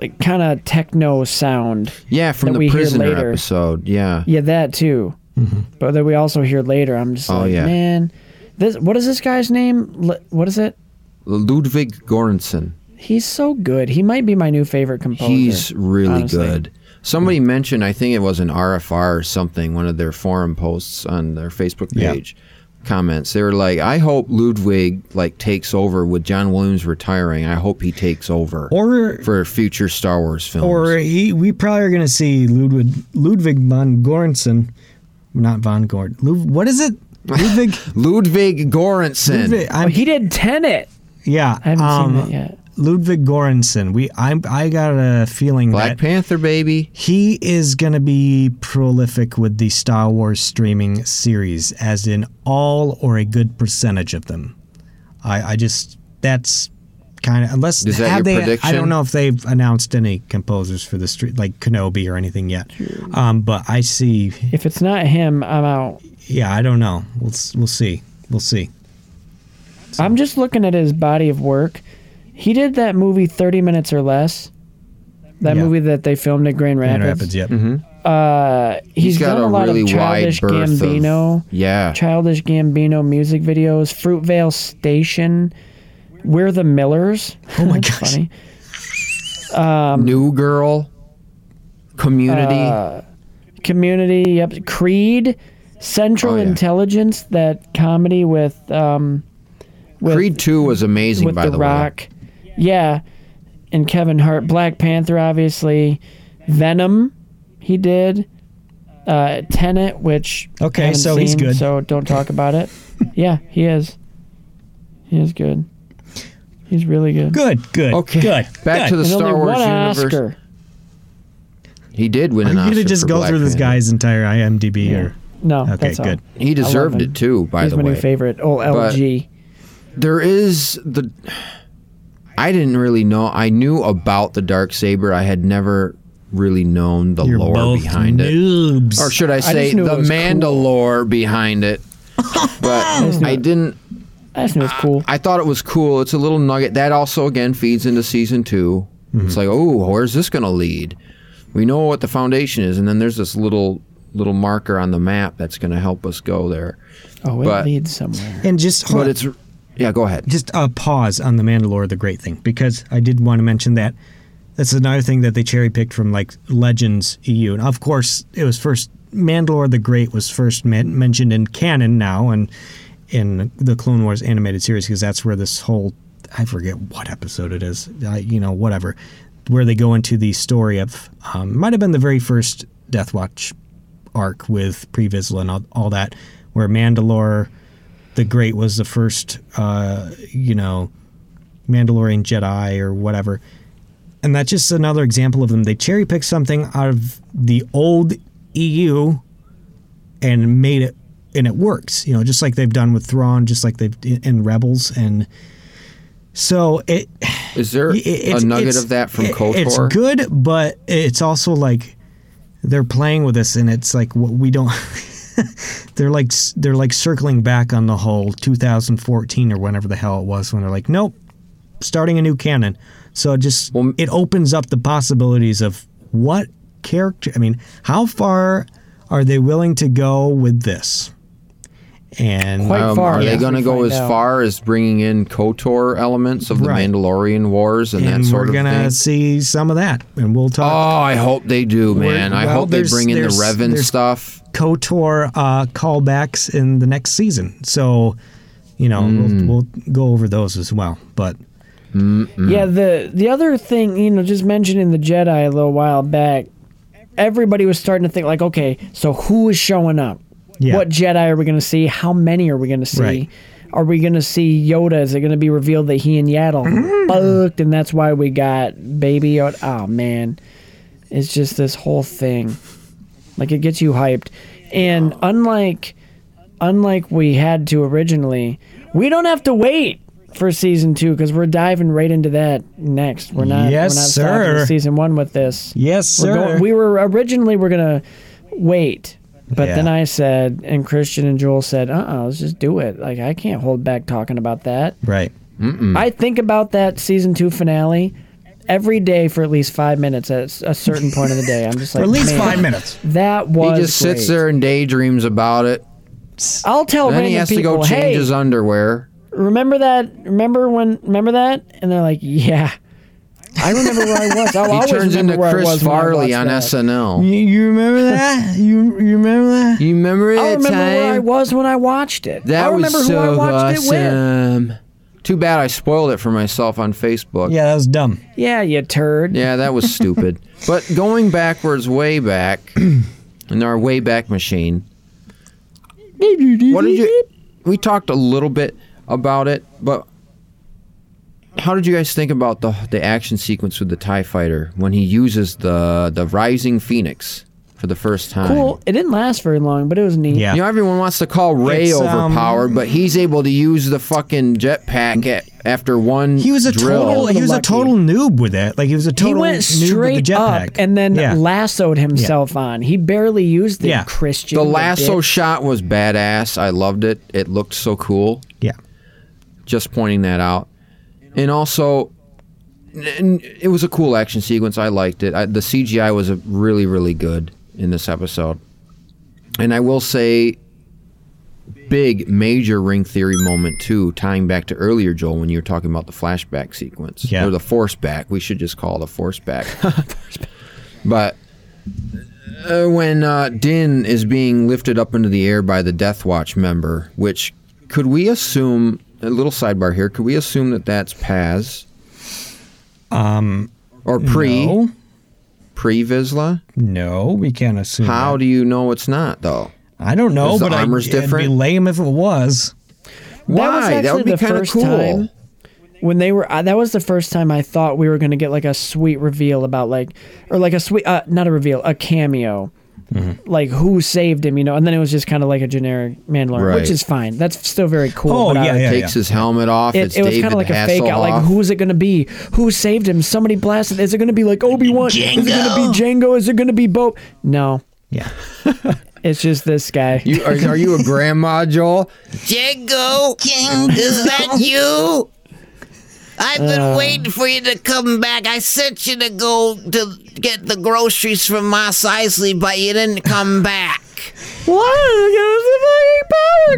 Speaker 1: like kind of techno sound.
Speaker 3: Yeah, from
Speaker 1: that we
Speaker 3: the
Speaker 1: hear
Speaker 3: prisoner
Speaker 1: later.
Speaker 3: episode. Yeah.
Speaker 1: Yeah, that too. But that we also hear later. I'm just
Speaker 3: Mm-hmm. Oh,
Speaker 1: like,
Speaker 3: yeah.
Speaker 1: man, this. What is this guy's name? L- what is it?
Speaker 3: Ludwig Göransson.
Speaker 1: He's so good. He might be my new favorite
Speaker 2: Oh,
Speaker 1: composer.
Speaker 3: He's really
Speaker 1: honestly.
Speaker 3: good. Somebody mentioned, I think it was an RFR or something, one of their forum posts on their Facebook
Speaker 2: Yeah.
Speaker 3: page. Comments. They were like, "I hope Ludwig like takes over with John Williams retiring. I hope he takes over
Speaker 2: or
Speaker 3: for future Star Wars films."
Speaker 2: or he, we probably are gonna see Ludwig Ludwig von Göransson, not von Gorn. Lud, what is it? Ludwig.
Speaker 3: Ludwig Göransson.
Speaker 2: Ludwig
Speaker 1: Well,
Speaker 2: I'm,
Speaker 1: Oh, he did Tenet.
Speaker 2: yeah.
Speaker 1: I haven't
Speaker 2: um,
Speaker 1: seen that yet.
Speaker 2: Ludwig Göransson. We I I got a feeling
Speaker 3: Black
Speaker 2: that
Speaker 3: Panther, baby.
Speaker 2: He is going to be prolific with the Star Wars streaming series, as in all or a good percentage of them. I, I just that's kind of unless
Speaker 3: Is that
Speaker 2: have
Speaker 3: your
Speaker 2: they, I
Speaker 3: prediction?
Speaker 2: don't know if they've announced any composers for the street like Kenobi or anything yet. Um, but I see.
Speaker 1: If it's not him, I'm out.
Speaker 2: Yeah, I don't know. We'll s- we'll see. We'll see.
Speaker 1: I'm just looking at his body of work. He did that movie 30 minutes or less. That
Speaker 2: Yeah.
Speaker 1: movie that they filmed at Grand Rapids.
Speaker 2: Grand Rapids, yep.
Speaker 3: Mm-hmm.
Speaker 1: Uh, he's
Speaker 3: He's got
Speaker 1: done
Speaker 3: a
Speaker 1: a, lot
Speaker 3: really
Speaker 1: of
Speaker 3: wide
Speaker 1: childish
Speaker 3: berth of-
Speaker 1: Gambino,
Speaker 3: Yeah.
Speaker 1: childish Gambino music videos. Fruitvale Station, We're the Millers.
Speaker 2: Oh my
Speaker 1: That's
Speaker 2: gosh.
Speaker 1: Funny.
Speaker 3: New Girl. Community.
Speaker 1: Uh, Community. Yep. Creed. Central
Speaker 3: Oh, yeah.
Speaker 1: Intelligence. That comedy with um, with
Speaker 3: Creed Two was amazing,
Speaker 1: with
Speaker 3: by
Speaker 1: The,
Speaker 3: the, way.
Speaker 1: Rock. Yeah. And Kevin Hart. Black Panther, obviously. Venom, he did. Uh, Tenet, which. I
Speaker 2: Okay,
Speaker 1: haven't
Speaker 2: so he's
Speaker 1: seen,
Speaker 2: good.
Speaker 1: So don't talk about it. yeah, he is. He is good. He's really good.
Speaker 2: Good, good.
Speaker 3: Okay.
Speaker 2: good. good.
Speaker 3: Back to the
Speaker 1: There's
Speaker 3: Star
Speaker 1: only
Speaker 3: Wars
Speaker 1: one
Speaker 3: universe.
Speaker 1: Oscar.
Speaker 3: He did win
Speaker 2: Are
Speaker 3: an
Speaker 2: you
Speaker 3: Oscar.
Speaker 2: gonna just
Speaker 3: for
Speaker 2: go
Speaker 3: Black
Speaker 2: through this
Speaker 3: Panther.
Speaker 2: guy's entire IMDb or?
Speaker 1: No,
Speaker 2: Okay,
Speaker 1: that's all.
Speaker 2: good.
Speaker 3: He deserved
Speaker 1: him.
Speaker 3: it too. By
Speaker 1: He's
Speaker 3: the
Speaker 1: my
Speaker 3: way.
Speaker 1: new favorite. Oh, LG.
Speaker 3: there is the I didn't really know I knew about the dark saber I had never really known the
Speaker 2: You're
Speaker 3: lore
Speaker 2: both
Speaker 3: behind it
Speaker 2: noobs.
Speaker 3: or should I say
Speaker 1: just knew it
Speaker 3: the
Speaker 1: was cool.
Speaker 3: Mandalore behind it but I didn't
Speaker 1: I just knew it's cool.
Speaker 3: I thought it was cool it's a little nugget that also again feeds into season 2
Speaker 1: Mm-hmm.
Speaker 3: it's like oh where's this going to lead we know what the foundation is and then there's this little little marker on the map that's going to help us go there
Speaker 1: Oh, it
Speaker 3: but-
Speaker 1: leads somewhere.
Speaker 2: and just hold
Speaker 3: but
Speaker 2: on.
Speaker 3: it's yeah go ahead
Speaker 2: just a pause on the Mandalore, the great thing, because I did want to mention that That's another thing that they cherry picked from like Legends EU, and of course it was first Mandalore the Great was first men- mentioned in canon now and in the Clone Wars animated series because that's where this whole I forget what episode it is, I, you know, whatever, where they go into the story of um, might have been the very first Death Watch arc with Pre Vizsla and all, all that, where Mandalore the Great was the first, uh, you know, Mandalorian Jedi or whatever. And that's just another example of them. They cherry picked something out of the old EU and made it, and it works, you know, just like they've done with Thrawn, just like they've in Rebels. And so it,
Speaker 3: Is there
Speaker 2: it- it's-
Speaker 3: a nugget
Speaker 2: it's-
Speaker 3: of that from
Speaker 2: it-
Speaker 3: KOTOR?
Speaker 2: It's good, but it's also like they're playing with this, and it's like what we don't. they're like s- they're like circling back on the whole 2014 or whenever the hell it was when they're like, nope, starting a new canon. So it just
Speaker 3: Well, m-
Speaker 2: it opens up the possibilities of what character. I mean, how far are they willing to go with this? And
Speaker 1: Quite
Speaker 3: Um,
Speaker 1: far.
Speaker 3: are
Speaker 1: yeah.
Speaker 3: they going to
Speaker 1: We
Speaker 3: go
Speaker 1: find
Speaker 3: as
Speaker 1: out.
Speaker 3: far as bringing in KOTOR elements of the
Speaker 2: Right.
Speaker 3: Mandalorian Wars and,
Speaker 2: and
Speaker 3: that sort
Speaker 2: we're
Speaker 3: of
Speaker 2: gonna
Speaker 3: thing?
Speaker 2: see some of that, and we'll
Speaker 3: Oh,
Speaker 2: talk.
Speaker 3: I hope they do, man. I
Speaker 2: well,
Speaker 3: hope they
Speaker 2: there's-
Speaker 3: bring in the
Speaker 2: there's-
Speaker 3: Revan
Speaker 2: there's-
Speaker 3: stuff.
Speaker 2: KOTOR uh, callbacks in the next season. So, you know, we'll, we'll go over those as well. But Mm-hmm.
Speaker 1: Yeah, the the other thing, you know, just mentioning the Jedi a little while back, everybody was starting to think like, okay, so who is showing up?
Speaker 2: Yeah.
Speaker 1: What Jedi are we going to see? How many are we going to see?
Speaker 2: Right.
Speaker 1: Are we going to see Yoda? Is it going to be revealed that he and Yaddle
Speaker 2: Mm-hmm.
Speaker 1: fucked, and that's why we got Baby Yoda? Oh man, it's just this whole thing. Like it gets you hyped, and unlike unlike we had to originally, we don't have to wait for season two because we're diving right into that next. We're not.
Speaker 2: Yes,
Speaker 1: we're not stopping
Speaker 2: sir.
Speaker 1: with Season one with this.
Speaker 2: yes,
Speaker 1: We're
Speaker 2: sir.
Speaker 1: going, we were originally we're gonna wait, but
Speaker 2: Yeah.
Speaker 1: then I said, and Christian and Joel said, "Uh, uh-uh, uh, let us just do it. Like I can't hold back talking about that.
Speaker 2: right.
Speaker 3: Hmm.
Speaker 1: I think about that season two finale." Every day for at least five minutes at s- a certain point of the day, I'm just like
Speaker 2: For at least
Speaker 1: "Man,
Speaker 2: five minutes.
Speaker 1: That
Speaker 3: He
Speaker 1: was
Speaker 3: just sits
Speaker 1: great."
Speaker 3: there and daydreams about it.
Speaker 1: I'll tell
Speaker 3: Then
Speaker 1: random
Speaker 3: he has to
Speaker 1: people,
Speaker 3: go change
Speaker 1: "Hey,
Speaker 3: his underwear.
Speaker 1: remember that? Remember when? Remember that?" And they're like, "Yeah, I remember where I was. I'll
Speaker 3: He
Speaker 1: always
Speaker 3: turns
Speaker 1: remember
Speaker 3: into
Speaker 1: where I
Speaker 3: Chris
Speaker 1: was when I
Speaker 3: Farley
Speaker 1: watched
Speaker 3: on
Speaker 1: that.
Speaker 2: You,
Speaker 3: SNL.
Speaker 2: you remember that? you, you remember that?
Speaker 3: You remember
Speaker 1: I
Speaker 3: that
Speaker 1: remember where I
Speaker 3: time?
Speaker 1: was when I watched it.
Speaker 3: That
Speaker 1: I remember
Speaker 3: was
Speaker 1: who I
Speaker 3: so
Speaker 1: watched it with.
Speaker 3: awesome. Too bad I spoiled it for myself on Facebook.
Speaker 2: Yeah, that was dumb.
Speaker 1: Yeah, you turd.
Speaker 3: Yeah, that was stupid. But going backwards, way back, in our way back machine, what did you? We talked a little bit about it, but how did you guys think about the the action sequence with the Tie Fighter when he uses the the Rising Phoenix for the first time?
Speaker 1: Cool. It didn't last very long, but it was neat.
Speaker 2: Yeah.
Speaker 3: You know, everyone wants to call Ray
Speaker 2: It's, um,
Speaker 3: overpowered, but he's able to use the fucking jetpack at, after one.
Speaker 2: He was a
Speaker 3: drill.
Speaker 2: total. He was a
Speaker 1: Lucky.
Speaker 2: total noob with it. Like he was a
Speaker 1: He
Speaker 2: total
Speaker 1: went
Speaker 2: noob with
Speaker 1: straight
Speaker 2: the
Speaker 1: up
Speaker 2: jetpack.
Speaker 1: and then
Speaker 2: yeah.
Speaker 1: lassoed himself on. He barely used it,
Speaker 2: Yeah.
Speaker 1: Christian.
Speaker 3: The
Speaker 1: you
Speaker 3: lasso
Speaker 1: bitch.
Speaker 3: shot was badass. I loved it. It looked so cool.
Speaker 2: yeah.
Speaker 3: Just pointing that out. And also, n- n- it was a cool action sequence. I liked it. I, the CGI was a really, really good in this episode. And I will say, big, major ring theory moment, too, tying back to earlier, Joel, when you were talking about the flashback sequence
Speaker 2: Yeah.
Speaker 3: or the force back. We should just call it a force back. but uh, when uh, Din is being lifted up into the air by the Death Watch member, which could we assume? A little sidebar here. Could we assume that that's Paz? Um, or pre
Speaker 2: No,
Speaker 3: pre Vizsla?
Speaker 2: no, we can't assume.
Speaker 3: How
Speaker 2: that.
Speaker 3: do you know it's not though?
Speaker 2: I don't know,
Speaker 3: Is the
Speaker 2: but I,
Speaker 3: armor's
Speaker 2: it'd be
Speaker 3: different?
Speaker 2: lame if it was.
Speaker 1: That was
Speaker 3: Why? That
Speaker 1: actually
Speaker 3: would be
Speaker 1: the
Speaker 3: kind of
Speaker 1: first
Speaker 3: cool.
Speaker 1: time when they were. I that was the first time I thought we were going to get like a sweet reveal about like, or like a sweet, uh, not a reveal, a cameo.
Speaker 3: Mm-hmm.
Speaker 1: Like who saved him, you know, and then it was just kind of like a generic Mandalorian,
Speaker 3: Right.
Speaker 1: which is fine. That's still very cool.
Speaker 2: Oh,
Speaker 1: but I-
Speaker 2: yeah, yeah.
Speaker 3: Takes his helmet off. it's
Speaker 1: It, it was
Speaker 3: David
Speaker 1: kind of like
Speaker 3: Hasselhoff.
Speaker 1: a fake out. Like, who's it going to be? Who saved him? Somebody blasted. Is it going to be like Obi Wan? Is it going to be Django? Is it going to be Bo? No,
Speaker 2: Yeah.
Speaker 1: it's just this guy.
Speaker 3: You, are, are you a grandma, Joel?
Speaker 4: Django, is that you? I've been waiting for you to come back. I sent you to go to get the groceries from Moss Isley, but you didn't come back.
Speaker 1: what?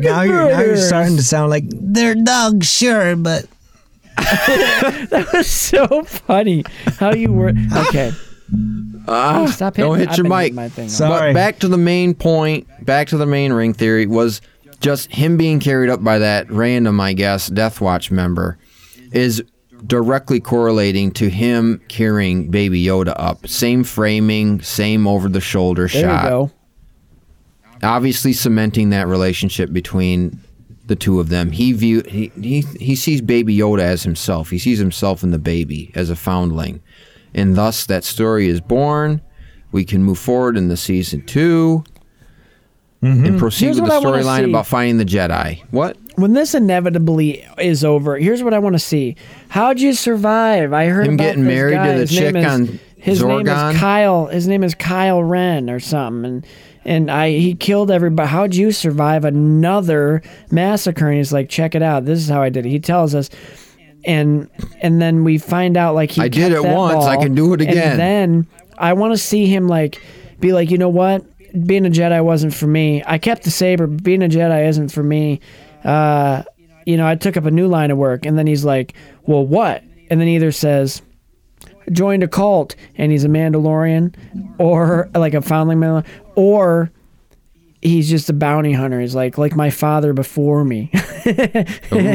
Speaker 2: Now you're now you're starting to sound like they're dogs, sure, but
Speaker 1: so funny how you were. Okay. Oh, stop hitting.
Speaker 3: Ah, don't hit
Speaker 1: I've
Speaker 3: your
Speaker 1: been
Speaker 3: mic.
Speaker 1: hitting My thing.
Speaker 2: So- Sorry.
Speaker 3: But back to the main point, back to the main ring theory was just him being carried up by that random, I guess, Death Watch member is directly correlating to him carrying Baby Yoda up. Same framing, same over the shoulder
Speaker 1: there
Speaker 3: shot.
Speaker 1: you go.
Speaker 3: Obviously cementing that relationship between the two of them. He view he, he he sees Baby Yoda as himself. He sees himself in the baby as a foundling. And thus that story is born. We can move forward in the season 2 and proceed
Speaker 1: Here's
Speaker 3: with the
Speaker 1: what I wanna
Speaker 3: storyline
Speaker 1: see.
Speaker 3: about finding the Jedi. What?
Speaker 1: When this inevitably is over, here's what I want to see. How'd you survive? I heard
Speaker 3: Him
Speaker 1: about
Speaker 3: getting
Speaker 1: this
Speaker 3: married to
Speaker 1: guy.
Speaker 3: the
Speaker 1: His
Speaker 3: chick
Speaker 1: name is-
Speaker 3: on
Speaker 1: His name
Speaker 3: Zorgon?
Speaker 1: is Kyle. His name is Kyle Ren or something. And and I he killed everybody. How'd you survive another massacre? And he's like, check it out. This is how I did it. He tells us. And and then we find out like he
Speaker 3: I did
Speaker 1: kept
Speaker 3: it
Speaker 1: that
Speaker 3: once, I
Speaker 1: ball.
Speaker 3: can do it
Speaker 1: And then
Speaker 3: again.
Speaker 1: then I want to see him like be like, you know what? Being a Jedi wasn't for me. I kept the saber, but being a Jedi isn't for me. Uh, you know, I took up a new line of work, and then he's like, well, what? And then he either says, joined a cult, and he's a Mandalorian, or like a foundling Mandalorian, or he's just a bounty hunter. He's like, like my father before me.
Speaker 3: Ooh, that'd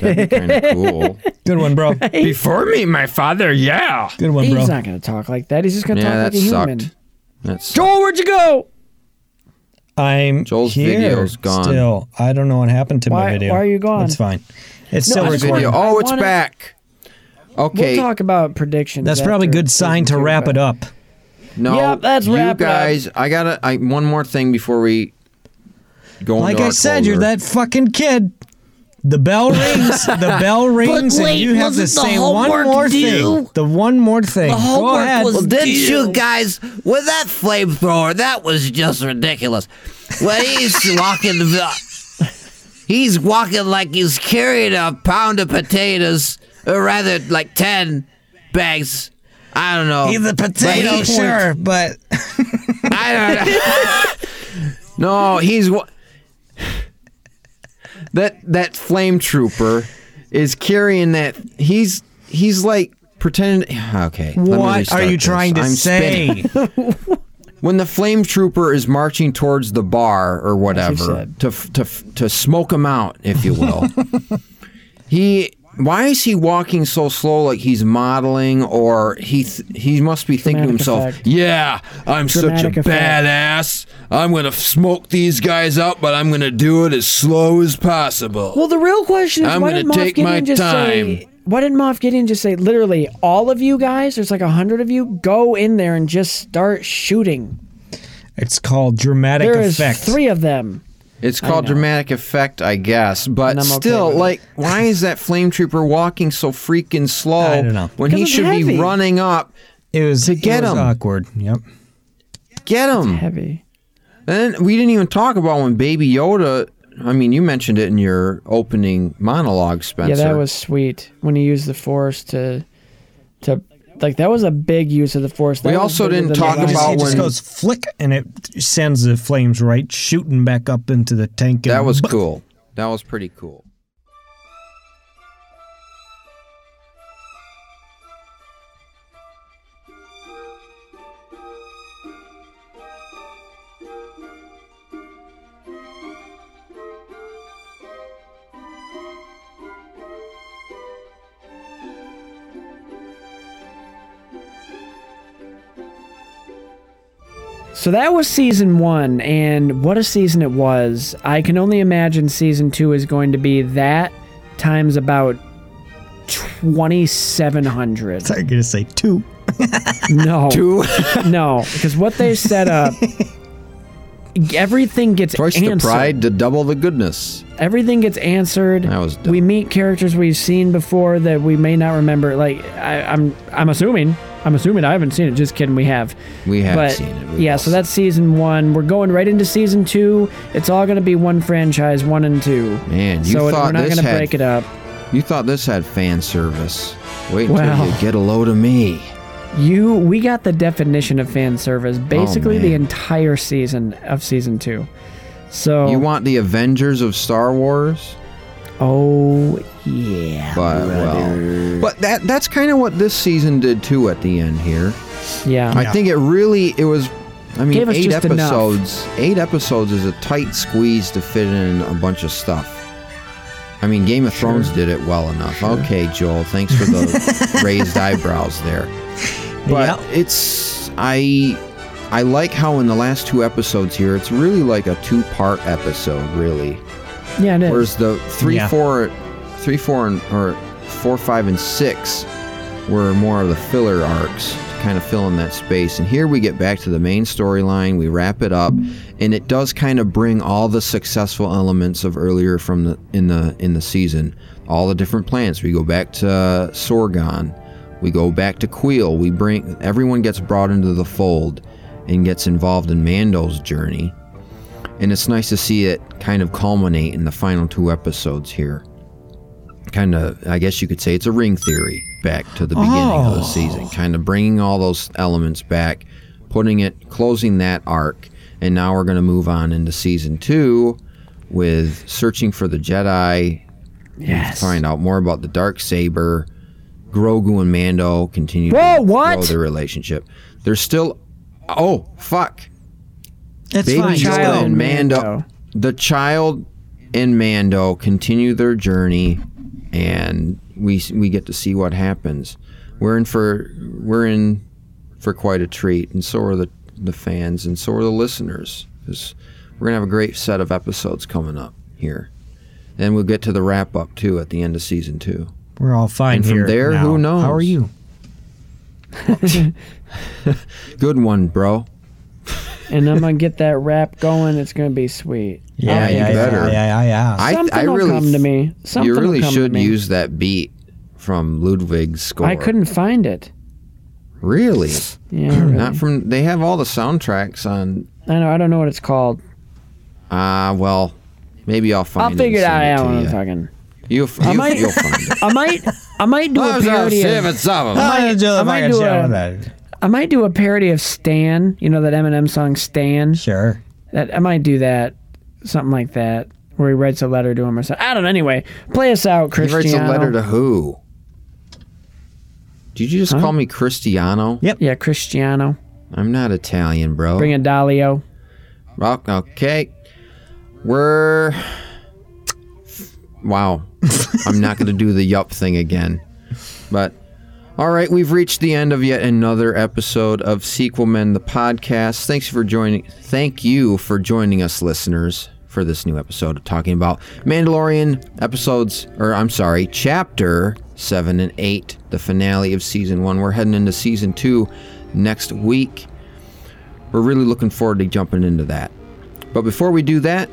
Speaker 3: be kind of cool.
Speaker 2: Good one, bro.
Speaker 3: Before me, my father, yeah.
Speaker 2: Good one, bro.
Speaker 1: he's not gonna talk like that. He's just gonna
Speaker 3: Yeah,
Speaker 1: talk
Speaker 3: that
Speaker 1: like a human.
Speaker 3: sucked. That's
Speaker 1: Joel, where'd you go?
Speaker 2: I'm
Speaker 3: Joel's
Speaker 2: here
Speaker 3: video's gone.
Speaker 2: Still, I don't know what happened to my
Speaker 1: Why-
Speaker 2: video.
Speaker 1: why are you gone?
Speaker 2: It's fine. It's
Speaker 1: No,
Speaker 2: still
Speaker 1: I just wanted-
Speaker 2: recording.
Speaker 3: video. Oh, it's
Speaker 1: wanna-
Speaker 3: back.
Speaker 1: We'll
Speaker 3: Okay.
Speaker 1: talk about predictions.
Speaker 2: That's probably a
Speaker 1: after
Speaker 2: good sign to
Speaker 1: season two,
Speaker 2: wrap
Speaker 1: but-
Speaker 2: it up.
Speaker 3: No,
Speaker 1: Yep, that's
Speaker 3: you
Speaker 1: wrap it up.
Speaker 3: guys. I gotta. I one more thing before we go.
Speaker 2: Like
Speaker 3: into
Speaker 2: I
Speaker 3: our
Speaker 2: said,
Speaker 3: closer.
Speaker 2: you're that fucking kid. The bell rings. the bell rings, and
Speaker 4: wait,
Speaker 2: you have to
Speaker 4: wasn't the
Speaker 2: say one
Speaker 4: homework
Speaker 2: more
Speaker 4: due?
Speaker 2: thing. The one more thing.
Speaker 4: The
Speaker 2: Go
Speaker 4: homework
Speaker 2: ahead.
Speaker 4: was
Speaker 2: Well,
Speaker 4: well, did you guys with that flamethrower? That was just ridiculous. When he's walking, the- he's walking like he's carrying a pound of potatoes, or rather, like ten bags. I don't know.
Speaker 2: the
Speaker 4: But
Speaker 2: potato,
Speaker 4: he-
Speaker 2: sure, but
Speaker 4: I don't know.
Speaker 3: No, he's wa- that that flame trooper is carrying that. He's he's like pretending. Okay. let me
Speaker 2: what are
Speaker 3: restart
Speaker 2: you
Speaker 3: this.
Speaker 2: trying to
Speaker 3: I'm spinning.
Speaker 2: say?
Speaker 3: When the flame trooper is marching towards the bar or whatever
Speaker 1: said.
Speaker 3: to f- to f- to smoke him out, if you will, he why is he walking so slow? Like he's modeling, or he th- he must be thinking to
Speaker 1: Dramatic
Speaker 3: himself,
Speaker 1: effect.
Speaker 3: "Yeah, I'm
Speaker 1: Dramatic
Speaker 3: such a
Speaker 1: effect.
Speaker 3: badass. I'm gonna f- smoke these guys out, but I'm gonna do it as slow as possible."
Speaker 1: Well, the real question is,
Speaker 3: I'm
Speaker 1: why
Speaker 3: gonna
Speaker 1: didn't Moff
Speaker 3: take
Speaker 1: Gideon
Speaker 3: my
Speaker 1: just
Speaker 3: time.
Speaker 1: say? Why didn't Moff Gideon just say, literally, all of you guys? There's like a hundred of you. Go in there and just start shooting.
Speaker 2: it's called dramatic
Speaker 1: There is
Speaker 2: effect.
Speaker 1: three of them.
Speaker 3: It's called dramatic effect, I guess, but
Speaker 1: And I'm okay
Speaker 3: still,
Speaker 1: with it.
Speaker 3: like, why is that flame trooper walking so freaking slow
Speaker 2: I don't know.
Speaker 3: when he
Speaker 1: it's
Speaker 3: should
Speaker 1: heavy.
Speaker 3: be running up?
Speaker 2: It was
Speaker 3: To get
Speaker 2: it was
Speaker 3: 'em.
Speaker 2: awkward. Yep.
Speaker 3: Get him!
Speaker 1: Heavy.
Speaker 3: Then we didn't even talk about when Baby Yoda. I mean, you mentioned it in your opening monologue, Spencer.
Speaker 1: Yeah, that was sweet when he used the force to, to, like that was a big use of the force. That
Speaker 3: We
Speaker 1: was
Speaker 3: also
Speaker 1: bigger
Speaker 3: didn't
Speaker 1: than the
Speaker 3: talk
Speaker 1: last
Speaker 2: He just,
Speaker 3: about
Speaker 2: he
Speaker 1: season.
Speaker 2: just
Speaker 3: when-
Speaker 2: goes flick, and it sends the flames right shooting back up into the tank. and
Speaker 3: That was
Speaker 2: bu-
Speaker 3: cool. That was pretty cool.
Speaker 1: So that was season one, and what a season it was. I can only imagine season two is going to be that times about 2,700.
Speaker 2: Sorry, I'm gonna say two.
Speaker 1: No.
Speaker 3: Two
Speaker 1: No, because what they set up, everything gets
Speaker 3: twice the
Speaker 1: answered.
Speaker 3: pride to double the goodness.
Speaker 1: Everything gets answered.
Speaker 3: That was dumb.
Speaker 1: we meet characters we've seen before that we may not remember. Like I, I'm, I'm assuming. I'm assuming I haven't seen it. Just kidding. We have.
Speaker 3: We have
Speaker 1: but
Speaker 3: seen it. We've
Speaker 1: yeah,
Speaker 3: all
Speaker 1: so that's season one. We're going right into season two. It's all going to be one franchise, one and two.
Speaker 3: Man, you
Speaker 1: so it-
Speaker 3: thought
Speaker 1: we're not
Speaker 3: this
Speaker 1: gonna
Speaker 3: had-
Speaker 1: break it up.
Speaker 3: You thought this had fan service? Wait until
Speaker 1: Well.
Speaker 3: you get a load of me.
Speaker 1: You, we got the definition of fan service. Basically, the
Speaker 3: Oh, man.
Speaker 1: entire season of season two. So
Speaker 3: You want the Avengers of Star Wars?
Speaker 1: Oh yeah.
Speaker 3: But well, but that that's kind of what this season did too at the end here.
Speaker 1: yeah.
Speaker 3: I think it really it was. I mean,
Speaker 1: Gave us
Speaker 3: eight
Speaker 1: just enough.
Speaker 3: episodes. Eight episodes is a tight squeeze to fit in a bunch of stuff. I mean, Game of Thrones did it well enough. Okay, Joel, thanks for the raised eyebrows there. But it's I I like how in the last two episodes here, it's really like a two-part episode, really.
Speaker 1: yeah, it is.
Speaker 3: Whereas the three,
Speaker 2: Yeah.
Speaker 3: four, three, four, and or four, five, and six were more of the filler arcs to kind of fill in that space. And here we get back to the main storyline. We wrap it up, and it does kind of bring all the successful elements of earlier from the in the in the season. All the different plants. We go back to Sorgon. We go back to Queel. We bring everyone gets brought into the fold and gets involved in Mando's journey and it's nice to see it kind of culminate in the final two episodes here. Kind of, I guess you could say it's a ring theory back to the beginning
Speaker 1: Oh.
Speaker 3: of the season, kind of bringing all those elements back, putting it, closing that arc, and now we're going to move on into season two with searching for the Jedi,
Speaker 1: yes.
Speaker 3: find out more about the dark saber. Grogu and Mando continue
Speaker 1: Whoa,
Speaker 3: to
Speaker 1: what?
Speaker 3: grow their relationship. They're still, oh fuck,
Speaker 2: That's
Speaker 3: Baby
Speaker 2: fine.
Speaker 1: Child
Speaker 3: Yoda and
Speaker 1: and
Speaker 3: Mando.
Speaker 1: Mando.
Speaker 3: The child and Mando continue their journey, and we we get to see what happens. We're in for we're in for quite a treat, and so are the the fans, and so are the listeners. 'cause we're gonna have a great set of episodes coming up here, and we'll get to the wrap up too at the end of season two.
Speaker 2: We're all fine
Speaker 3: And from
Speaker 2: here.
Speaker 3: there,
Speaker 2: now.
Speaker 3: who knows?
Speaker 2: How are you?
Speaker 3: Good one, bro.
Speaker 1: and I'm gonna get that rap going. It's gonna be sweet.
Speaker 3: Yeah, Oh, you
Speaker 2: Oh, yeah,
Speaker 3: better.
Speaker 2: Yeah, yeah, yeah.
Speaker 3: I-
Speaker 1: Something
Speaker 3: I
Speaker 1: will
Speaker 3: really-
Speaker 1: come to me. Something
Speaker 3: you really
Speaker 1: will come
Speaker 3: should
Speaker 1: to me.
Speaker 3: use that beat from Ludwig's score.
Speaker 1: I couldn't find it.
Speaker 3: really.
Speaker 1: Yeah, really.
Speaker 3: Not from. They have all the soundtracks on.
Speaker 1: I know. I don't know what it's called.
Speaker 3: Ah, well, maybe I'll find
Speaker 1: I'll
Speaker 3: it.
Speaker 1: figure it
Speaker 3: and
Speaker 1: out.
Speaker 3: send
Speaker 1: Alan,
Speaker 3: to
Speaker 1: fucking.
Speaker 3: you. You'll, you,
Speaker 1: might-
Speaker 3: will find it.
Speaker 1: I might. I might do a
Speaker 3: Those are
Speaker 1: parody.
Speaker 3: seven
Speaker 1: Of,
Speaker 3: summers.
Speaker 2: I might do
Speaker 1: I
Speaker 2: a
Speaker 1: might
Speaker 2: fucking
Speaker 1: do
Speaker 2: show
Speaker 1: a-
Speaker 2: with that.
Speaker 1: I might do a parody of Stan. You know that Eminem song Stan.
Speaker 2: Sure.
Speaker 1: That I might do that. Something like that, where he writes a letter to him or something. I don't know. Anyway, play us out,
Speaker 3: He
Speaker 1: Cristiano.
Speaker 3: writes a letter to who? Did you just call me Cristiano?
Speaker 2: Yep.
Speaker 1: Yeah, Cristiano.
Speaker 3: I'm not Italian, bro.
Speaker 1: Bring a Dalio.
Speaker 3: Oh, okay. We're. Wow. I'm not going to do the yup thing again. But. All right, we've reached the end of yet another episode of Sequel Men the podcast. Thanks for joining. Thank you for joining us, listeners, for this new episode of talking about Mandalorian episodes, or I'm sorry, chapter seven and eight, the finale of season one. We're heading into season two next week. We're really looking forward to jumping into that. But before we do that,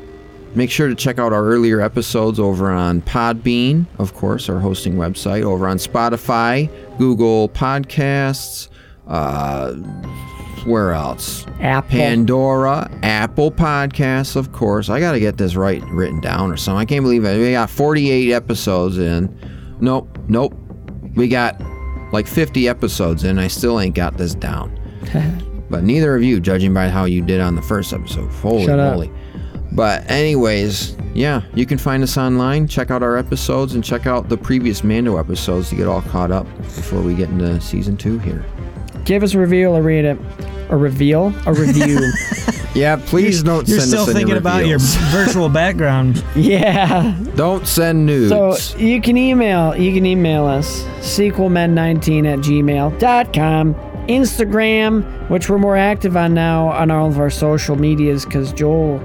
Speaker 3: make sure to check out our earlier episodes over on Podbean, of course, our hosting website, over on Spotify, Google Podcasts, uh, where else?
Speaker 1: Apple.
Speaker 3: Pandora, Apple Podcasts, of course. I got to get this right written down or something. I can't believe it. We got 48 episodes in. Nope, nope. We got like 50 episodes in. I still ain't got this down. But neither of you, judging by how you did on the first episode. Holy
Speaker 1: Shut up.
Speaker 3: moly. But, anyways, yeah, you can find us online. Check out our episodes and check out the previous Mando episodes to get all caught up before we get into season two here.
Speaker 1: Give us a reveal. or read it. A reveal. A review.
Speaker 3: Yeah, please don't
Speaker 2: You're
Speaker 3: send
Speaker 2: still
Speaker 3: us any
Speaker 2: thinking about your
Speaker 3: reveals.
Speaker 2: virtual background.
Speaker 1: yeah.
Speaker 3: Don't send nudes.
Speaker 1: So you can email you can email us sequelmen19 at gmail.com Instagram which we're more active on now on all of our social medias because Joel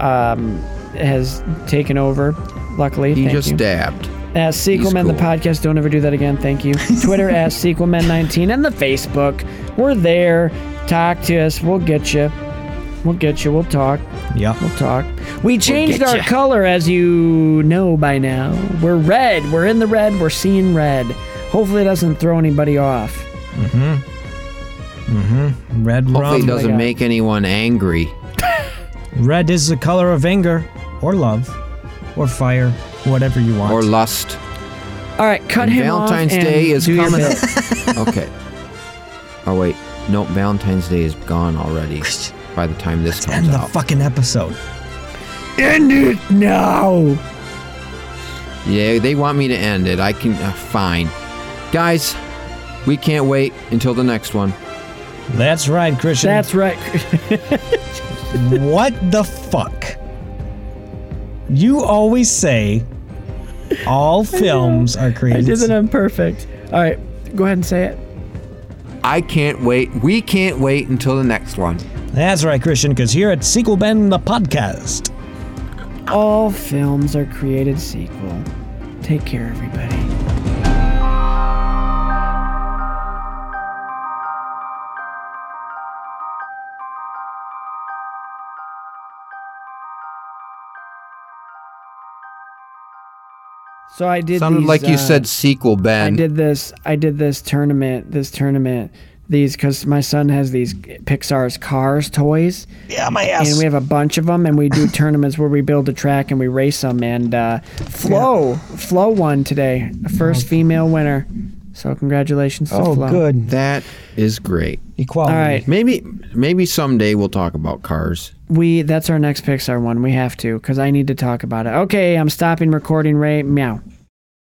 Speaker 1: um, has taken over luckily
Speaker 3: he
Speaker 1: thank
Speaker 3: just
Speaker 1: you
Speaker 3: dabbed.
Speaker 1: at sequelmen the
Speaker 3: cool.
Speaker 1: podcast don't ever do that again thank you Twitter at sequelmen19 and the Facebook we're there talk to us we'll get you we'll get you we'll talk
Speaker 2: Yeah.
Speaker 1: We'll talk. We changed
Speaker 3: get
Speaker 1: our
Speaker 3: ya.
Speaker 1: color, as you know by now. We're red. We're in the red. We're seeing red. Hopefully, it doesn't throw anybody off.
Speaker 2: Red
Speaker 3: Hopefully,
Speaker 2: rum.
Speaker 3: it doesn't
Speaker 1: God.
Speaker 3: make anyone angry.
Speaker 2: Red is the color of anger, or love, or fire, whatever you want.
Speaker 3: Or lust.
Speaker 1: All right, cut him off
Speaker 3: Valentine's
Speaker 1: and
Speaker 3: Day is
Speaker 1: do your
Speaker 3: coming
Speaker 1: bit.
Speaker 3: up. okay. Oh wait, nope. Valentine's Day is gone already. By the time this comes
Speaker 2: End the
Speaker 3: out,
Speaker 2: fucking episode.
Speaker 1: End it now.
Speaker 3: Yeah, they want me to end it. I can. uh, fine. Guys, we can't wait until the next one.
Speaker 2: That's right, Christian.
Speaker 1: That's right.
Speaker 2: what the fuck? You always say all films are
Speaker 1: I
Speaker 2: created.
Speaker 1: did it
Speaker 2: equal.
Speaker 1: imperfect. All right, go ahead and say it.
Speaker 3: I can't wait. We can't wait until the next one.
Speaker 2: That's right, Christian, because here at Sequel Ben, the podcast.
Speaker 1: All films are created sequel. Take care, everybody. So I did.
Speaker 3: Sounded
Speaker 1: these,
Speaker 3: like you
Speaker 1: uh,
Speaker 3: said sequel,
Speaker 1: I
Speaker 3: Ben.
Speaker 1: did this. I did this tournament. This tournament. These because my son has these Pixar's Cars toys
Speaker 2: Yeah, my ass.
Speaker 1: and we have a bunch of them and we do tournaments where we build a track and we race them and uh, flo flo won today the first female winner so congratulations to
Speaker 2: oh,
Speaker 1: flo
Speaker 2: good.
Speaker 3: That is great.
Speaker 2: Equality.
Speaker 1: all right
Speaker 3: Maybe, maybe someday we'll talk about cars.
Speaker 1: we that's our next pixar one we have to because i need to talk about it okay i'm stopping recording ray meow